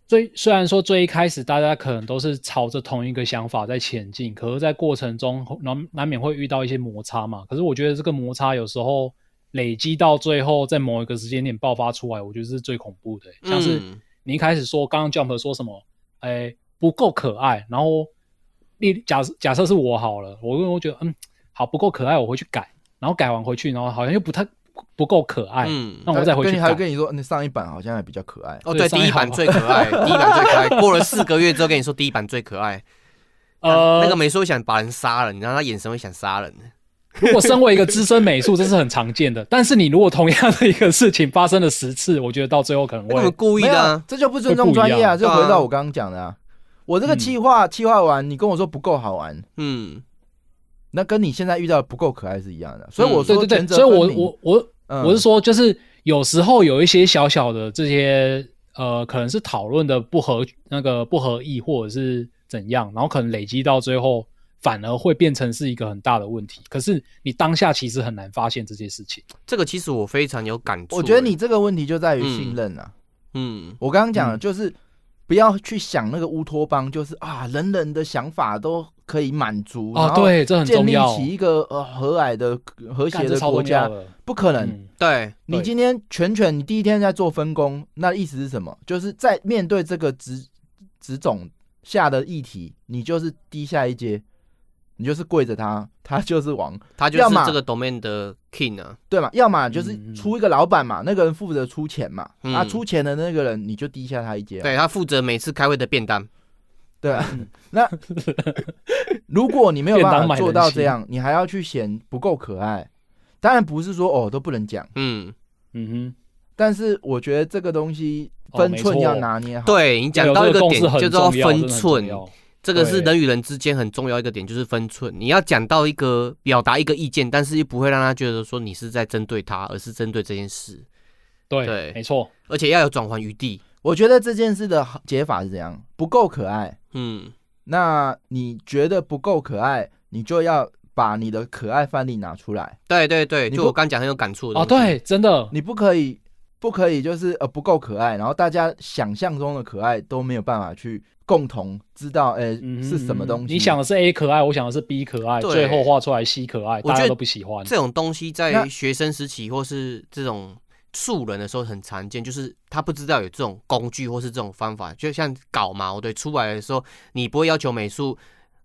[SPEAKER 2] 最虽然说最一开始大家可能都是朝着同一个想法在前进，可是在过程中难难免会遇到一些摩擦嘛。可是我觉得这个摩擦有时候累积到最后，在某一个时间点爆发出来，我觉得是最恐怖的、欸像是
[SPEAKER 3] 嗯
[SPEAKER 2] 你一开始说刚刚 Jump 说什么，哎、不够可爱，然后例假设假设是我好了，我我觉得嗯好不够可爱，我回去改，然后改完回去，然后好像又不太不够可爱，
[SPEAKER 3] 嗯
[SPEAKER 2] 那我再回
[SPEAKER 4] 跟
[SPEAKER 2] 去
[SPEAKER 4] 你还
[SPEAKER 2] 改
[SPEAKER 4] 会。跟你说，那上一版好像还比较可爱。
[SPEAKER 3] 哦，
[SPEAKER 2] 对
[SPEAKER 3] 对，第
[SPEAKER 2] 上一
[SPEAKER 3] 一版
[SPEAKER 2] 行
[SPEAKER 3] 最 可爱，第一版最可爱。过了四个月之后，跟你说第一版最可爱。
[SPEAKER 2] 呃，
[SPEAKER 3] 那个美术想把人杀了，你让他眼神会想杀人。
[SPEAKER 2] 如果身为一个资深美术，这是很常见的。但是你如果同样的一个事情发生了十次，我觉得到最后可能
[SPEAKER 3] 那你
[SPEAKER 2] 会
[SPEAKER 3] 们故意
[SPEAKER 4] 没有
[SPEAKER 3] 的
[SPEAKER 4] 啊
[SPEAKER 3] 啊，，
[SPEAKER 4] 这就不尊重专业啊！
[SPEAKER 2] 会
[SPEAKER 3] 不一
[SPEAKER 4] 就
[SPEAKER 3] 样
[SPEAKER 4] 回到我刚刚讲的啊，我这个
[SPEAKER 2] 嗯
[SPEAKER 4] 气划气划完，你跟我说不够好玩，
[SPEAKER 3] 嗯
[SPEAKER 4] 那跟你现在遇到的不够可爱是一样的。所以我
[SPEAKER 2] 嗯对
[SPEAKER 4] 说
[SPEAKER 2] 对
[SPEAKER 4] 权
[SPEAKER 2] 对，
[SPEAKER 4] 责
[SPEAKER 2] 所以
[SPEAKER 4] 分明，
[SPEAKER 2] 我我我
[SPEAKER 4] 嗯
[SPEAKER 2] 我是说，就是有时候有一些小小的这些呃，可能是讨论的不合那个不合意，或者是怎样，然后可能累积到最后，反而会变成是一个很大的问题。可是你当下其实很难发现这些事情。
[SPEAKER 3] 这个其实我非常有感触欸。
[SPEAKER 4] 我觉得你这个问题就在于
[SPEAKER 3] 嗯
[SPEAKER 4] 信任啊。
[SPEAKER 3] 嗯
[SPEAKER 4] 我刚刚讲的
[SPEAKER 2] 嗯
[SPEAKER 4] 就是不要去想那个乌托邦，就是啊，人人的想法都可以满足
[SPEAKER 2] 哦，，对，这很
[SPEAKER 4] 然后建
[SPEAKER 2] 重
[SPEAKER 4] 立
[SPEAKER 2] 要
[SPEAKER 4] 起，一个呃和蔼的、和
[SPEAKER 2] 干
[SPEAKER 4] 谐
[SPEAKER 2] 这
[SPEAKER 4] 的
[SPEAKER 2] 超
[SPEAKER 4] 国
[SPEAKER 2] 重
[SPEAKER 4] 家，
[SPEAKER 2] 要的。
[SPEAKER 4] 不可能。
[SPEAKER 2] 嗯，
[SPEAKER 3] 对，
[SPEAKER 4] 你
[SPEAKER 2] 对
[SPEAKER 4] 今天全权，你第一天在做分工，那意思是什么？就是在面对这个职职种下的议题，你就是低下一阶，你就是跪着他， 他就是王，
[SPEAKER 3] 他就是
[SPEAKER 4] 要么
[SPEAKER 3] 这个 domain 的 king 啊。
[SPEAKER 4] 对嘛？要么就
[SPEAKER 2] 嗯嗯
[SPEAKER 4] 是出一个老板嘛，那个人负责出钱嘛，
[SPEAKER 3] 嗯
[SPEAKER 4] 啊，出钱的那个人你就低下他一
[SPEAKER 2] 啊
[SPEAKER 4] 阶嘛，啊
[SPEAKER 3] 对他负责每次开会的便当，
[SPEAKER 4] 对啊， 那如果你没有
[SPEAKER 2] 便嗯当
[SPEAKER 4] 办法
[SPEAKER 2] 买
[SPEAKER 4] 做
[SPEAKER 2] 人
[SPEAKER 4] 到
[SPEAKER 2] 心
[SPEAKER 4] 这样，你还要去嫌不够可爱，当然不是说哦都不能讲，
[SPEAKER 3] 嗯，
[SPEAKER 2] 嗯
[SPEAKER 4] 但是我觉得这个东西
[SPEAKER 2] 哦
[SPEAKER 4] 分
[SPEAKER 2] 没
[SPEAKER 4] 寸要
[SPEAKER 2] 错
[SPEAKER 4] 拿捏好。，
[SPEAKER 3] 对你
[SPEAKER 2] 哼，
[SPEAKER 3] 讲到
[SPEAKER 2] 有
[SPEAKER 3] 一
[SPEAKER 2] 这
[SPEAKER 3] 个
[SPEAKER 2] 共
[SPEAKER 3] 点，
[SPEAKER 2] 识很
[SPEAKER 3] 就叫
[SPEAKER 2] 重要，
[SPEAKER 3] 分
[SPEAKER 2] 真的很
[SPEAKER 3] 寸
[SPEAKER 2] 重，要
[SPEAKER 3] 这个是
[SPEAKER 2] 对
[SPEAKER 3] 人与人之间很重要一个点，就是分寸。你要讲到一个表达一个意见，但是又不会让他觉得说你是在针对他，而是针对这件事，对
[SPEAKER 2] 对，没错。
[SPEAKER 3] 而且要有转圜余地。
[SPEAKER 4] 我觉得这件事的解法是怎样？不够可爱，
[SPEAKER 3] 嗯
[SPEAKER 4] 那你觉得不够可爱，你就要把你的可爱范例拿出来，，
[SPEAKER 3] 对对对，
[SPEAKER 4] 你
[SPEAKER 3] 就
[SPEAKER 4] 不
[SPEAKER 3] 我刚讲很有感触的
[SPEAKER 2] 哦，
[SPEAKER 3] 东西，
[SPEAKER 2] 对，真的，
[SPEAKER 4] 你不可以不可以就是呃不够可爱，然后大家想象中的可爱都没有办法去共同知道，哎、
[SPEAKER 2] 嗯
[SPEAKER 4] 是什么东西？
[SPEAKER 2] 你想的是 A 可爱，我想的是 B 可爱，
[SPEAKER 3] 对
[SPEAKER 2] 最后画出来 C 可爱，
[SPEAKER 3] 我
[SPEAKER 2] 大
[SPEAKER 3] 觉
[SPEAKER 2] 家
[SPEAKER 3] 得
[SPEAKER 2] 都不喜欢。
[SPEAKER 3] 这种东西在
[SPEAKER 4] 那
[SPEAKER 3] 学生时期或是这种素人的时候很常见，就是他不知道有这种工具或是这种方法，就像搞毛对出来的时候，你不会要求美术。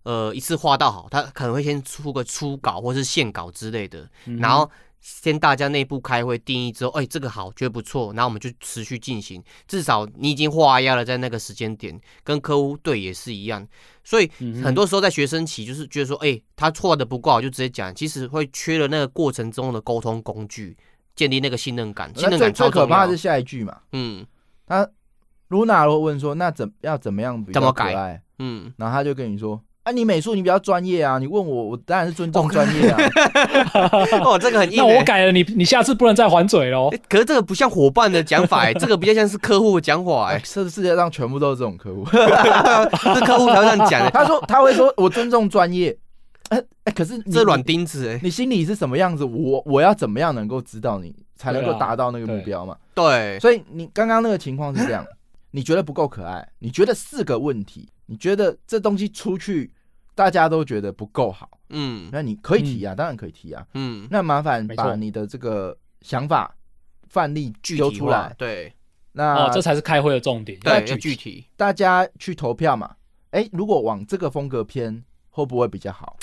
[SPEAKER 3] 呃，一次画到好，他可能会先出个初稿或是线稿之类的，
[SPEAKER 2] 嗯哼
[SPEAKER 3] 然后先大家内部开会定义之后，哎、这个好，觉得不错，然后我们就持续进行，至少你已经画押了在那个时间点，跟客户对也是一样，所以
[SPEAKER 2] 嗯哼
[SPEAKER 3] 很多时候在学生期就是觉得说，哎、他错的不够好就直接讲，其实会缺了那个过程中的沟通工具，建立那个信任感，信
[SPEAKER 4] 那
[SPEAKER 3] 任
[SPEAKER 4] 最
[SPEAKER 3] 感
[SPEAKER 4] 最
[SPEAKER 3] 超
[SPEAKER 4] 可
[SPEAKER 3] 重
[SPEAKER 4] 怕
[SPEAKER 3] 要
[SPEAKER 4] 的是。下一句嘛，
[SPEAKER 3] 嗯
[SPEAKER 4] 他露娜会问说，那怎要怎么样比较
[SPEAKER 3] 怎么
[SPEAKER 4] 可
[SPEAKER 3] 改
[SPEAKER 4] 爱？
[SPEAKER 3] 嗯，
[SPEAKER 4] 然后他就跟你说，啊，你美术你比较专业啊，你问我，我当然是尊重专业啊。
[SPEAKER 3] 哦，这个很硬、
[SPEAKER 2] 那我
[SPEAKER 3] 欸。
[SPEAKER 2] 改了，你你下次不能再还嘴喽
[SPEAKER 3] 欸。可是这个不像伙伴的讲法、欸，这个比较像是客户的讲法、
[SPEAKER 4] 哎，
[SPEAKER 3] 欸，
[SPEAKER 4] 这世界上全部都是这种客户。
[SPEAKER 3] 是客户才会这样讲、欸，
[SPEAKER 4] 他说他会说，我尊重专业。哎、哎、可是你
[SPEAKER 3] 这软钉子、欸，
[SPEAKER 4] 你心里是什么样子，我我要怎么样能够知道你，才能够
[SPEAKER 2] 对啊
[SPEAKER 4] 达到那个目
[SPEAKER 2] 对
[SPEAKER 4] 标嘛？
[SPEAKER 3] 对，
[SPEAKER 4] 所以你刚刚那个情况是这 样，你觉得不够可爱，你觉得四个问题，你觉得这东西出去大家都觉得不够好，
[SPEAKER 3] 嗯
[SPEAKER 4] 那你可以提啊，当然可以提啊。
[SPEAKER 3] 嗯，
[SPEAKER 4] 那麻烦
[SPEAKER 2] 没
[SPEAKER 4] 把
[SPEAKER 2] 错
[SPEAKER 4] 你的这个想法范例
[SPEAKER 3] 具
[SPEAKER 4] 丢
[SPEAKER 3] 体
[SPEAKER 4] 出
[SPEAKER 3] 化
[SPEAKER 4] 来，
[SPEAKER 3] 对
[SPEAKER 4] 那
[SPEAKER 2] 哦，这才是开会的重点。
[SPEAKER 3] 啊对，
[SPEAKER 4] 具
[SPEAKER 3] 要
[SPEAKER 4] 体
[SPEAKER 3] 具体。
[SPEAKER 4] 大家去投票嘛。哎，如果往这个风格偏，会不会比较好？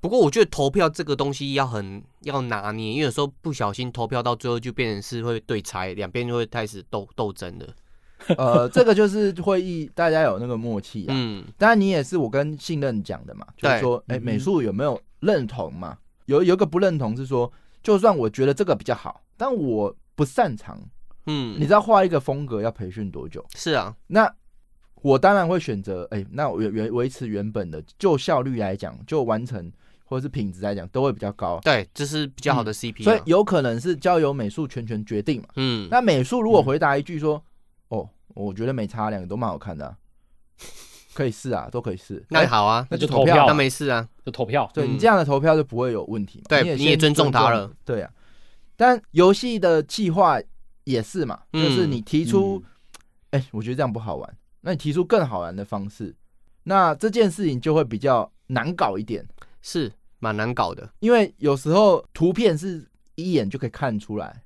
[SPEAKER 3] 不过我觉得投票这个东西要很要拿捏，因为有时候不小心投票到最后就变成是会对拆，两边就会开始斗斗争了。
[SPEAKER 4] 呃，这个就是会议大家有那个默契啊。
[SPEAKER 3] 嗯，
[SPEAKER 4] 当然，你也是我跟信任讲的嘛，就是
[SPEAKER 3] 对
[SPEAKER 4] 说，哎、
[SPEAKER 2] 嗯
[SPEAKER 4] 美术有没有认同嘛？有有一个不认同是说，就算我觉得这个比较好，但我不擅长。你
[SPEAKER 3] 嗯，
[SPEAKER 4] 知道画一个风格要培训多久？
[SPEAKER 3] 是啊，
[SPEAKER 4] 那我当然会选择，哎、那我原原维持原本的，就效率来讲，就完成或者是品质来讲，都会比较高。
[SPEAKER 3] 对，这是比较好的 CP
[SPEAKER 4] 所以
[SPEAKER 3] 啊。
[SPEAKER 4] 有可能是交由美术全权决定嘛。
[SPEAKER 3] 嗯，
[SPEAKER 4] 那美术如果回答一句说，哦，我觉得没差，两个都蛮好看的、 啊，可以试啊，都可以试。
[SPEAKER 3] 那
[SPEAKER 4] 哎
[SPEAKER 3] 好啊，
[SPEAKER 4] 那
[SPEAKER 2] 那
[SPEAKER 4] 就
[SPEAKER 2] 就
[SPEAKER 4] 投
[SPEAKER 2] 投
[SPEAKER 4] 票
[SPEAKER 2] 票
[SPEAKER 3] 那
[SPEAKER 2] 啊，
[SPEAKER 3] 没事啊。
[SPEAKER 2] 就投票。
[SPEAKER 4] 对你
[SPEAKER 3] 嗯
[SPEAKER 4] 这样的投票就不会有问题嘛。
[SPEAKER 3] 对
[SPEAKER 4] 你也
[SPEAKER 3] 你也
[SPEAKER 4] 先
[SPEAKER 3] 尊重他了。
[SPEAKER 4] 对啊，但游戏的计划也是嘛，
[SPEAKER 3] 嗯
[SPEAKER 4] 就是你提出，哎、我觉得这样不好玩，那你提出更好玩的方式，那这件事情就会比较难搞一点，
[SPEAKER 3] 是蛮难搞的。
[SPEAKER 4] 因为有时候图片是一眼就可以看出来，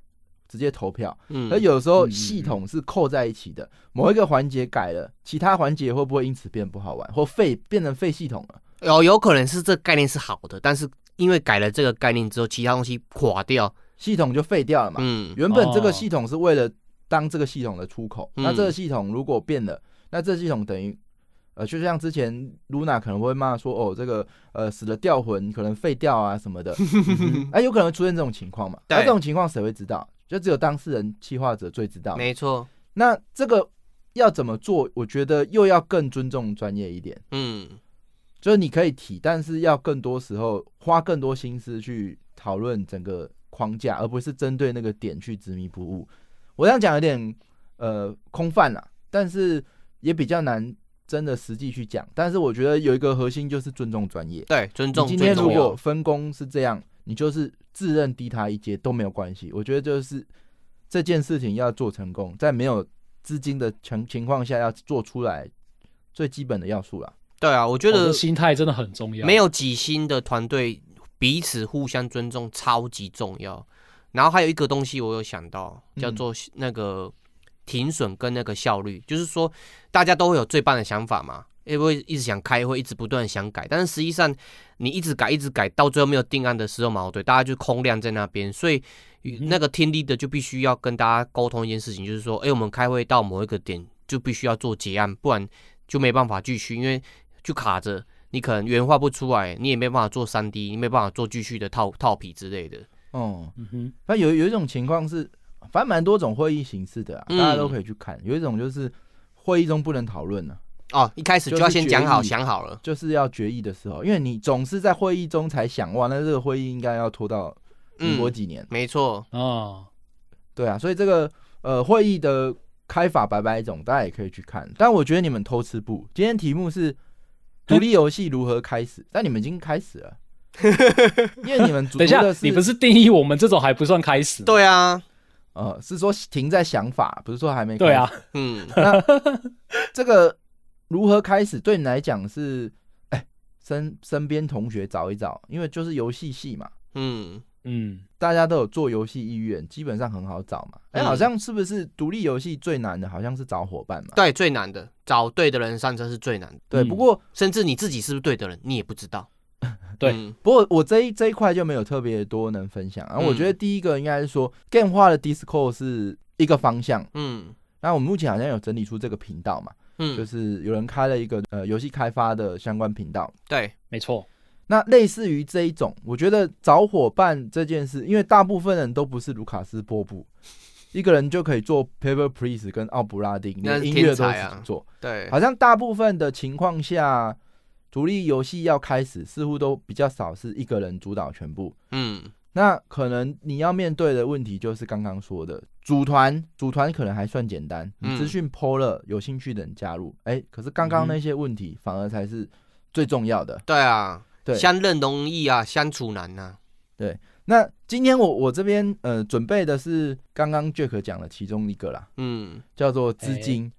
[SPEAKER 4] 直接投票，
[SPEAKER 3] 嗯
[SPEAKER 4] 而，有时候
[SPEAKER 2] 嗯嗯
[SPEAKER 4] 系统是扣在一起的，某一个环节改了，其他环节会不会因此变不好玩，或废变成废系统了？
[SPEAKER 3] 有哦有可能是这概念是好的，但是因为改了这个概念之后，其他东西垮掉。
[SPEAKER 4] 系统就废掉了嘛？
[SPEAKER 3] 嗯，
[SPEAKER 4] 原本这个
[SPEAKER 2] 哦
[SPEAKER 4] 系统是为了当这个系统的出口，
[SPEAKER 3] 嗯
[SPEAKER 4] 那这个系统如果变了，那这系统等于。呃，就像之前 Luna 可能会骂说，哦，这个呃死了掉魂可能废掉啊什么 的，嗯哼哎、有可能会出现这种情况嘛？
[SPEAKER 3] 对
[SPEAKER 4] 那这种情况谁会知道？就只有当事人、企划者最知道。
[SPEAKER 3] 没错。
[SPEAKER 4] 那这个要怎么做？我觉得又要更尊重专业一点，
[SPEAKER 3] 嗯，
[SPEAKER 4] 就是你可以提，但是要更多时候花更多心思去讨论整个框架，而不是针对那个点去执迷不悟。我这样讲有点呃空泛啦，但是也比较难真的实际去讲。但是我觉得有一个核心就是尊重专业。
[SPEAKER 3] 对，尊
[SPEAKER 4] 你
[SPEAKER 3] 重
[SPEAKER 4] 今天
[SPEAKER 3] 最
[SPEAKER 4] 如
[SPEAKER 3] 重
[SPEAKER 4] 果
[SPEAKER 3] 要。
[SPEAKER 4] 分工是这样，你就是自认低他一阶都没有关系。我觉得就是这件事情要做成功，在没有资金的情情况下要做出来最基本的要素啦。
[SPEAKER 3] 对啊，我觉
[SPEAKER 2] 哦
[SPEAKER 3] 得
[SPEAKER 2] 这心态真的很重要。
[SPEAKER 3] 没有几星的团队彼此互相尊重超级重要。然后还有一个东西我有想到，
[SPEAKER 4] 嗯
[SPEAKER 3] 叫做那个停损跟那个效率，就是说大家都会有最棒的想法嘛，因为一直想开会，一直不断地想改，但是实际上你一直改一直改，到最后没有定案的时候嘛，对，大家就空量在那边，所以
[SPEAKER 2] 哼
[SPEAKER 3] 那个天地的就必须要跟大家沟通一件事情，就是说，哎，我们开会到某一个点就必须要做结案，不然就没办法继续，因为就卡着，你可能原画不出来，你也没办法做三 D，你没办法做继续的套套皮之类的。
[SPEAKER 4] 哦、
[SPEAKER 2] 嗯哼，
[SPEAKER 4] 反正有有一种情况是，反正蛮多种会议形式的、啊，
[SPEAKER 3] 嗯
[SPEAKER 4] 大家都可以去看。有一种就是会议中不能讨论了，
[SPEAKER 3] 哦，一开
[SPEAKER 4] 就
[SPEAKER 3] 始就是要先讲好，
[SPEAKER 4] 决议
[SPEAKER 3] 想好了。
[SPEAKER 4] 就是要决议的时候，因为你总是在会议中才想哇，那这个会议应该要拖到民
[SPEAKER 3] 嗯，
[SPEAKER 4] 国几年？
[SPEAKER 3] 没错，
[SPEAKER 2] 啊，
[SPEAKER 4] 对啊，所以这个呃会议的开法百百种，大家也可以去看。但我觉得你们偷吃不？今天题目 是独立游戏如何开始，但你们已经开始 了，因为你们主
[SPEAKER 2] 等一下
[SPEAKER 4] 的，
[SPEAKER 2] 你不
[SPEAKER 4] 是
[SPEAKER 2] 是定义我们这种还不算开始？，
[SPEAKER 3] 对啊，
[SPEAKER 4] 呃，是说停在想法，不是说还没开
[SPEAKER 2] 对啊
[SPEAKER 4] 始。，
[SPEAKER 3] 嗯，
[SPEAKER 4] 这个如何开始对你来讲是，哎、身身边同学找一找，因为就是游戏系嘛，
[SPEAKER 3] 嗯，
[SPEAKER 2] 嗯，
[SPEAKER 4] 大家都有做游戏意愿，基本上很好找嘛。哎、
[SPEAKER 3] 嗯
[SPEAKER 4] 好像是不是独立游戏最难的，好像是找伙伴嘛？
[SPEAKER 3] 对，最难的，找对的人上车是最难的，
[SPEAKER 4] 对，
[SPEAKER 2] 嗯
[SPEAKER 4] 不过
[SPEAKER 3] 甚至你自己是不是对的人，你也不 知道。
[SPEAKER 2] 对
[SPEAKER 3] 嗯
[SPEAKER 4] 不过我这一这一块就没有特别多能分享。然后我
[SPEAKER 3] 嗯
[SPEAKER 4] 觉得第一个应该是说、game 化的 Discord 是一个方向。
[SPEAKER 3] 嗯
[SPEAKER 4] 那我们目前好像有整理出这个频道嘛，
[SPEAKER 3] 嗯，
[SPEAKER 4] 就是有人开了一个呃游戏开发的相关频道。
[SPEAKER 3] 对，
[SPEAKER 2] 没错，
[SPEAKER 4] 那类似于这一种，我觉得找伙伴这件事，因为大部分人都不是卢卡斯波 布，一个人就可以做 Paper Please 跟奥布拉丁，
[SPEAKER 3] 那
[SPEAKER 4] 连
[SPEAKER 3] 是
[SPEAKER 4] 音乐
[SPEAKER 3] 天
[SPEAKER 4] 都
[SPEAKER 3] 才啊
[SPEAKER 4] 自己做。
[SPEAKER 3] 对，
[SPEAKER 4] 好像大部分的情况下，独立游戏要开始，似乎都比较少是一个人主导全部。
[SPEAKER 3] 嗯
[SPEAKER 4] 那可能你要面对的问题就是刚刚说的组团，组团可能还算简单，
[SPEAKER 3] 嗯
[SPEAKER 4] 你资讯 PO 了，有兴趣的人加入。哎、可是刚
[SPEAKER 2] 嗯
[SPEAKER 4] 刚那些问题反而才是最重要的。
[SPEAKER 3] 对啊，
[SPEAKER 4] 对
[SPEAKER 3] 相认容易啊，相处难呐、
[SPEAKER 4] 那今天我我这边呃准备的是刚刚 Jack 讲的其中一个啦，
[SPEAKER 3] 嗯
[SPEAKER 4] 叫做资金。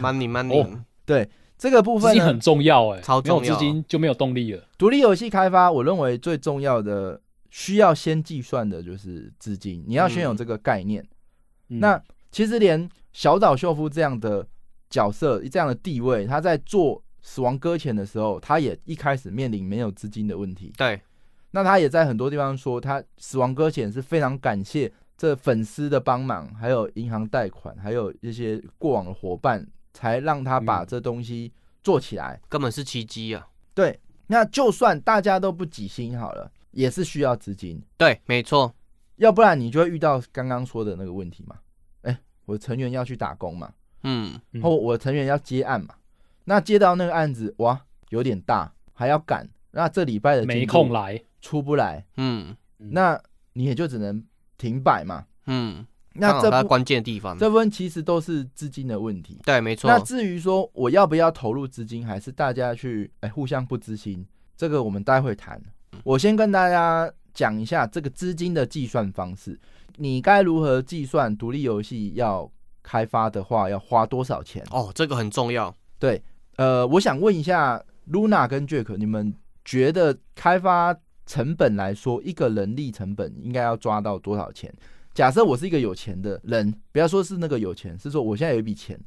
[SPEAKER 3] ，money
[SPEAKER 4] 哦
[SPEAKER 3] money，
[SPEAKER 4] 对这个部
[SPEAKER 2] 哎资
[SPEAKER 4] 分
[SPEAKER 2] 金
[SPEAKER 4] 呢，
[SPEAKER 2] 很重要哎、
[SPEAKER 3] 超
[SPEAKER 2] 没有
[SPEAKER 3] 重要
[SPEAKER 2] 资金就没有动力了。
[SPEAKER 4] 独立游戏开发，我认为最重要的需要先计算的就是资金，你要先有这个概念。
[SPEAKER 2] 嗯
[SPEAKER 4] 那其实连小岛秀夫这样的角色、这样的地位，他在做《死亡搁浅》的时候，他也一开始面临没有资金的问题。
[SPEAKER 3] 对，
[SPEAKER 4] 那他也在很多地方说，他《死亡搁浅》是非常感谢这粉丝的帮忙，还有银行贷款，还有一些过往的伙伴，才让他把
[SPEAKER 2] 嗯
[SPEAKER 4] 这东西做起来。
[SPEAKER 3] 根本是奇迹啊。
[SPEAKER 4] 对，那就算大家都不挤心好了，也是需要资金，
[SPEAKER 3] 对，没错，
[SPEAKER 4] 要不然你就会遇到刚刚说的那个问题嘛。哎，我成员要去打工嘛，
[SPEAKER 3] 嗯
[SPEAKER 2] 嗯
[SPEAKER 4] 或我成员要接案嘛，那接到那个案子哇，有点大，还要赶，那这礼拜的
[SPEAKER 2] 没
[SPEAKER 4] 进度
[SPEAKER 2] 空来，
[SPEAKER 4] 出不来，
[SPEAKER 3] 嗯
[SPEAKER 4] 那你也就只能停摆嘛。
[SPEAKER 3] 嗯，
[SPEAKER 4] 那这
[SPEAKER 3] 它
[SPEAKER 4] 部
[SPEAKER 3] 关键地方，
[SPEAKER 4] 这部分其实都是资金的问题。
[SPEAKER 3] 对，没错
[SPEAKER 4] 那，至于说我要不要投入资金，还是大家去哎互相不知心，这个我们待会谈。
[SPEAKER 3] 嗯
[SPEAKER 4] 我先跟大家讲一下这个资金的计算方式，你该如何计算独立游戏要开发的话要花多少钱？
[SPEAKER 3] 哦，这个很重要。
[SPEAKER 4] 对，呃，我想问一下 Luna 跟 Jack，你们觉得开发成本来说，一个人力成本应该要抓到多少钱？假设我是一个有钱的人，不要说是那个有钱，是说我现在有一笔钱，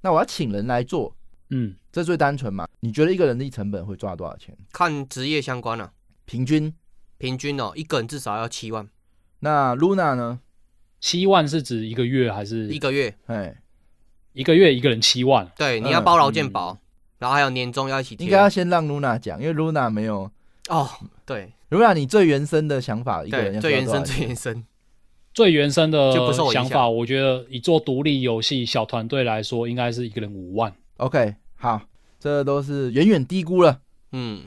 [SPEAKER 4] 那我要请人来做，
[SPEAKER 2] 嗯，
[SPEAKER 4] 这最单纯嘛？你觉得一个人力成本会抓多少钱？
[SPEAKER 3] 看职业相关啊，
[SPEAKER 4] 平均？
[SPEAKER 3] 平均哦，一个人至少要七万
[SPEAKER 4] 那 Luna 呢？
[SPEAKER 2] 七万是指一个月还是
[SPEAKER 3] 一个月。
[SPEAKER 4] 哎，
[SPEAKER 2] 一个月一个人七万？
[SPEAKER 3] 对，你
[SPEAKER 4] 嗯
[SPEAKER 3] 要包劳健保，然后还有年终要一起贴。
[SPEAKER 4] 应该要先让 Luna 讲，因为 Luna 没有
[SPEAKER 3] 哦，对
[SPEAKER 4] Luna 你最原生的想法，一个人
[SPEAKER 3] 对，
[SPEAKER 4] 要
[SPEAKER 3] 最
[SPEAKER 4] 抓
[SPEAKER 3] 原
[SPEAKER 4] 多少
[SPEAKER 3] 生
[SPEAKER 4] 钱
[SPEAKER 3] 最原生，
[SPEAKER 2] 最原生的
[SPEAKER 3] 就不受我影
[SPEAKER 2] 想
[SPEAKER 3] 响
[SPEAKER 2] 法，我觉得以做独立游戏小团队来说，应该是一个人五万。
[SPEAKER 4] OK，好，这都是远远低估了。
[SPEAKER 3] 嗯，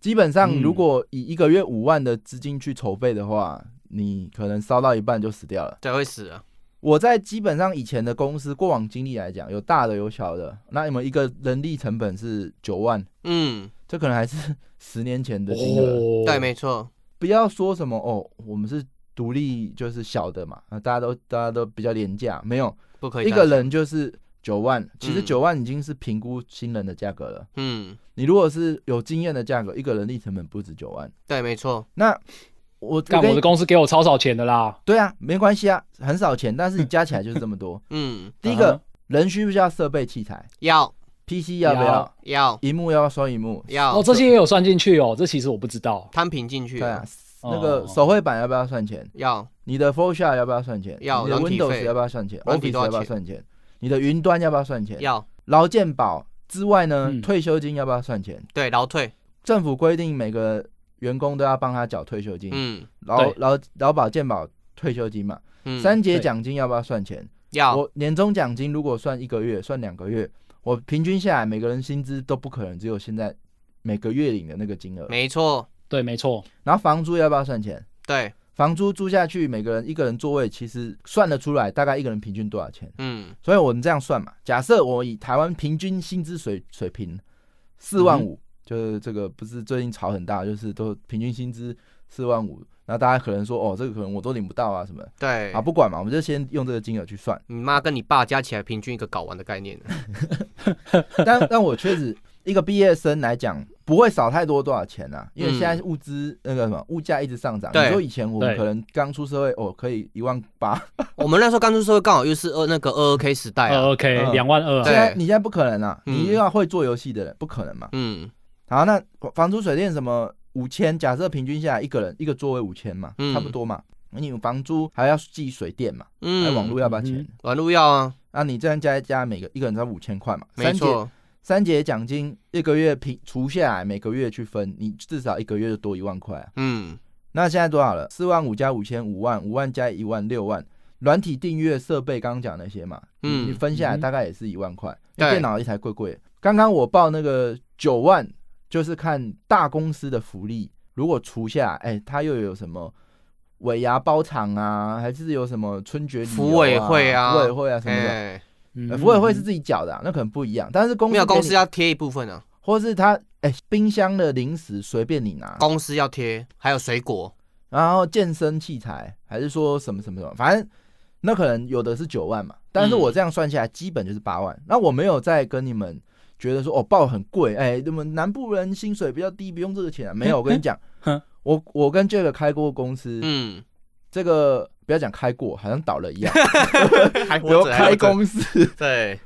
[SPEAKER 4] 基本上，
[SPEAKER 2] 嗯
[SPEAKER 4] 如果以一个月五万的资金去筹备的话，你可能烧到一半就死掉了。
[SPEAKER 3] 对，会死啊。
[SPEAKER 4] 我在基本上以前的公司过往经历来讲，有大的有小的，那你们一个人力成本是九万，
[SPEAKER 3] 嗯，
[SPEAKER 4] 这可能还是 十年前的金额。
[SPEAKER 2] 哦，
[SPEAKER 3] 对，没错，
[SPEAKER 4] 不要说什么哦，我们是独立，就是小的嘛，啊，大家都大家都比较廉价，没有
[SPEAKER 3] 不可以
[SPEAKER 4] 一
[SPEAKER 3] 这样
[SPEAKER 4] 个
[SPEAKER 3] 想。
[SPEAKER 4] 人就是九万，其实
[SPEAKER 3] 嗯
[SPEAKER 4] 九万已经是评估新人的价格了。
[SPEAKER 3] 嗯，
[SPEAKER 4] 你如果是有经验的价格，一个人力成本不止九万。
[SPEAKER 3] 对，没错，
[SPEAKER 4] 那我
[SPEAKER 2] 干
[SPEAKER 4] 跟
[SPEAKER 2] 我的公司给我超少钱的啦。
[SPEAKER 4] 对啊，没关系啊，很少钱，但是 你加起来就是这么多。
[SPEAKER 3] 嗯，
[SPEAKER 4] 第一个
[SPEAKER 2] 嗯，
[SPEAKER 4] 人需不需要设备器材
[SPEAKER 3] 要
[SPEAKER 4] ？PC 要不要
[SPEAKER 2] 要？
[SPEAKER 3] 要
[SPEAKER 4] 荧幕要不要双荧幕？
[SPEAKER 3] 要
[SPEAKER 2] 哦，这些也有算进去哦，这其实我不知道。
[SPEAKER 3] 摊平进去
[SPEAKER 4] 对，啊，
[SPEAKER 2] 哦
[SPEAKER 4] 那个手绘板要不要算钱？
[SPEAKER 3] 要
[SPEAKER 4] 你的 Photoshop 要不要算钱？
[SPEAKER 3] 要
[SPEAKER 4] 你的
[SPEAKER 3] 软体费
[SPEAKER 4] Windows 要不要算钱
[SPEAKER 3] 软体
[SPEAKER 4] ？Office
[SPEAKER 3] 多少
[SPEAKER 4] 要不要算钱？你的云端要不要算钱？
[SPEAKER 3] 要
[SPEAKER 4] 劳健保之外呢，
[SPEAKER 2] 嗯
[SPEAKER 4] 退休金要不要算钱？
[SPEAKER 3] 对劳退，
[SPEAKER 4] 政府规定每个员工都要帮他缴退休金，
[SPEAKER 3] 嗯
[SPEAKER 4] 劳
[SPEAKER 2] 对
[SPEAKER 4] 劳劳保健保退休金嘛。
[SPEAKER 3] 嗯，
[SPEAKER 4] 三节
[SPEAKER 2] 对
[SPEAKER 4] 奖金要不要算钱？
[SPEAKER 3] 要
[SPEAKER 4] 我年终奖金如果算一个月，算两个月，我平均下来每个人薪资都不可能只有现在每个月领的那个金额。
[SPEAKER 3] 没错，
[SPEAKER 2] 对，没错，
[SPEAKER 4] 然后房租要不要算钱？
[SPEAKER 3] 对，
[SPEAKER 4] 房租租下去，每个人一个人座位，其实算得出来大概一个人平均多少钱。
[SPEAKER 3] 嗯
[SPEAKER 4] 所以我们这样算嘛，假设我以台湾平均薪资水水平
[SPEAKER 3] 嗯
[SPEAKER 4] 四万五、就是这个不是最近炒很大，就是都平均薪资四万五，然后大家可能说哦，这个可能我都领不到啊什么的
[SPEAKER 3] 对
[SPEAKER 4] 啊，不管嘛，我们就先用这个金额去算。
[SPEAKER 3] 你妈跟你爸加起来平均一个睾丸的概念，
[SPEAKER 4] 但但我确实一个毕业生来讲，不会少太多多少钱啊，因为
[SPEAKER 3] 嗯
[SPEAKER 4] 现在物资那个什么物价一直上涨。
[SPEAKER 3] 对
[SPEAKER 4] 你说以前我们
[SPEAKER 2] 对
[SPEAKER 4] 可能刚出社会，哦，可以一万 八，
[SPEAKER 3] 我们那时候刚出社会，刚好又是二那个二二 K 时代
[SPEAKER 2] 二
[SPEAKER 3] 啊，
[SPEAKER 2] 二 K
[SPEAKER 4] 嗯
[SPEAKER 2] 呃两万二
[SPEAKER 4] 现
[SPEAKER 3] 对
[SPEAKER 2] 啊，
[SPEAKER 4] 在你现在不可能啊，
[SPEAKER 3] 嗯
[SPEAKER 4] 你又要会做游戏的人，不可能嘛。
[SPEAKER 3] 嗯
[SPEAKER 4] 好，那房租水电什么五千，假设平均下来一个人一个座位五千嘛，
[SPEAKER 3] 嗯
[SPEAKER 4] 差不多嘛。你有房租还要计水电嘛，还有
[SPEAKER 3] 嗯，
[SPEAKER 4] 网络要不要钱
[SPEAKER 2] 嗯？
[SPEAKER 3] 网络要啊，
[SPEAKER 4] 那、你这样加一加，每个一个人才五千块嘛，
[SPEAKER 3] 没
[SPEAKER 4] 三节
[SPEAKER 3] 错，
[SPEAKER 4] 三节奖金一个月平除下来，每个月去分，你至少一个月就多一万块啊。
[SPEAKER 3] 嗯
[SPEAKER 4] 那现在多少了？四万五加五千，五万，五万加一万，六万。软体订阅设备刚刚讲那些嘛，你
[SPEAKER 3] 嗯，
[SPEAKER 4] 分下来
[SPEAKER 2] 嗯
[SPEAKER 4] 大概也是一万块，因
[SPEAKER 3] 对
[SPEAKER 4] 为电脑一台贵贵。刚刚我报那个九万，就是看大公司的福利，如果除下来，哎、它又有什么尾牙包场啊，还是有什么春节旅游啊
[SPEAKER 3] 福委会啊
[SPEAKER 4] 福委会啊什么的。
[SPEAKER 3] 哎，
[SPEAKER 4] 呃
[SPEAKER 2] 嗯
[SPEAKER 4] 福委会是自己缴的啊、那可能不一样，但是公司
[SPEAKER 3] 没有公司
[SPEAKER 4] 给你，
[SPEAKER 3] 要贴一部分啊，
[SPEAKER 4] 或是他哎、冰箱的零食随便你拿，
[SPEAKER 3] 公司要贴，还有水果，
[SPEAKER 4] 然后健身器材，还是说什么什么什么，反正那可能有的是九万嘛，但是我
[SPEAKER 3] 嗯
[SPEAKER 4] 这样算下来，基本就是八万。那我没有在跟你们觉得说哦报很贵，哎，你们南部人薪水比较低，不用这个钱啊。没有，我跟你 讲
[SPEAKER 2] 哼，
[SPEAKER 4] 我我跟 Jack 开过公司，
[SPEAKER 3] 嗯，
[SPEAKER 4] 这个不要讲开过，好像倒了一 样，
[SPEAKER 3] 还活
[SPEAKER 4] 我
[SPEAKER 3] 着
[SPEAKER 4] 开，公司，
[SPEAKER 3] 对，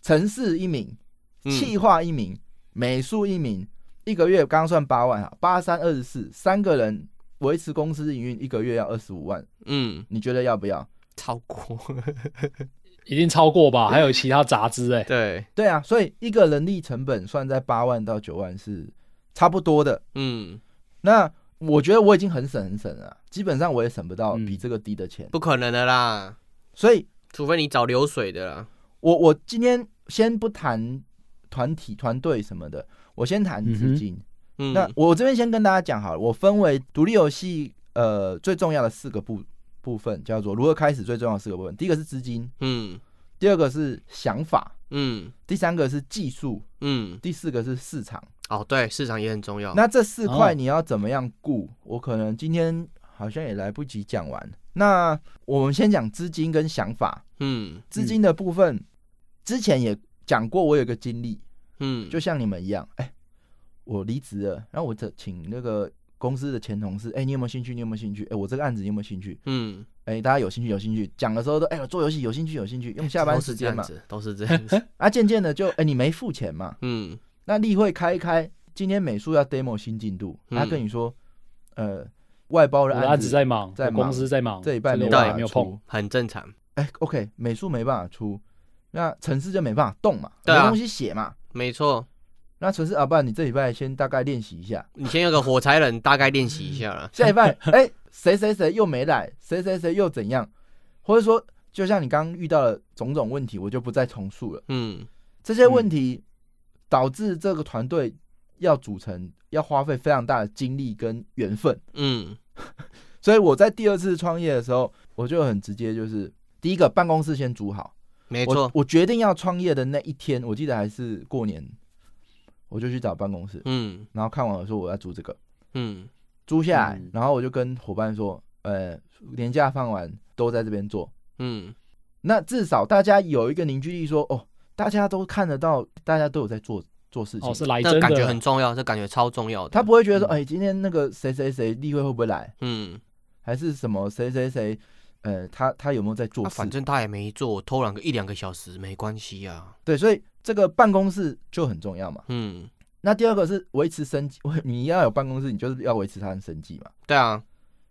[SPEAKER 4] 城市一名，
[SPEAKER 3] 嗯
[SPEAKER 4] 气化一名，美术一名，一个月刚算八万啊，八三二十四，三个人维持公司营运一个月要二十五万。
[SPEAKER 3] 嗯，
[SPEAKER 4] 你觉得要不要？
[SPEAKER 3] 超过，
[SPEAKER 2] 一定超过吧？还有其他杂志哎，
[SPEAKER 3] 对，
[SPEAKER 4] 对啊，所以一个人力成本算在八万到九万是差不多的。
[SPEAKER 3] 嗯，
[SPEAKER 4] 那我觉得我已经很省很省了啊，基本上我也省不到
[SPEAKER 2] 嗯
[SPEAKER 4] 比这个低的钱。
[SPEAKER 3] 不可能的啦，
[SPEAKER 4] 所以
[SPEAKER 3] 除非你找流水的啦，
[SPEAKER 4] 我我今天先不谈团体团队什么的，我先谈资金。
[SPEAKER 3] 嗯，
[SPEAKER 4] 那我这边先跟大家讲好了，我分为独立游戏呃最重要的四个部部分，叫做如何开始最重要的四个部分。第一个是资金，
[SPEAKER 3] 嗯
[SPEAKER 4] 第二个是想法，
[SPEAKER 3] 嗯
[SPEAKER 4] 第三个是技术，
[SPEAKER 3] 嗯，
[SPEAKER 4] 第四个是市场。
[SPEAKER 3] 哦，对，市场也很重要，
[SPEAKER 4] 那这四块
[SPEAKER 2] 哦
[SPEAKER 4] 你要怎么样顾？我可能今天好像也来不及讲完。那我们先讲资金跟想法。
[SPEAKER 3] 嗯
[SPEAKER 4] 资金的部分，之前也讲过，我有一个经历，
[SPEAKER 3] 嗯，
[SPEAKER 4] 就像你们一样，哎、我离职了，然后我这请那个公司的前同事，哎、你有没有兴趣？你有没有兴趣？哎、我这个案子你有没有兴趣？
[SPEAKER 3] 嗯，
[SPEAKER 4] 哎、大家有兴趣有兴趣，讲的时候都哎、我做游戏有兴趣有兴趣，用下班时间嘛
[SPEAKER 3] 都。是这样子，都是这 样子，
[SPEAKER 4] 啊，渐渐的就哎、你没付钱嘛，
[SPEAKER 3] 嗯
[SPEAKER 4] 那例会开一开，今天美术要 demo 新进度，
[SPEAKER 3] 嗯
[SPEAKER 4] 他跟你说，呃，外包
[SPEAKER 2] 我
[SPEAKER 4] 的
[SPEAKER 2] 的案
[SPEAKER 4] 子
[SPEAKER 2] 子在忙，
[SPEAKER 4] 在
[SPEAKER 2] 我
[SPEAKER 4] 忙
[SPEAKER 2] 公司在忙，
[SPEAKER 4] 这一半没
[SPEAKER 2] 没有
[SPEAKER 4] 办
[SPEAKER 3] 办
[SPEAKER 4] 法
[SPEAKER 2] 没有
[SPEAKER 4] 出
[SPEAKER 2] 碰，，
[SPEAKER 3] 很正常，
[SPEAKER 4] 哎、o k 美术没办法出，那城市就没办法动嘛，
[SPEAKER 3] 对啊
[SPEAKER 4] 没东西写嘛。
[SPEAKER 3] 没错，
[SPEAKER 4] 那城市啊，不然你这礼拜先大概练习一 下，
[SPEAKER 3] 你先有个火柴人，大概练习一下啦。
[SPEAKER 4] 下礼拜哎谁谁谁又没来，谁谁谁又怎样，或者说就像你刚刚遇到的种种问题，我就不再重述了。
[SPEAKER 3] 嗯
[SPEAKER 4] 这些问题导致这个团队要组成，要花费非常大的精力跟缘分。
[SPEAKER 3] 嗯
[SPEAKER 4] 所以我在第二次创业的时候，我就很直接，就是第一个办公室先租好。
[SPEAKER 3] 没
[SPEAKER 4] 我
[SPEAKER 3] 错，
[SPEAKER 4] 我决定要创业的那一天，我记得还是过年，我就去找办公室，
[SPEAKER 3] 嗯
[SPEAKER 4] 然后看完我说我要租这个，
[SPEAKER 3] 嗯
[SPEAKER 4] 租下来，
[SPEAKER 2] 嗯
[SPEAKER 4] 然后我就跟伙伴说，呃，年假放完都在这边做，
[SPEAKER 3] 嗯
[SPEAKER 4] 那至少大家有一个凝聚力说哦，大家都看得到，大家都有在做做事情，
[SPEAKER 2] 哦，是来真
[SPEAKER 3] 这
[SPEAKER 2] 的，
[SPEAKER 3] 感觉很重要，这感觉超重要的。
[SPEAKER 4] 哎他不会觉得说，
[SPEAKER 2] 嗯
[SPEAKER 4] 哎、今天那个谁谁谁例会会不会来，
[SPEAKER 3] 嗯，
[SPEAKER 4] 还是什么谁谁谁，呃，他他有没有在做
[SPEAKER 3] 那
[SPEAKER 4] 事？
[SPEAKER 3] 反正他也没做，我偷懒个一两个小时没关系啊。
[SPEAKER 4] 对，所以这个办公室就很重要嘛。
[SPEAKER 3] 嗯，
[SPEAKER 4] 那第二个是维持生计， 你要有办公室，你就是要维持它的生计嘛。
[SPEAKER 3] 对啊，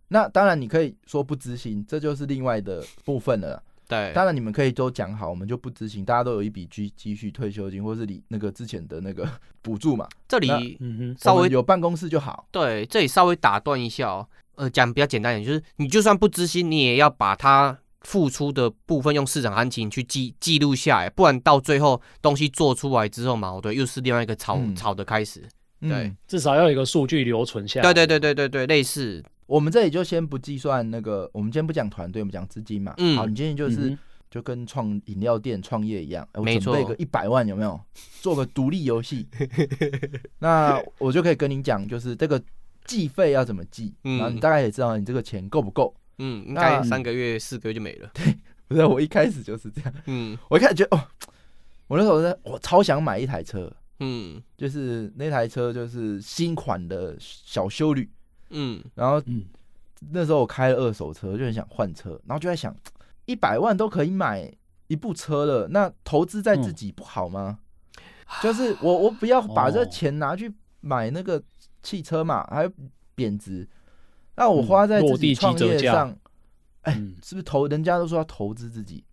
[SPEAKER 4] 那当然你可以说不执行，这就是另外的部分了啦。
[SPEAKER 3] 对，
[SPEAKER 4] 当然你们可以都讲好，我们就不执行，大家都有一笔积积蓄、退休金或是你那个之前的那个 补助嘛。
[SPEAKER 3] 这里
[SPEAKER 2] 嗯哼，
[SPEAKER 3] 稍
[SPEAKER 4] 我
[SPEAKER 3] 微
[SPEAKER 4] 们有办公室就好，
[SPEAKER 3] 对，这里稍微打断一下哦。呃，讲比较简单一点，就是你就算不知心，你也要把它付出的部分用市场行情去记记录下来，不然到最后东西做出来之后嘛，对，又是另外一个吵、
[SPEAKER 4] 嗯
[SPEAKER 3] 吵的开始。
[SPEAKER 4] 嗯
[SPEAKER 3] 对
[SPEAKER 2] 至少要有一个数据留存下
[SPEAKER 4] 啊
[SPEAKER 2] 来。
[SPEAKER 3] 对对对对对对，类似，
[SPEAKER 4] 我们这里就先不计算那个，我们今天不讲团队，我们讲资金嘛。
[SPEAKER 3] 嗯
[SPEAKER 4] 好，你今天就
[SPEAKER 2] 嗯
[SPEAKER 4] 是、
[SPEAKER 2] 哼
[SPEAKER 4] 就跟创饮料店创业一样，哎我
[SPEAKER 3] 没
[SPEAKER 4] 准备
[SPEAKER 3] 错
[SPEAKER 4] 个一百万有没 有？做个独立游戏，那我就可以跟你讲，就是这个计费要怎么计，
[SPEAKER 3] 嗯
[SPEAKER 4] 然后你大概也知道你这个钱够不够。
[SPEAKER 3] 嗯，应该
[SPEAKER 4] 那
[SPEAKER 3] 三个月、四个月就没了。
[SPEAKER 4] 不是，我一开始就是这样，
[SPEAKER 3] 嗯
[SPEAKER 4] 我一开始觉得哦，我那时候在我超想买一台车，
[SPEAKER 3] 嗯
[SPEAKER 4] 就是那台车就是新款的小修旅，
[SPEAKER 3] 嗯
[SPEAKER 4] 然后
[SPEAKER 2] 嗯
[SPEAKER 4] 那时候我开了二手车，就很想换车，然后就在想，一百万都可以买一部车了，那投资在
[SPEAKER 2] 嗯
[SPEAKER 4] 自己不好吗？就是我我不要把这
[SPEAKER 2] 哦
[SPEAKER 4] 钱拿去买那个汽车嘛，还有贬值，那我花在
[SPEAKER 2] 嗯
[SPEAKER 4] 自
[SPEAKER 2] 落
[SPEAKER 4] 己
[SPEAKER 2] 地即
[SPEAKER 4] 创业
[SPEAKER 2] 折价
[SPEAKER 4] 上，哎、
[SPEAKER 2] 嗯
[SPEAKER 4] 是不是投？人家都说要投资自 己，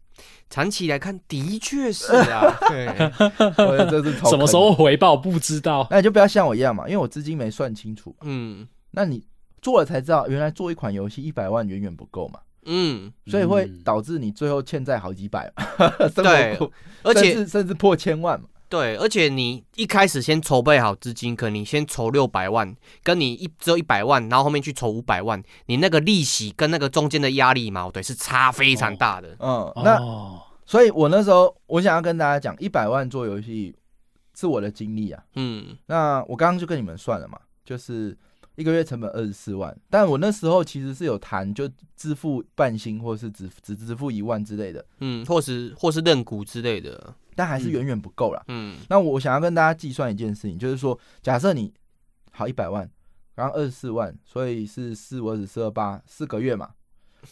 [SPEAKER 3] 长期来看的确是 啊，对，
[SPEAKER 4] 我这是投
[SPEAKER 2] 什么
[SPEAKER 4] 坑
[SPEAKER 2] 时候？回报不知道。
[SPEAKER 4] 那你就不要像我一样嘛，因为我资金没算清楚，
[SPEAKER 3] 嗯
[SPEAKER 4] 那你做了才知道，原来做一款游戏一百万远远不够嘛。
[SPEAKER 3] 嗯，
[SPEAKER 4] 所以会
[SPEAKER 2] 嗯
[SPEAKER 4] 导致你最后欠债好几百， 生
[SPEAKER 3] 对
[SPEAKER 4] 活苦，
[SPEAKER 3] 而
[SPEAKER 4] 甚
[SPEAKER 3] 且
[SPEAKER 4] 至甚至破千万嘛。
[SPEAKER 3] 对，而且你一开始先筹备好资金，可能你先筹六百万，跟你一只有一百万，然后后面去筹五百万，你那个利息跟那个中间的压力嘛，对，是差非常大的。
[SPEAKER 4] 嗯， 那、
[SPEAKER 2] 哦，
[SPEAKER 4] 所以，我那时候我想要跟大家讲，一百万做游戏是我的经历啊。
[SPEAKER 3] 嗯
[SPEAKER 4] 那我刚刚就跟你们算了嘛，就是一个月成本二十四万，但我那时候其实是有谈就支付半薪或是只只支付一万之类的，
[SPEAKER 3] 嗯，或是或是认股之类的。
[SPEAKER 4] 但还是远远不够啦。
[SPEAKER 3] 嗯
[SPEAKER 4] 那我想要跟大家计算一件事情，就是说，假设你好一百万，然后二十四万，所以是四五二十四二八四个月嘛。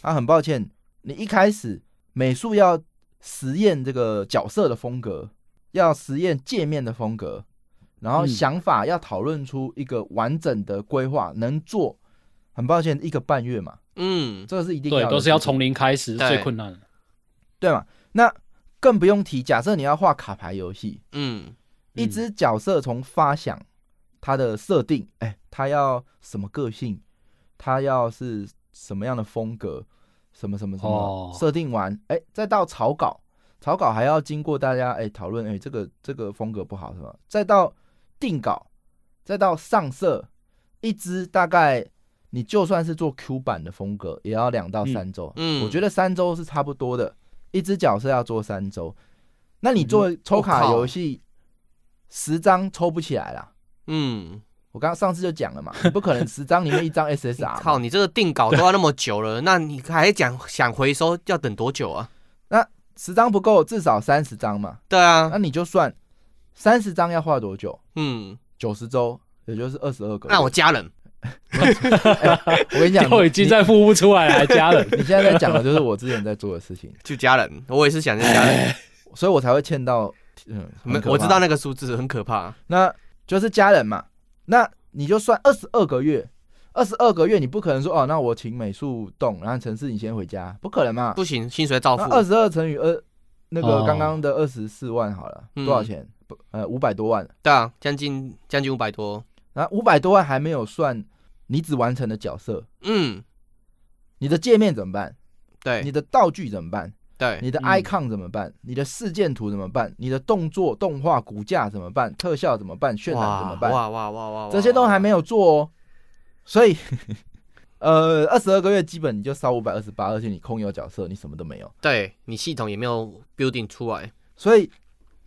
[SPEAKER 4] 啊，很抱歉，你一开始美术要实验这个角色的风格，要实验界面的风格，然后
[SPEAKER 2] 嗯
[SPEAKER 4] 想法要讨论出一个完整的规划，能做。很抱歉，一个半月嘛，
[SPEAKER 3] 嗯
[SPEAKER 4] 这个是一定要
[SPEAKER 2] 对，
[SPEAKER 4] 的
[SPEAKER 2] 都是要
[SPEAKER 4] 事情
[SPEAKER 2] 从零开始，
[SPEAKER 3] 对
[SPEAKER 2] 最困难的。
[SPEAKER 4] 对嘛。那更不用提，假设你要画卡牌游戏，
[SPEAKER 3] 嗯
[SPEAKER 4] 一
[SPEAKER 2] 嗯
[SPEAKER 4] 只角色从发想，它的设定，哎、它要什么个性，它要是什么样的风格，什么什么什么
[SPEAKER 2] 哦
[SPEAKER 4] 设、定完，哎、再到草稿，草稿还要经过大家哎讨论，哎、这个这个风格不好什么，再到定稿，再到上色，一支大概你就算是做 Q 版的风格，也要两到三周，
[SPEAKER 3] 嗯
[SPEAKER 4] 我觉得三周是差不多的，一只角色要做三周，那你做抽
[SPEAKER 3] 我
[SPEAKER 4] 卡
[SPEAKER 3] 靠
[SPEAKER 4] 游戏十张抽不起来啦。
[SPEAKER 3] 嗯，
[SPEAKER 4] 我刚上次就讲了 嘛，你不可能十张里面一张 SSR
[SPEAKER 3] 靠，
[SPEAKER 4] 嘛。
[SPEAKER 3] 你这个定稿都要那么久 了，那你还讲想回收要等多久啊？
[SPEAKER 4] 十张不够，至少三十张嘛。
[SPEAKER 3] 对
[SPEAKER 4] 那
[SPEAKER 3] 啊，
[SPEAKER 4] 你就算三十张要画多久？
[SPEAKER 3] 嗯，
[SPEAKER 4] 九十周，也就是二十二个月。哎
[SPEAKER 3] 那我家人，
[SPEAKER 4] 我跟你讲，
[SPEAKER 2] 都已经在付不出来了，还 加人。
[SPEAKER 4] 你你现在在讲的就是我之前在做的事情，
[SPEAKER 3] 就家人，我也是想着家人，
[SPEAKER 4] 所以我才会欠到嗯，
[SPEAKER 3] 没
[SPEAKER 4] 很可怕
[SPEAKER 3] 我知道那个数字很可怕。
[SPEAKER 4] 那就是家人嘛。那你就算二十二个月，二十二个月你不可能说哦，那我请美术动，然后城市你先回家，不可能嘛。
[SPEAKER 3] 不行，薪水照付
[SPEAKER 4] 那。二十二乘以二，那个
[SPEAKER 2] 哦
[SPEAKER 4] 刚刚的二十四万好了，
[SPEAKER 3] 嗯
[SPEAKER 4] 多少钱？不，呃，五百多万。
[SPEAKER 3] 对啊，将近将近五百多。
[SPEAKER 4] 然后五百多万还没有算你只完成的角色，
[SPEAKER 3] 嗯，
[SPEAKER 4] 你的界面怎么办？你
[SPEAKER 3] 对
[SPEAKER 4] 的道具怎么办？
[SPEAKER 3] 对，
[SPEAKER 4] 你的
[SPEAKER 2] 嗯
[SPEAKER 4] icon 怎么办？你的事件图怎么办？你的动作、动画、骨架怎么办？特效怎么办？渲染怎么办？
[SPEAKER 3] 哇哇哇哇哇！
[SPEAKER 4] 这些都还没有做哦，所以， 呃，二十二个月基本你就烧五百二十八，而且你空有角色，你什么都没有，
[SPEAKER 3] 对你系统也没有 building 出来。
[SPEAKER 4] 所以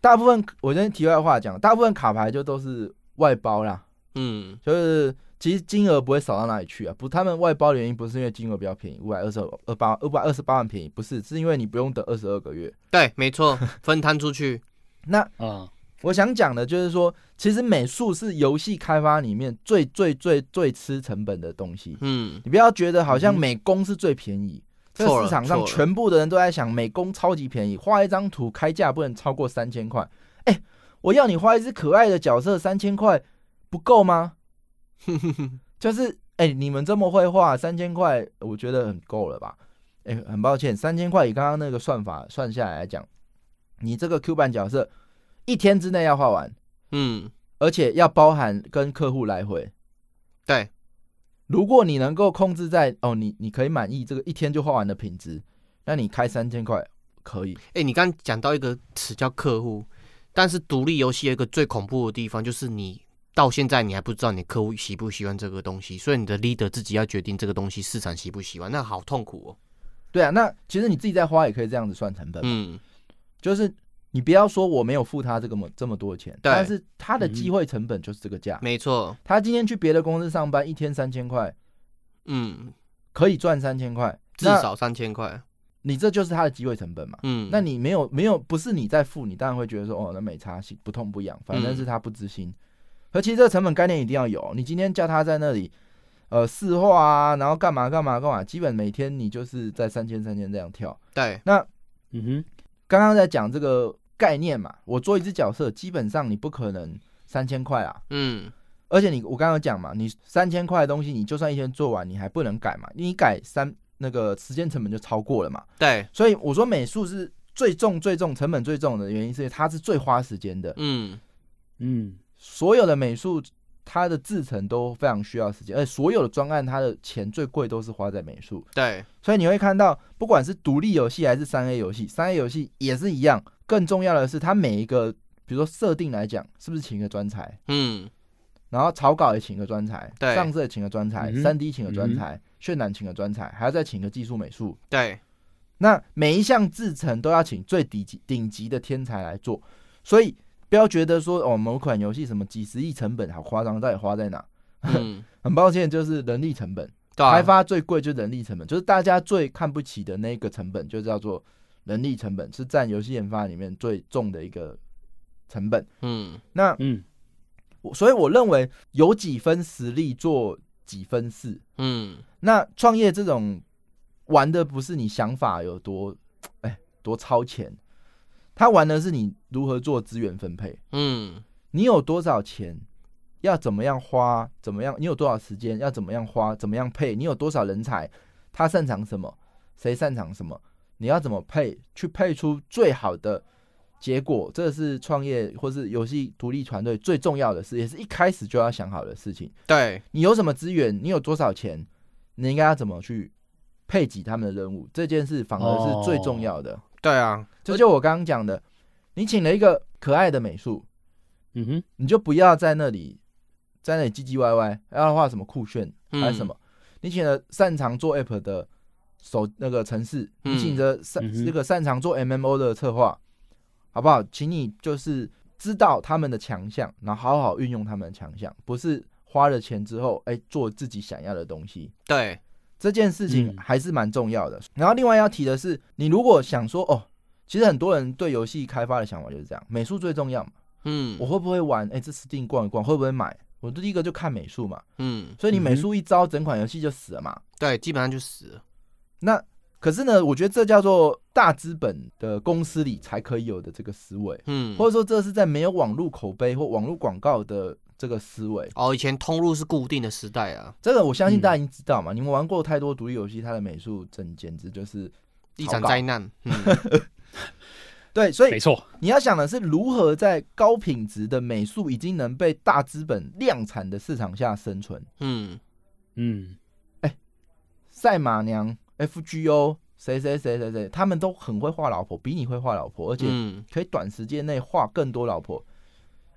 [SPEAKER 4] 大部分我先题外话讲，大部分卡牌就都是外包啦，
[SPEAKER 3] 嗯
[SPEAKER 4] 就是其实金额不会少到哪里去啊，不，他们外包的原因不是因为金额比较便宜，五百二十二八五百二十八万便宜，不是，是因为你不用等二十二个月。
[SPEAKER 3] 对，没错，分摊出去。
[SPEAKER 4] 那
[SPEAKER 2] 啊，
[SPEAKER 4] 我想讲的就是说，其实美术是游戏开发里面最最最最吃成本的东西，
[SPEAKER 3] 嗯，
[SPEAKER 4] 你不要觉得好像美工是最便宜，这
[SPEAKER 3] 错
[SPEAKER 4] 个
[SPEAKER 3] 了
[SPEAKER 4] 市场上
[SPEAKER 3] 错了
[SPEAKER 4] 全部的人都在想美工超级便宜，画一张图开价不能超过三千块。哎、我要你画一只可爱的角色，三千块不够 吗？就是哎、你们这么会画，三千块我觉得很够了吧？哎、很抱歉，三千块以刚刚那个算法算下来来讲，你这个 Q 版角色一天之内要画完，
[SPEAKER 3] 嗯，
[SPEAKER 4] 而且要包含跟客户来回。
[SPEAKER 3] 对，
[SPEAKER 4] 如果你能够控制在哦，你你可以满意这个一天就画完的品质，那你开三千块可以。
[SPEAKER 3] 哎、你刚刚讲到一个词叫客户，但是独立游戏有一个最恐怖的地方就是你到现在你还不知道你客户喜不喜欢这个东西，所以你的 leader 自己要决定这个东西市场喜不喜欢，那好痛苦哦。
[SPEAKER 4] 对啊，那其实你自己在花也可以这样子算成本嘛，
[SPEAKER 3] 嗯
[SPEAKER 4] 就是你不要说我没有付他这个么这么多钱，
[SPEAKER 3] 对
[SPEAKER 4] 但是他的
[SPEAKER 2] 嗯
[SPEAKER 4] 机会成本就是这个价。
[SPEAKER 3] 没错，
[SPEAKER 4] 他今天去别的公司上班，一天三千块，
[SPEAKER 3] 嗯，
[SPEAKER 4] 可以赚三千块，
[SPEAKER 3] 至
[SPEAKER 4] 那
[SPEAKER 3] 少三千块，
[SPEAKER 4] 你这就是他的机会成本嘛。
[SPEAKER 3] 嗯，
[SPEAKER 4] 那你没有没有不是你在付，你当然会觉得说哦，那没差，不痛不痒，反正是他不知心。而其实这个成本概念一定要有，你今天叫他在那里，呃，试话啊，然后干嘛干嘛干嘛，基本每天你就是在三千三千这样跳。
[SPEAKER 3] 对，
[SPEAKER 2] 嗯哼，
[SPEAKER 4] 刚刚在讲这个概念嘛，我做一只角色，基本上你不可能三千块啊，
[SPEAKER 3] 嗯，
[SPEAKER 4] 而且你我刚刚有讲嘛，你三千块的东西，你就算一天做完，你还不能改嘛，你改三那个时间成本就超过了嘛。
[SPEAKER 3] 对，
[SPEAKER 4] 所以我说美术是最重、最重、成本最重的原因，是它是最花时间的。
[SPEAKER 3] 嗯，
[SPEAKER 2] 嗯，
[SPEAKER 4] 所有的美术，它的制成都非常需要时间，而且所有的专案，它的钱最贵都是花在美术。
[SPEAKER 3] 对，
[SPEAKER 4] 所以你会看到，不管是独立游戏还是三 A 游戏，三 A 游戏也是一样。更重要的是，它每一个，比如说设定来讲，是不是请一个专才？
[SPEAKER 3] 嗯，
[SPEAKER 4] 然后草稿也请个专才，
[SPEAKER 3] 对
[SPEAKER 4] 上色也请个专才
[SPEAKER 2] 嗯，哼
[SPEAKER 4] 三、D 请个专才，渲染请个专才，还要再请个技术美术。
[SPEAKER 3] 对，
[SPEAKER 4] 那每一项制成都要请最顶级顶级的天才来做，所以不要觉得说哦某款游戏什么几十亿成本好夸张，到底花在哪？
[SPEAKER 3] 嗯，
[SPEAKER 4] 很抱歉，就是人力成本，
[SPEAKER 3] 对啊
[SPEAKER 4] 开发最贵就是人力成本，就是大家最看不起的那个成本，就叫做人力成本，是占游戏研发里面最重的一个成本。
[SPEAKER 3] 嗯，
[SPEAKER 4] 那
[SPEAKER 2] 嗯，
[SPEAKER 4] 我所以我认为有几分实力做几分事。
[SPEAKER 3] 嗯，
[SPEAKER 4] 那创业这种玩的不是你想法有多，哎，多超前，他玩的是你如何做资源分配，
[SPEAKER 3] 嗯，
[SPEAKER 4] 你有多少钱，要怎么样花，怎么样，你有多少时间，要怎么样花，怎么样配，你有多少人才，他擅长什么，谁擅长什么，你要怎么配，去配出最好的。结果，这是创业或是游戏独立团队最重要的事，也是一开始就要想好的事情。
[SPEAKER 3] 对，
[SPEAKER 4] 你有什么资源，你有多少钱，你应该要怎么去配给他们的任务，这件事反而是最重要的。
[SPEAKER 3] 对啊，
[SPEAKER 4] 这就我刚刚讲的，你请了一个可爱的美术，
[SPEAKER 2] 嗯哼，
[SPEAKER 4] 你就不要在那里在那里唧唧歪歪，要画什么酷炫
[SPEAKER 3] 嗯
[SPEAKER 4] 还是什么。你请了擅长做 app 的手那个城市，
[SPEAKER 3] 嗯
[SPEAKER 4] 你请着擅、
[SPEAKER 2] 嗯哼
[SPEAKER 4] 那个擅长做 MMO 的策划，好不好？请你就是知道他们的强项，然后好好运用他们的强项，不是花了钱之后，哎、做自己想要的东西。
[SPEAKER 3] 对，
[SPEAKER 4] 这件事情
[SPEAKER 2] 嗯
[SPEAKER 4] 还是蛮重要的。然后另外要提的是，你如果想说哦，其实很多人对游戏开发的想法就是这样，美术最重要嘛，
[SPEAKER 3] 嗯，
[SPEAKER 4] 我会不会玩？哎、这 Steam 逛一逛，会不会买？我第一个就看美术嘛，
[SPEAKER 3] 嗯，
[SPEAKER 4] 所以你美
[SPEAKER 2] 嗯哼
[SPEAKER 4] 术一招，整款游戏就死了嘛。
[SPEAKER 3] 对，基本上就死了，
[SPEAKER 4] 那可是呢，我觉得这叫做大资本的公司里才可以有的这个思维，
[SPEAKER 3] 嗯，
[SPEAKER 4] 或者说这是在没有网络口碑或网络广告的这个思维。
[SPEAKER 3] 哦，以前通路是固定的时代啊，
[SPEAKER 4] 这个我相信
[SPEAKER 2] 嗯
[SPEAKER 4] 大家已经知道嘛，你们玩过太多独立游戏，它的美术真简直就是
[SPEAKER 3] 一
[SPEAKER 4] 草
[SPEAKER 3] 场
[SPEAKER 4] 稿
[SPEAKER 3] 灾难， 嗯，
[SPEAKER 4] 对，所以
[SPEAKER 2] 没错，
[SPEAKER 4] 你要想的是如何在高品质的美术已经能被大资本量产的市场下生存。
[SPEAKER 3] 嗯，
[SPEAKER 2] 嗯
[SPEAKER 4] 赛马娘、FGO 谁谁谁谁谁，他们都很会画老婆，比你会画老婆，而且
[SPEAKER 3] 嗯，
[SPEAKER 4] 可以短时间内画更多老婆。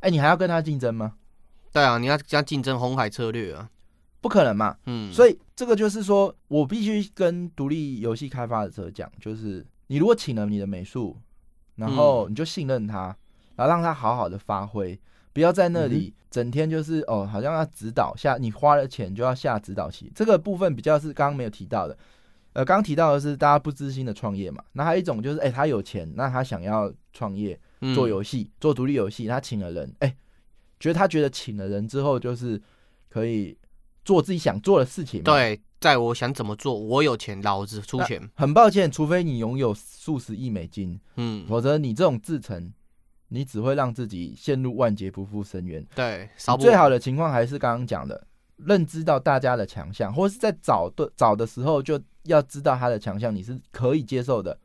[SPEAKER 4] 哎、你还要跟他竞争吗？
[SPEAKER 3] 对啊，你要要竞争红海策略啊，
[SPEAKER 4] 不可能嘛！
[SPEAKER 3] 嗯，
[SPEAKER 4] 所
[SPEAKER 3] 以，
[SPEAKER 4] 以这个就是说我必须跟独立游戏开发者讲，就是你如果请了你的美术，然后你就信任他，然后让他好好的发挥，不要在那里整天就是哦，好像要指导下，你花了钱就要下指导棋，这个部分比较是刚刚没有提到的。呃，刚刚提到的是大家不知心的创业嘛，那还有一种就是，哎、他有钱，那他想要创业，
[SPEAKER 3] 嗯
[SPEAKER 4] 做游戏，做独立游戏，他请了人，哎、觉得他觉得请了人之后，就是可以做自己想做的事情嘛。，
[SPEAKER 3] 对，在我想怎么做，我有钱，老子出
[SPEAKER 4] 那
[SPEAKER 3] 钱，
[SPEAKER 4] 很抱歉，除非你拥有数十亿美金，
[SPEAKER 3] 嗯，
[SPEAKER 4] 否则你这种制成，你只会让自己陷入万劫不复深渊。
[SPEAKER 3] 对，少不
[SPEAKER 4] 最好的情况还是刚刚讲的，认知到大家的强项，或是在找的找的时候就要知道他的强项，你是可以接受的，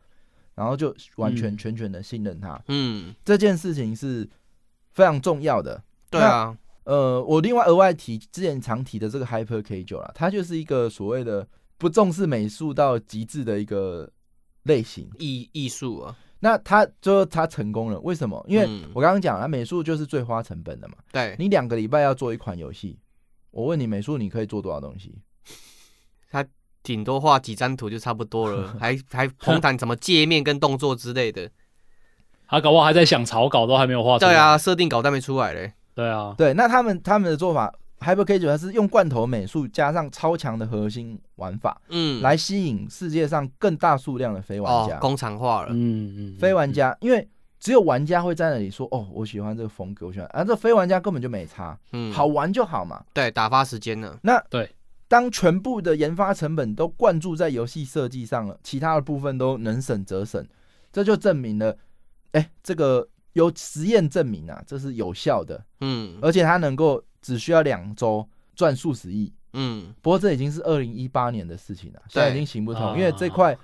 [SPEAKER 4] 然后就完全、
[SPEAKER 2] 嗯
[SPEAKER 4] 全全的信任他，
[SPEAKER 3] 嗯，
[SPEAKER 4] 这件事情是非常重要的。
[SPEAKER 3] 对啊，
[SPEAKER 4] 呃，我另外额外提之前常提的这个 Hyper K 九啦，它就是一个所谓的不重视美术到极致的一个类型。
[SPEAKER 3] 艺艺术啊，
[SPEAKER 4] 那它最后它成功了，为什么？因为
[SPEAKER 3] 嗯
[SPEAKER 4] 我刚刚讲了，美术就是最花成本的嘛。
[SPEAKER 3] 对，
[SPEAKER 4] 你两个礼拜要做一款游戏，我问你，美术你可以做多少东西？
[SPEAKER 3] 顶多画几张图就差不多了，还还红毯什么界面跟动作之类的，
[SPEAKER 2] 他搞不好还在想草稿，都还没有画出来。
[SPEAKER 3] 对啊，设定稿但没出来嘞。
[SPEAKER 2] 对啊，
[SPEAKER 4] 对，那他们他们的做法 Hyper K 九，它是用罐头美术加上超强的核心玩法，
[SPEAKER 3] 嗯，
[SPEAKER 4] 来吸引世界上更大数量的非玩
[SPEAKER 3] 哦
[SPEAKER 4] 家。，
[SPEAKER 3] 工厂化了，
[SPEAKER 2] 嗯嗯，
[SPEAKER 4] 非玩家，因为只有玩家会在那里说：“哦，我喜欢这个风格，我喜欢。”啊，这非玩家根本就没差，
[SPEAKER 3] 嗯，
[SPEAKER 4] 好，玩就好嘛。
[SPEAKER 3] 对，打发时间了，
[SPEAKER 4] 当全部的研发成本都灌注在游戏设计上了，其他的部分都能省则省，这就证明了，哎，这个有实验证明啊，这是有效的，
[SPEAKER 3] 嗯
[SPEAKER 4] 而且它能够只需要两周赚数十亿。
[SPEAKER 3] 嗯，
[SPEAKER 4] 不过这已经是二零一八年的事情了，现在已经行不通，
[SPEAKER 2] 啊
[SPEAKER 4] 因为这块，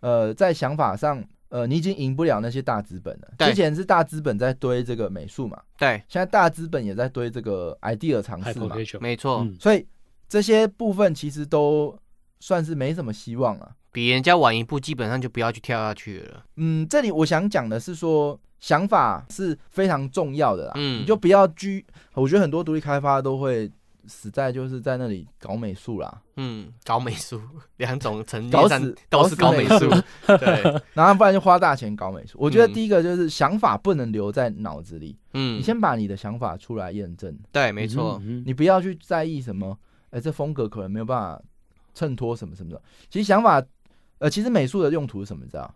[SPEAKER 4] 呃，在想法上，呃，你已经赢不了那些大资本了。
[SPEAKER 3] 对
[SPEAKER 4] 之前是大资本在堆这个美术嘛，
[SPEAKER 3] 对，
[SPEAKER 4] 现在大资本也在堆这个 idea 尝
[SPEAKER 2] 海
[SPEAKER 4] 试
[SPEAKER 2] 阔
[SPEAKER 4] 嘛，
[SPEAKER 2] 天球，
[SPEAKER 3] 没错，
[SPEAKER 2] 嗯
[SPEAKER 4] 所以这些部分其实都算是没什么希望了。
[SPEAKER 3] 比人家晚一步，基本上就不要去跳下去了。
[SPEAKER 4] 嗯，这里我想讲的是说，想法是非常重要的啦，
[SPEAKER 3] 嗯
[SPEAKER 4] 你就不要拘。我觉得很多独立开发都会死在就是在那里搞美术啦，
[SPEAKER 3] 嗯，搞美术 两种层
[SPEAKER 4] 搞
[SPEAKER 3] 面上
[SPEAKER 4] 死
[SPEAKER 3] 都是搞美术，对，
[SPEAKER 4] 然后不然就花大钱搞美术。我觉得
[SPEAKER 3] 嗯
[SPEAKER 4] 第一个就是想法不能留在脑子里，
[SPEAKER 3] 嗯，
[SPEAKER 4] 你先把你的想法出来验证，
[SPEAKER 3] 对，没错，
[SPEAKER 2] 嗯
[SPEAKER 4] 你不要去在意什么，哎，这风格可能没有办法衬托什么什么的。其实想法，呃，其实美术的用途是什么？你知道？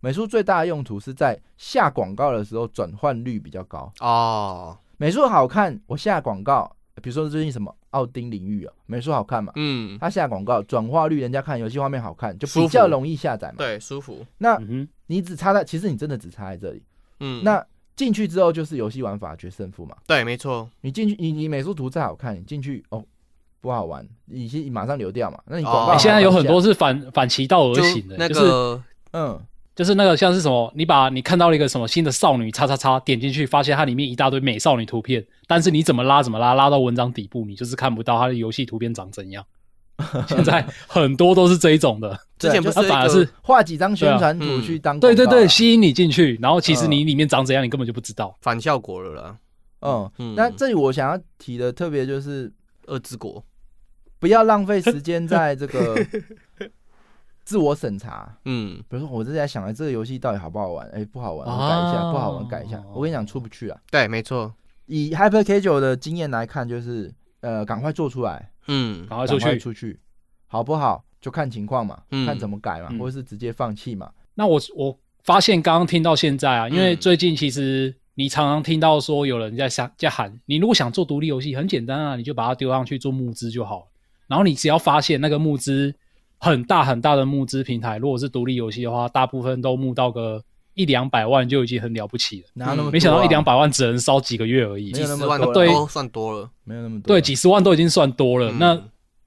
[SPEAKER 4] 美术最大的用途是在下广告的时候转换率比较高。
[SPEAKER 3] 哦，
[SPEAKER 4] 美术好看，我下广告，比如说最近什么奥丁领域啊，美术好看嘛，
[SPEAKER 3] 嗯，
[SPEAKER 4] 它下广告转化率，人家看游戏画面好看，就比
[SPEAKER 3] 舒
[SPEAKER 4] 较
[SPEAKER 3] 服
[SPEAKER 4] 容易下载嘛。
[SPEAKER 3] 对，舒服，
[SPEAKER 4] 那
[SPEAKER 2] 嗯哼
[SPEAKER 4] 你只差在，其实你真的只差在这里。
[SPEAKER 3] 嗯，
[SPEAKER 4] 那进去之后就是游戏玩法决胜负嘛。
[SPEAKER 3] 对，没错，
[SPEAKER 4] 你进去，你你美术图再好看，你进去哦不好玩，你先马上流掉嘛。那你广告、
[SPEAKER 3] 哦
[SPEAKER 2] 欸现在有很多，是反反其道而
[SPEAKER 3] 就
[SPEAKER 2] 行的，
[SPEAKER 3] 那
[SPEAKER 2] 就是
[SPEAKER 3] 个
[SPEAKER 4] 嗯，
[SPEAKER 2] 就是那个像是什么，你把你看到了一个什么新的少女叉叉叉点进去，发现它里面一大堆美少女图片，但是你怎么拉怎么拉，拉到文章底部，你就是看不到它的游戏图片长怎 样。现在很多都是这一种的，
[SPEAKER 3] 之前
[SPEAKER 4] 对
[SPEAKER 3] 不
[SPEAKER 4] 啊
[SPEAKER 3] 是
[SPEAKER 2] 它
[SPEAKER 3] 有一
[SPEAKER 2] 反而
[SPEAKER 3] 个
[SPEAKER 2] 是
[SPEAKER 4] 画几张宣传图
[SPEAKER 3] 嗯
[SPEAKER 4] 去当、啊
[SPEAKER 2] 对对对，，吸引你进去，然后其实你里面长怎样，你根本就不知道。
[SPEAKER 3] 反效果了啦，
[SPEAKER 4] 嗯。
[SPEAKER 3] 嗯，
[SPEAKER 4] 那这里我想要提的特别就是，
[SPEAKER 3] 二之国，
[SPEAKER 4] 不要浪费时间在这个 自我审查。
[SPEAKER 3] 嗯，
[SPEAKER 4] 比如说，我正在想，哎，这个游戏到底好不好玩？哎、不好玩，我
[SPEAKER 2] 啊
[SPEAKER 4] 改一下；不好玩，改一下。我跟你讲，出不去啊。
[SPEAKER 3] 对，没错，
[SPEAKER 4] 以 Hyper K 九的经验来看，就是呃，赶快做出来，
[SPEAKER 3] 嗯，
[SPEAKER 2] 赶快
[SPEAKER 4] 赶
[SPEAKER 2] 出
[SPEAKER 4] 快
[SPEAKER 2] 去。
[SPEAKER 4] 出去，好不好？就看情况嘛，
[SPEAKER 3] 嗯
[SPEAKER 4] 看怎么改嘛，
[SPEAKER 2] 嗯
[SPEAKER 4] 或是直接放弃嘛。
[SPEAKER 2] 那我我发现刚刚听到现在啊，因为
[SPEAKER 3] 嗯
[SPEAKER 2] 最近其实你常常听到说有人在想在喊，你如果想做独立游戏，很简单啊，你就把它丢上去做募资就好了。然后你只要发现那个募资很大很大的募资平台，如果是独立游戏的话，大部分都募到个一两百万就已经很了不起了。
[SPEAKER 4] 哪有那么多啊、
[SPEAKER 2] 没想到一两百万只能烧几个月而已
[SPEAKER 4] 没，
[SPEAKER 3] 几
[SPEAKER 4] 有那
[SPEAKER 3] 十
[SPEAKER 4] 么
[SPEAKER 3] 万
[SPEAKER 4] 多
[SPEAKER 2] 对
[SPEAKER 3] 都算多了，
[SPEAKER 4] 没有那么多啊，
[SPEAKER 2] 对，几十万都已经算多了。
[SPEAKER 3] 嗯
[SPEAKER 2] 那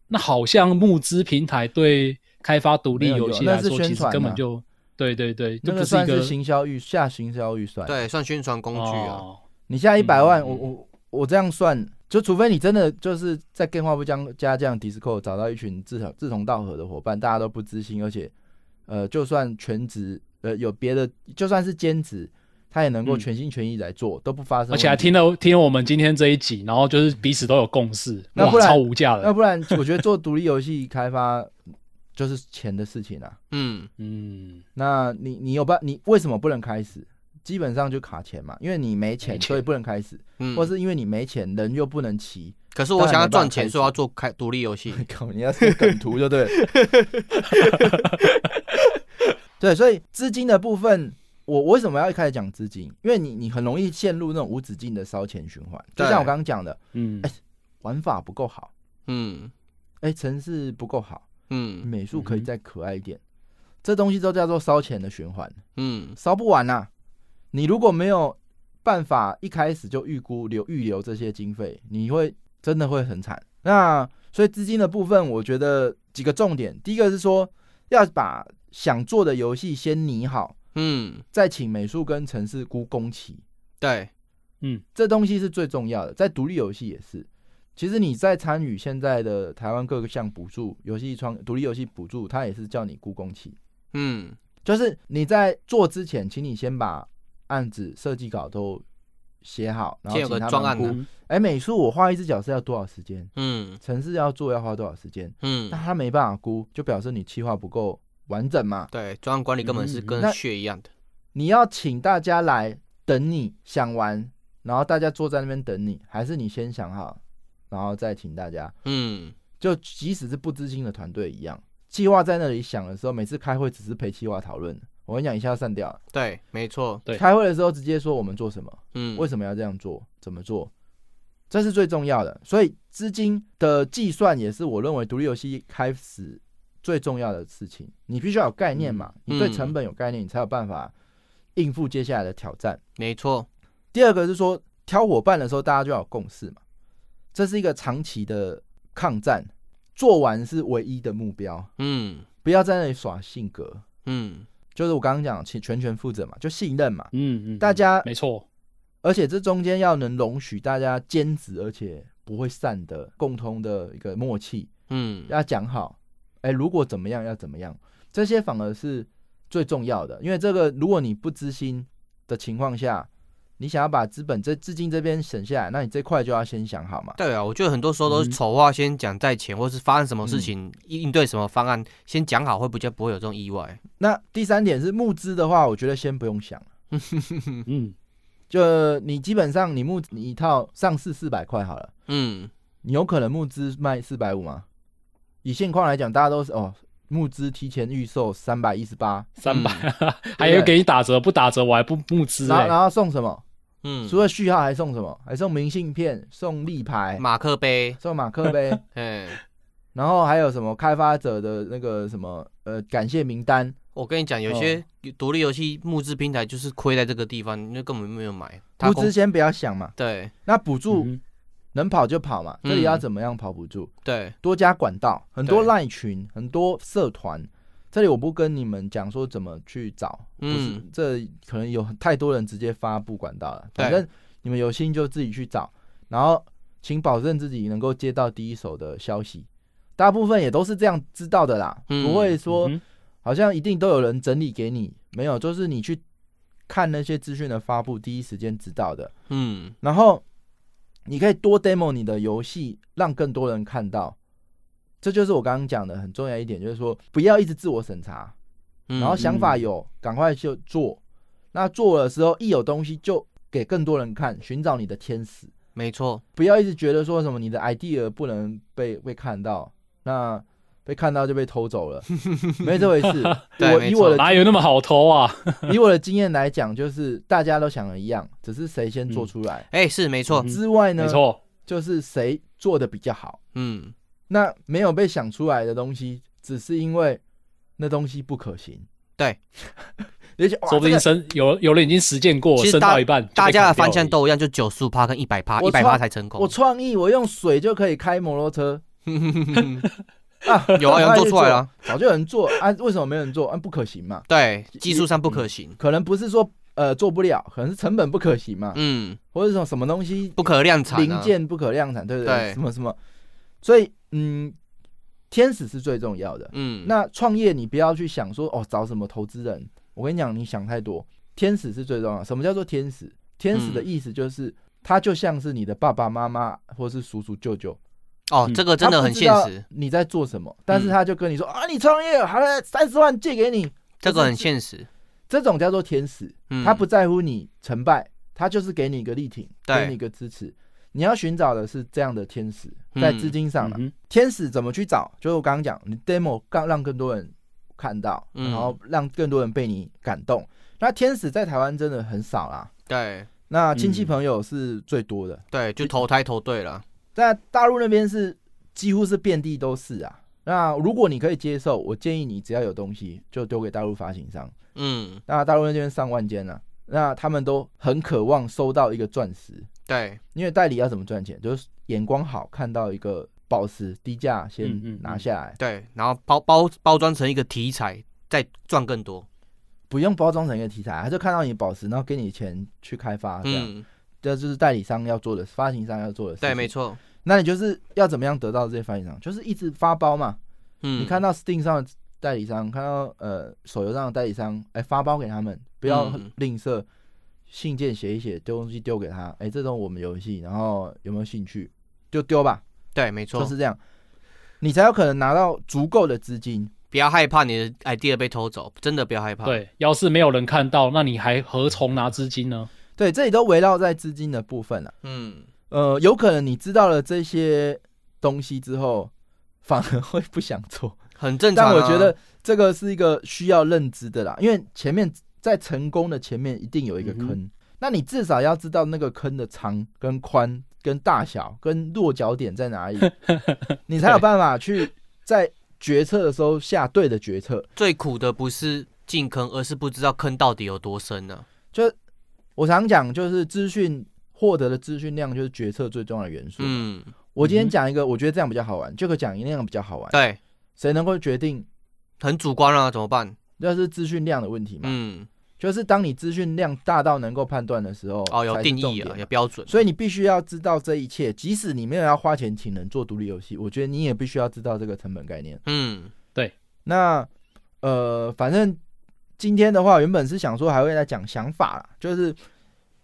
[SPEAKER 2] 那好像募资平台对开发独立游戏
[SPEAKER 4] 没有有
[SPEAKER 2] 来说，
[SPEAKER 4] 那是
[SPEAKER 2] 其
[SPEAKER 4] 宣
[SPEAKER 2] 实
[SPEAKER 4] 传啊
[SPEAKER 2] 根本就对对对，这
[SPEAKER 4] 那
[SPEAKER 2] 不
[SPEAKER 4] 个
[SPEAKER 2] 是一
[SPEAKER 4] 算
[SPEAKER 2] 个
[SPEAKER 4] 是行销预下行销预算。，
[SPEAKER 3] 对，算宣传工具啊，
[SPEAKER 2] 哦
[SPEAKER 4] 你下一百万，
[SPEAKER 2] 嗯
[SPEAKER 4] 我我我这样算，就除非你真的就是在电话不加加这样 Discord 找到一群志同志同道合的伙伴，大家都不知心，而且呃，就算全职呃有别的，就算是兼职，他也能够
[SPEAKER 2] 嗯
[SPEAKER 4] 全心全意来做，都不发生问题。
[SPEAKER 2] 而且还听了听了我们今天这一集，然后就是彼此都有共识，
[SPEAKER 4] 那
[SPEAKER 2] 哇
[SPEAKER 4] 不，然
[SPEAKER 2] 超无价
[SPEAKER 4] 要
[SPEAKER 2] 的。
[SPEAKER 4] 不然，我觉得做独立游戏开发就是钱的事情啊。
[SPEAKER 3] 嗯，
[SPEAKER 2] 嗯，
[SPEAKER 4] 那你你有办你为什么不能开始？基本上就卡钱嘛，因为你没钱，
[SPEAKER 2] 没钱
[SPEAKER 4] 所以不能开始，
[SPEAKER 3] 嗯，
[SPEAKER 4] 或是因为你没钱，人又不能 骑。
[SPEAKER 3] 可是我想要赚
[SPEAKER 4] 当然没办法开
[SPEAKER 3] 钱，
[SPEAKER 4] 始
[SPEAKER 3] 所以我要做开独立游戏，
[SPEAKER 4] 靠，你要是梗图就对 了。对，所以资金的部分，我我为什么要一开始讲资金？因为你你很容易陷入那种无止境的烧钱循环。就
[SPEAKER 3] 对
[SPEAKER 4] 像我刚刚讲的，
[SPEAKER 2] 嗯
[SPEAKER 4] 哎，玩法不够好，
[SPEAKER 3] 嗯
[SPEAKER 4] 哎、城市不够好，
[SPEAKER 3] 嗯
[SPEAKER 4] 美术可以
[SPEAKER 2] 嗯哼
[SPEAKER 4] 再可爱一点，这东西都叫做烧钱的循环，
[SPEAKER 3] 嗯，
[SPEAKER 4] 烧不完呐、啊你如果没有办法一开始就预估留预留这些经费，你会真的会很惨。那所以资金的部分，我觉得几个重点，第一个是说要把想做的游戏先拟好，
[SPEAKER 3] 嗯，
[SPEAKER 4] 再请美术跟城市估工期，
[SPEAKER 3] 对，
[SPEAKER 4] 这东西是最重要的，在独立游戏也是。其实你在参与现在的台湾各项补助游戏创独立游戏补助，它也是叫你估工期，
[SPEAKER 3] 嗯
[SPEAKER 4] 就是你在做之前，请你先把案子设计稿都写好，然后
[SPEAKER 3] 先有
[SPEAKER 4] 请
[SPEAKER 3] 个
[SPEAKER 4] 他
[SPEAKER 3] 专
[SPEAKER 4] 们
[SPEAKER 2] 嗯
[SPEAKER 3] 案
[SPEAKER 4] 估
[SPEAKER 3] 呢。
[SPEAKER 4] 哎，美术我画一只角色要多少时间？
[SPEAKER 3] 嗯
[SPEAKER 4] 城市要做要花多少时间？
[SPEAKER 3] 嗯
[SPEAKER 4] 那，他没办法估，就表示你计划不够完整嘛。
[SPEAKER 3] 对，专案管理根本是
[SPEAKER 2] 嗯
[SPEAKER 3] 跟
[SPEAKER 4] 那
[SPEAKER 3] 血一样的，
[SPEAKER 4] 你要请大家来等你想完，然后大家坐在那边等你，还是你先想好，然后再请大家？
[SPEAKER 3] 嗯，
[SPEAKER 4] 就即使是不知心的团队一样，计划在那里想的时候，每次开会只是陪计划讨论。我跟你讲，一下就散掉了。
[SPEAKER 3] 对，没错，
[SPEAKER 2] 对
[SPEAKER 4] 开会的时候直接说我们做什么，
[SPEAKER 3] 嗯，
[SPEAKER 4] 为什么要这样做，怎么做，这是最重要的。所以资金的计算也是我认为独立游戏开始最重要的事情。你必须要有概念嘛，
[SPEAKER 3] 嗯
[SPEAKER 4] 你对成本有概念，你才有办法应付接下来的挑战。
[SPEAKER 3] 没错，
[SPEAKER 4] 第二个是说挑伙伴的时候，大家就要有共识嘛，这是一个长期的抗战，做完是唯一的目标，
[SPEAKER 3] 嗯
[SPEAKER 4] 不要在那里耍性格。
[SPEAKER 3] 嗯，
[SPEAKER 4] 就是我刚刚讲全全权负责嘛，就信任嘛，
[SPEAKER 2] 嗯嗯，
[SPEAKER 4] 大家
[SPEAKER 2] 没错，
[SPEAKER 4] 而且这中间要能容许大家兼职，而且不会散的共通的一个默契，
[SPEAKER 3] 嗯，
[SPEAKER 4] 要讲好。哎、如果怎么样要怎么样，这些反而是最重要的，因为这个如果你不知心的情况下，你想要把资本这资金这边省下来，那你这块就要先想好嘛。
[SPEAKER 3] 对啊，我觉得很多时候都是
[SPEAKER 2] 嗯
[SPEAKER 3] 丑话先讲在前，或是发生什么事
[SPEAKER 4] 嗯
[SPEAKER 3] 情、应对什么方案，先讲好，会比较不会有这种意外。
[SPEAKER 4] 那第三点是募资的话，我觉得先不用想，
[SPEAKER 2] 嗯，
[SPEAKER 4] 就你基本上你募你一套上市四百块好了。
[SPEAKER 3] 嗯，
[SPEAKER 4] 你有可能募资卖四百五吗？以现况来讲，大家都是哦，募资提前预售三百一十八，
[SPEAKER 2] 三百、还有给你打折，不打折我还不募资
[SPEAKER 4] 然后
[SPEAKER 2] 哎、
[SPEAKER 4] 然后送什么？
[SPEAKER 3] 嗯，
[SPEAKER 4] 除了序号还送什么？还送明信片、送立牌、
[SPEAKER 3] 马克杯，
[SPEAKER 4] 送马克 杯，
[SPEAKER 3] 嗯，
[SPEAKER 4] 然后还有什么开发者的那个什么呃感谢名单，
[SPEAKER 3] 我跟你讲，有些独立游戏募资平台就是亏在这个地方，因为根本没有买。他
[SPEAKER 4] 募
[SPEAKER 3] 公
[SPEAKER 4] 资先不要想嘛。
[SPEAKER 3] 对
[SPEAKER 4] 那补助
[SPEAKER 2] 嗯
[SPEAKER 4] 能跑就跑嘛，
[SPEAKER 3] 嗯
[SPEAKER 4] 这里要怎么样跑补助？
[SPEAKER 3] 对，
[SPEAKER 4] 多加管道，很多
[SPEAKER 3] 对
[SPEAKER 4] 赖群，很多社团。这里我不跟你们讲说怎么去找，不是，
[SPEAKER 3] 嗯
[SPEAKER 4] 这可能有太多人直接发布管道了。
[SPEAKER 3] 对
[SPEAKER 4] 反正你们有心就自己去找，然后请保证自己能够接到第一手的消息。大部分也都是这样知道的啦，
[SPEAKER 3] 嗯
[SPEAKER 4] 不会说
[SPEAKER 2] 嗯
[SPEAKER 4] 好像一定都有人整理给你，没有，就是你去看那些资讯的发布，第一时间知道的。
[SPEAKER 3] 嗯
[SPEAKER 4] 然后你可以多 demo 你的游戏，让更多人看到。这就是我刚刚讲的很重要一点，就是说不要一直自我审查，
[SPEAKER 3] 嗯，
[SPEAKER 4] 然后想法有，赶快就做。那做的时候，一有东西就给更多人看，寻找你的天使。
[SPEAKER 3] 没错，
[SPEAKER 4] 不要一直觉得说什么你的 idea 不能被被看到，那被看到就被偷走了，没这回事。
[SPEAKER 3] 对
[SPEAKER 4] 我
[SPEAKER 3] 没
[SPEAKER 4] 以
[SPEAKER 3] 错
[SPEAKER 4] 我的
[SPEAKER 2] 哪有那么好偷啊？
[SPEAKER 4] 以我的经验来讲，就是大家都想的一样，只是谁先做出来。
[SPEAKER 3] 哎、是没错
[SPEAKER 2] 嗯，
[SPEAKER 4] 之外呢
[SPEAKER 2] 没，错，
[SPEAKER 4] 就是谁做的比较好。
[SPEAKER 3] 嗯，
[SPEAKER 4] 那没有被想出来的东西，只是因为那东西不可行。
[SPEAKER 3] 对，
[SPEAKER 4] 也许哇
[SPEAKER 2] 说不
[SPEAKER 4] 这
[SPEAKER 2] 定
[SPEAKER 4] 个
[SPEAKER 2] 生有有人已经实践过，
[SPEAKER 3] 其实
[SPEAKER 2] 生
[SPEAKER 3] 大
[SPEAKER 2] 到一半就被
[SPEAKER 3] 大家的
[SPEAKER 2] 砍掉
[SPEAKER 3] 方向
[SPEAKER 2] 了欸
[SPEAKER 3] 都一样，就九十五趴跟一百趴，一
[SPEAKER 4] 我
[SPEAKER 3] 百
[SPEAKER 4] 操
[SPEAKER 3] 趴才成功。
[SPEAKER 4] 我创意，我用水就可以开摩托 车啊！
[SPEAKER 3] 有啊，
[SPEAKER 4] 赶快
[SPEAKER 3] 有人做
[SPEAKER 4] 去
[SPEAKER 3] 出来， 了，
[SPEAKER 4] 早就有人做啊，为什么没有人做？啊，不可行嘛，
[SPEAKER 3] 对，技术上不可行，
[SPEAKER 4] 可能不是说呃做不了，可能是成本不可行嘛，
[SPEAKER 3] 嗯，
[SPEAKER 4] 或者什么什么东西
[SPEAKER 3] 不可量产、啊，
[SPEAKER 4] 零件不可量产，对不
[SPEAKER 3] 对
[SPEAKER 4] 什么什么，所以嗯，天使是最重要的。
[SPEAKER 3] 嗯，
[SPEAKER 4] 那创业你不要去想说哦找什么投资人，我跟你讲，你想太多。天使是最重要的。什么叫做天使？天使的
[SPEAKER 3] 嗯
[SPEAKER 4] 意思就是，他就像是你的爸爸妈妈或是叔叔舅舅，
[SPEAKER 3] 哦，
[SPEAKER 2] 嗯
[SPEAKER 3] 这个真的很现实，。嗯
[SPEAKER 4] 你在做什么？但是他就跟你说、啊，你创业好了，三十万借给你，
[SPEAKER 3] 这个很现实，
[SPEAKER 4] 这种叫做天使。
[SPEAKER 3] 嗯，
[SPEAKER 4] 他不，在乎你成败，他就是给你一个力挺，
[SPEAKER 3] 对
[SPEAKER 4] 给你一个支持。你要寻找的是这样的天使，
[SPEAKER 3] 嗯
[SPEAKER 4] 在资金上
[SPEAKER 2] 嗯
[SPEAKER 4] 了。
[SPEAKER 2] 哼
[SPEAKER 4] 天使怎么去找？就是我刚刚讲，你 demo 让让更多人看到，
[SPEAKER 3] 嗯
[SPEAKER 4] 然后让更多人被你感动。那天使在台湾真的很少啦，
[SPEAKER 3] 对
[SPEAKER 4] 那亲戚
[SPEAKER 2] 嗯
[SPEAKER 4] 朋友是最多的，
[SPEAKER 3] 对，就投胎投对了，
[SPEAKER 4] 在大陆那边是几乎是遍地都是啊。那如果你可以接受，我建议你只要有东西就丢给大陆发行商。
[SPEAKER 3] 嗯，
[SPEAKER 4] 那大陆那边上万间呢、啊，那他们都很渴望收到一个钻石，
[SPEAKER 3] 对，
[SPEAKER 4] 因为代理要怎么赚钱，就是眼光好，看到一个宝石低价
[SPEAKER 2] 嗯嗯
[SPEAKER 4] 先
[SPEAKER 2] 嗯
[SPEAKER 4] 拿下来，
[SPEAKER 3] 对，然后包包包装成一个题材，再赚更多。
[SPEAKER 4] 不用包装成一个题材，啊他就看到你宝石，然后给你钱去开发，这样，
[SPEAKER 3] 嗯，
[SPEAKER 4] 这就是代理商要做的，发行商要做的事。
[SPEAKER 3] 对，没。错。
[SPEAKER 4] 那你就是要怎么样得到这些发行商？就是一直发包嘛。
[SPEAKER 3] 嗯，
[SPEAKER 4] 你看到 Steam 上的代理商，看到呃手游上的代理商，哎、发包给他们，不要
[SPEAKER 3] 嗯
[SPEAKER 4] 吝啬，信件写一写，丢东西丢给他，哎、这种我们游戏，然后有没有兴趣就丢吧，
[SPEAKER 3] 对，没错，
[SPEAKER 4] 就是这样，你才有可能拿到足够的资金。
[SPEAKER 3] 不要害怕你的 idea 被偷走，真的不要害怕。，
[SPEAKER 2] 对，要是没有人看到，那你还何从拿资金呢？
[SPEAKER 4] 对，这里都围绕在资金的部分了、啊
[SPEAKER 3] 嗯，
[SPEAKER 4] 呃，有可能你知道了这些东西之后，反而会不想做。
[SPEAKER 3] 很正常、
[SPEAKER 4] 但
[SPEAKER 3] 啊。
[SPEAKER 4] 我觉得这个是一个需要认知的啦，因为前面在成功的前面一定有一个
[SPEAKER 3] 嗯
[SPEAKER 4] 坑，那你至少要知道那个坑的长跟宽、跟大小、跟落脚点在哪 里，你才有办法去在决策的时候下对的决策。
[SPEAKER 3] 最苦的不是进坑，而是不知道坑到底有多深啊呢、
[SPEAKER 4] 就我常讲，就是资讯获得的资讯量就是决策最重要的元素。
[SPEAKER 3] 嗯，
[SPEAKER 4] 我今
[SPEAKER 2] 嗯
[SPEAKER 4] 天
[SPEAKER 2] 哼
[SPEAKER 4] 讲一个，我觉得这样比较好玩，就可讲那样比较好玩，
[SPEAKER 3] 对，
[SPEAKER 4] 谁能够决定？
[SPEAKER 3] 很主观啊，怎么办？
[SPEAKER 4] 那是资讯量的问题嘛？
[SPEAKER 3] 嗯，
[SPEAKER 4] 就是当你资讯量大到能够判断的时候，
[SPEAKER 3] 哦，有
[SPEAKER 4] 才是
[SPEAKER 3] 定
[SPEAKER 4] 重
[SPEAKER 3] 义
[SPEAKER 4] 点
[SPEAKER 3] 啊，有标准。
[SPEAKER 4] 所以你必须要知道这一切，即使你没有要花钱请人做独立游戏，我觉得你也必须要知道这个成本概念。
[SPEAKER 3] 嗯，
[SPEAKER 4] 那呃，反正今天的话，原本是想说还会来讲想法啦，就是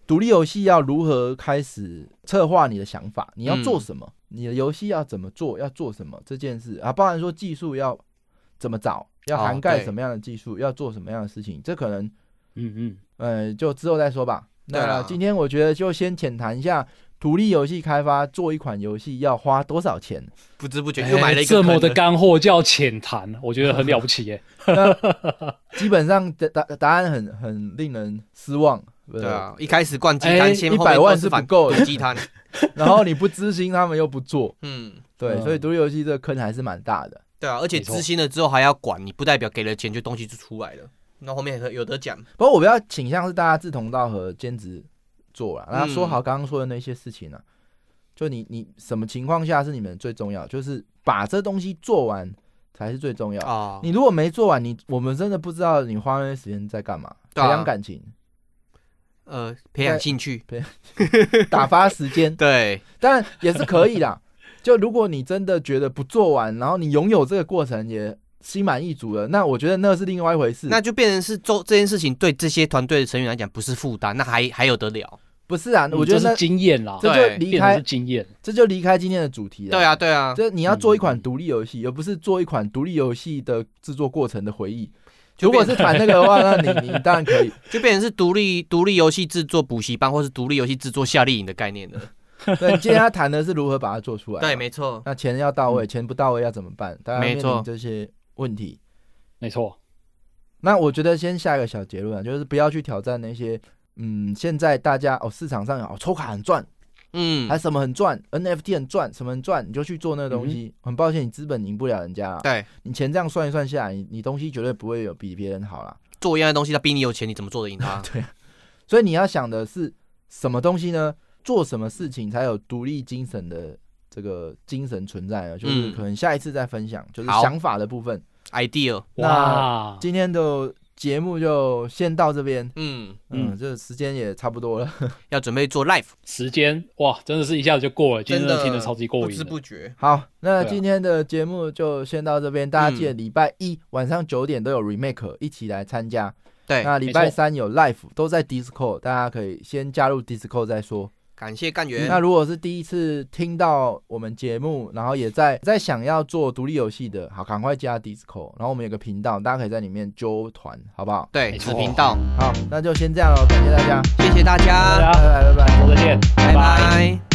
[SPEAKER 4] 独立游戏要如何开始策划你的想法，你要做什么，
[SPEAKER 3] 嗯
[SPEAKER 4] 你的游戏要怎么做，要做什么这件事啊，包含说技术要怎么找，要
[SPEAKER 3] 哦
[SPEAKER 4] 涵盖
[SPEAKER 3] 对
[SPEAKER 4] 什么样的技术，要做什么样的事情，这可能
[SPEAKER 2] 嗯嗯，
[SPEAKER 4] 呃，就之后再说吧。
[SPEAKER 3] 对啊
[SPEAKER 4] 那
[SPEAKER 3] 啦
[SPEAKER 4] 今天我觉得就先浅谈一下独立游戏开发，做一款游戏要花多少钱。
[SPEAKER 3] 不知不觉
[SPEAKER 2] 哎
[SPEAKER 3] 又买了一个
[SPEAKER 2] 这
[SPEAKER 3] 坑了
[SPEAKER 2] 么的干货叫浅谈，我觉得很了不起耶。欸
[SPEAKER 4] 基本上答答答案很很令人失望，
[SPEAKER 3] 对啊，一开始灌鸡
[SPEAKER 2] 哎
[SPEAKER 3] 汤，先后面
[SPEAKER 4] 100
[SPEAKER 3] 都
[SPEAKER 4] 万
[SPEAKER 3] 是
[SPEAKER 4] 是不
[SPEAKER 3] 反
[SPEAKER 4] 够的
[SPEAKER 3] 毒鸡汤。
[SPEAKER 4] 呃。然后你不知心，他们又不做，
[SPEAKER 3] 嗯，
[SPEAKER 4] 对，
[SPEAKER 2] 嗯
[SPEAKER 4] 所以独立游戏这个坑还是蛮大的。
[SPEAKER 3] 对啊，而且
[SPEAKER 2] 没错
[SPEAKER 3] 知心了之后还要管，你不代表给了钱就东西就出来了，那后面有有得讲。
[SPEAKER 4] 不过我比较倾向是大家志同道合，兼职做啦。那说好
[SPEAKER 3] 嗯
[SPEAKER 4] 刚刚说的那些事情呢、啊，就你你什么情况下是你们最重要，就是把这东西做完才是最重要。
[SPEAKER 3] 啊，
[SPEAKER 4] 你如果没做完，你我们真的不知道你花那些时间在干嘛，培
[SPEAKER 3] 对啊
[SPEAKER 4] 养感情，
[SPEAKER 3] 呃，培养
[SPEAKER 4] 对
[SPEAKER 3] 兴趣，
[SPEAKER 4] 打发时 间，
[SPEAKER 3] 对，
[SPEAKER 4] 当然也是可以啦。就如果你真的觉得不做完，然后你拥有这个过程也心满意足了，那我觉得那是另外一回事。
[SPEAKER 3] 那就变成是做这件事情对这些团队的成员来讲不是负担，那还还有得了。
[SPEAKER 4] 不是啊， 我觉得
[SPEAKER 2] 嗯
[SPEAKER 4] 那
[SPEAKER 2] 这是经验啦，
[SPEAKER 4] 这就离
[SPEAKER 2] 变成是
[SPEAKER 4] 开，
[SPEAKER 2] 经验。
[SPEAKER 4] 这就离开今天的主题了。
[SPEAKER 3] 对，啊，对啊，
[SPEAKER 4] 这你要做一款
[SPEAKER 2] 嗯
[SPEAKER 4] 独立游戏，而不是做一款独立游戏的制作过程的回忆。
[SPEAKER 3] 就
[SPEAKER 4] 如
[SPEAKER 3] 变
[SPEAKER 4] 果是谈那个的话，那你你当然可以。
[SPEAKER 3] 就变成是独立独立游戏制作补习班，或是独立游戏制作夏令营的概念了。
[SPEAKER 4] 对，啊今天要谈的是如何把它做出来嘛。
[SPEAKER 3] 对，没错。
[SPEAKER 4] 那钱要到位，钱不到位要怎么办？大家面
[SPEAKER 3] 嗯没错
[SPEAKER 4] 临这些问题。
[SPEAKER 2] 没错，
[SPEAKER 4] 那我觉得先下一个小结论啊，就是不要去挑战那些，嗯，现在大家哦市场上有哦抽卡很赚，
[SPEAKER 3] 嗯
[SPEAKER 4] 还，什么很赚，NFT 很赚，什么很赚，你就去做那个东西。很抱歉，你资本赢不了人家、啊，
[SPEAKER 3] 对，
[SPEAKER 4] 你钱这样算一算下来，你你东西绝对不会有比别人好啦。
[SPEAKER 3] 做一样的东西，他比你有钱，你怎么做得赢他？
[SPEAKER 4] 对啊，所以你要想的是什么东西呢？做什么事情才有独立精神的这个精神存在呢？就是
[SPEAKER 3] 嗯
[SPEAKER 4] 可能下一次再分享，就是
[SPEAKER 3] 好
[SPEAKER 4] 想法的部分。
[SPEAKER 3] idea，
[SPEAKER 4] 那
[SPEAKER 2] 哇，
[SPEAKER 4] 今天的节目就先到这边，
[SPEAKER 3] 嗯，
[SPEAKER 4] 嗯，
[SPEAKER 2] 嗯
[SPEAKER 4] 这时间也差不多了。
[SPEAKER 3] 要准备做 live，
[SPEAKER 2] 时间哇，真的是一下子就过了，今天真的听
[SPEAKER 3] 的
[SPEAKER 2] 得超级过
[SPEAKER 3] 不
[SPEAKER 2] 瘾
[SPEAKER 3] 知
[SPEAKER 2] 的。
[SPEAKER 3] 不觉。
[SPEAKER 4] 好，那
[SPEAKER 2] 对啊
[SPEAKER 4] 今天的节目就先到这边，
[SPEAKER 3] 啊
[SPEAKER 4] 大家记
[SPEAKER 3] 嗯
[SPEAKER 4] 得礼拜一晚上九点都有 remake，一起来参加。
[SPEAKER 3] 对，
[SPEAKER 4] 那礼拜三有 live，都在 Discord，大家可以先加入 Discord 再说。
[SPEAKER 3] 感谢干
[SPEAKER 4] 那
[SPEAKER 3] 员。
[SPEAKER 4] 如果是第一次听到我们节目，然后也在在想要做独立游戏的，好，赶快加 Discord，然后我们有个频道，大家可以在里面揪团，好不好？
[SPEAKER 3] 对，
[SPEAKER 2] 没
[SPEAKER 3] 子
[SPEAKER 2] 错
[SPEAKER 3] 频道，
[SPEAKER 4] 好，那就先这样喽，感谢大家，
[SPEAKER 3] 谢谢大家，
[SPEAKER 2] 大家
[SPEAKER 4] 拜拜拜拜。
[SPEAKER 2] 再见，拜拜
[SPEAKER 3] 拜拜。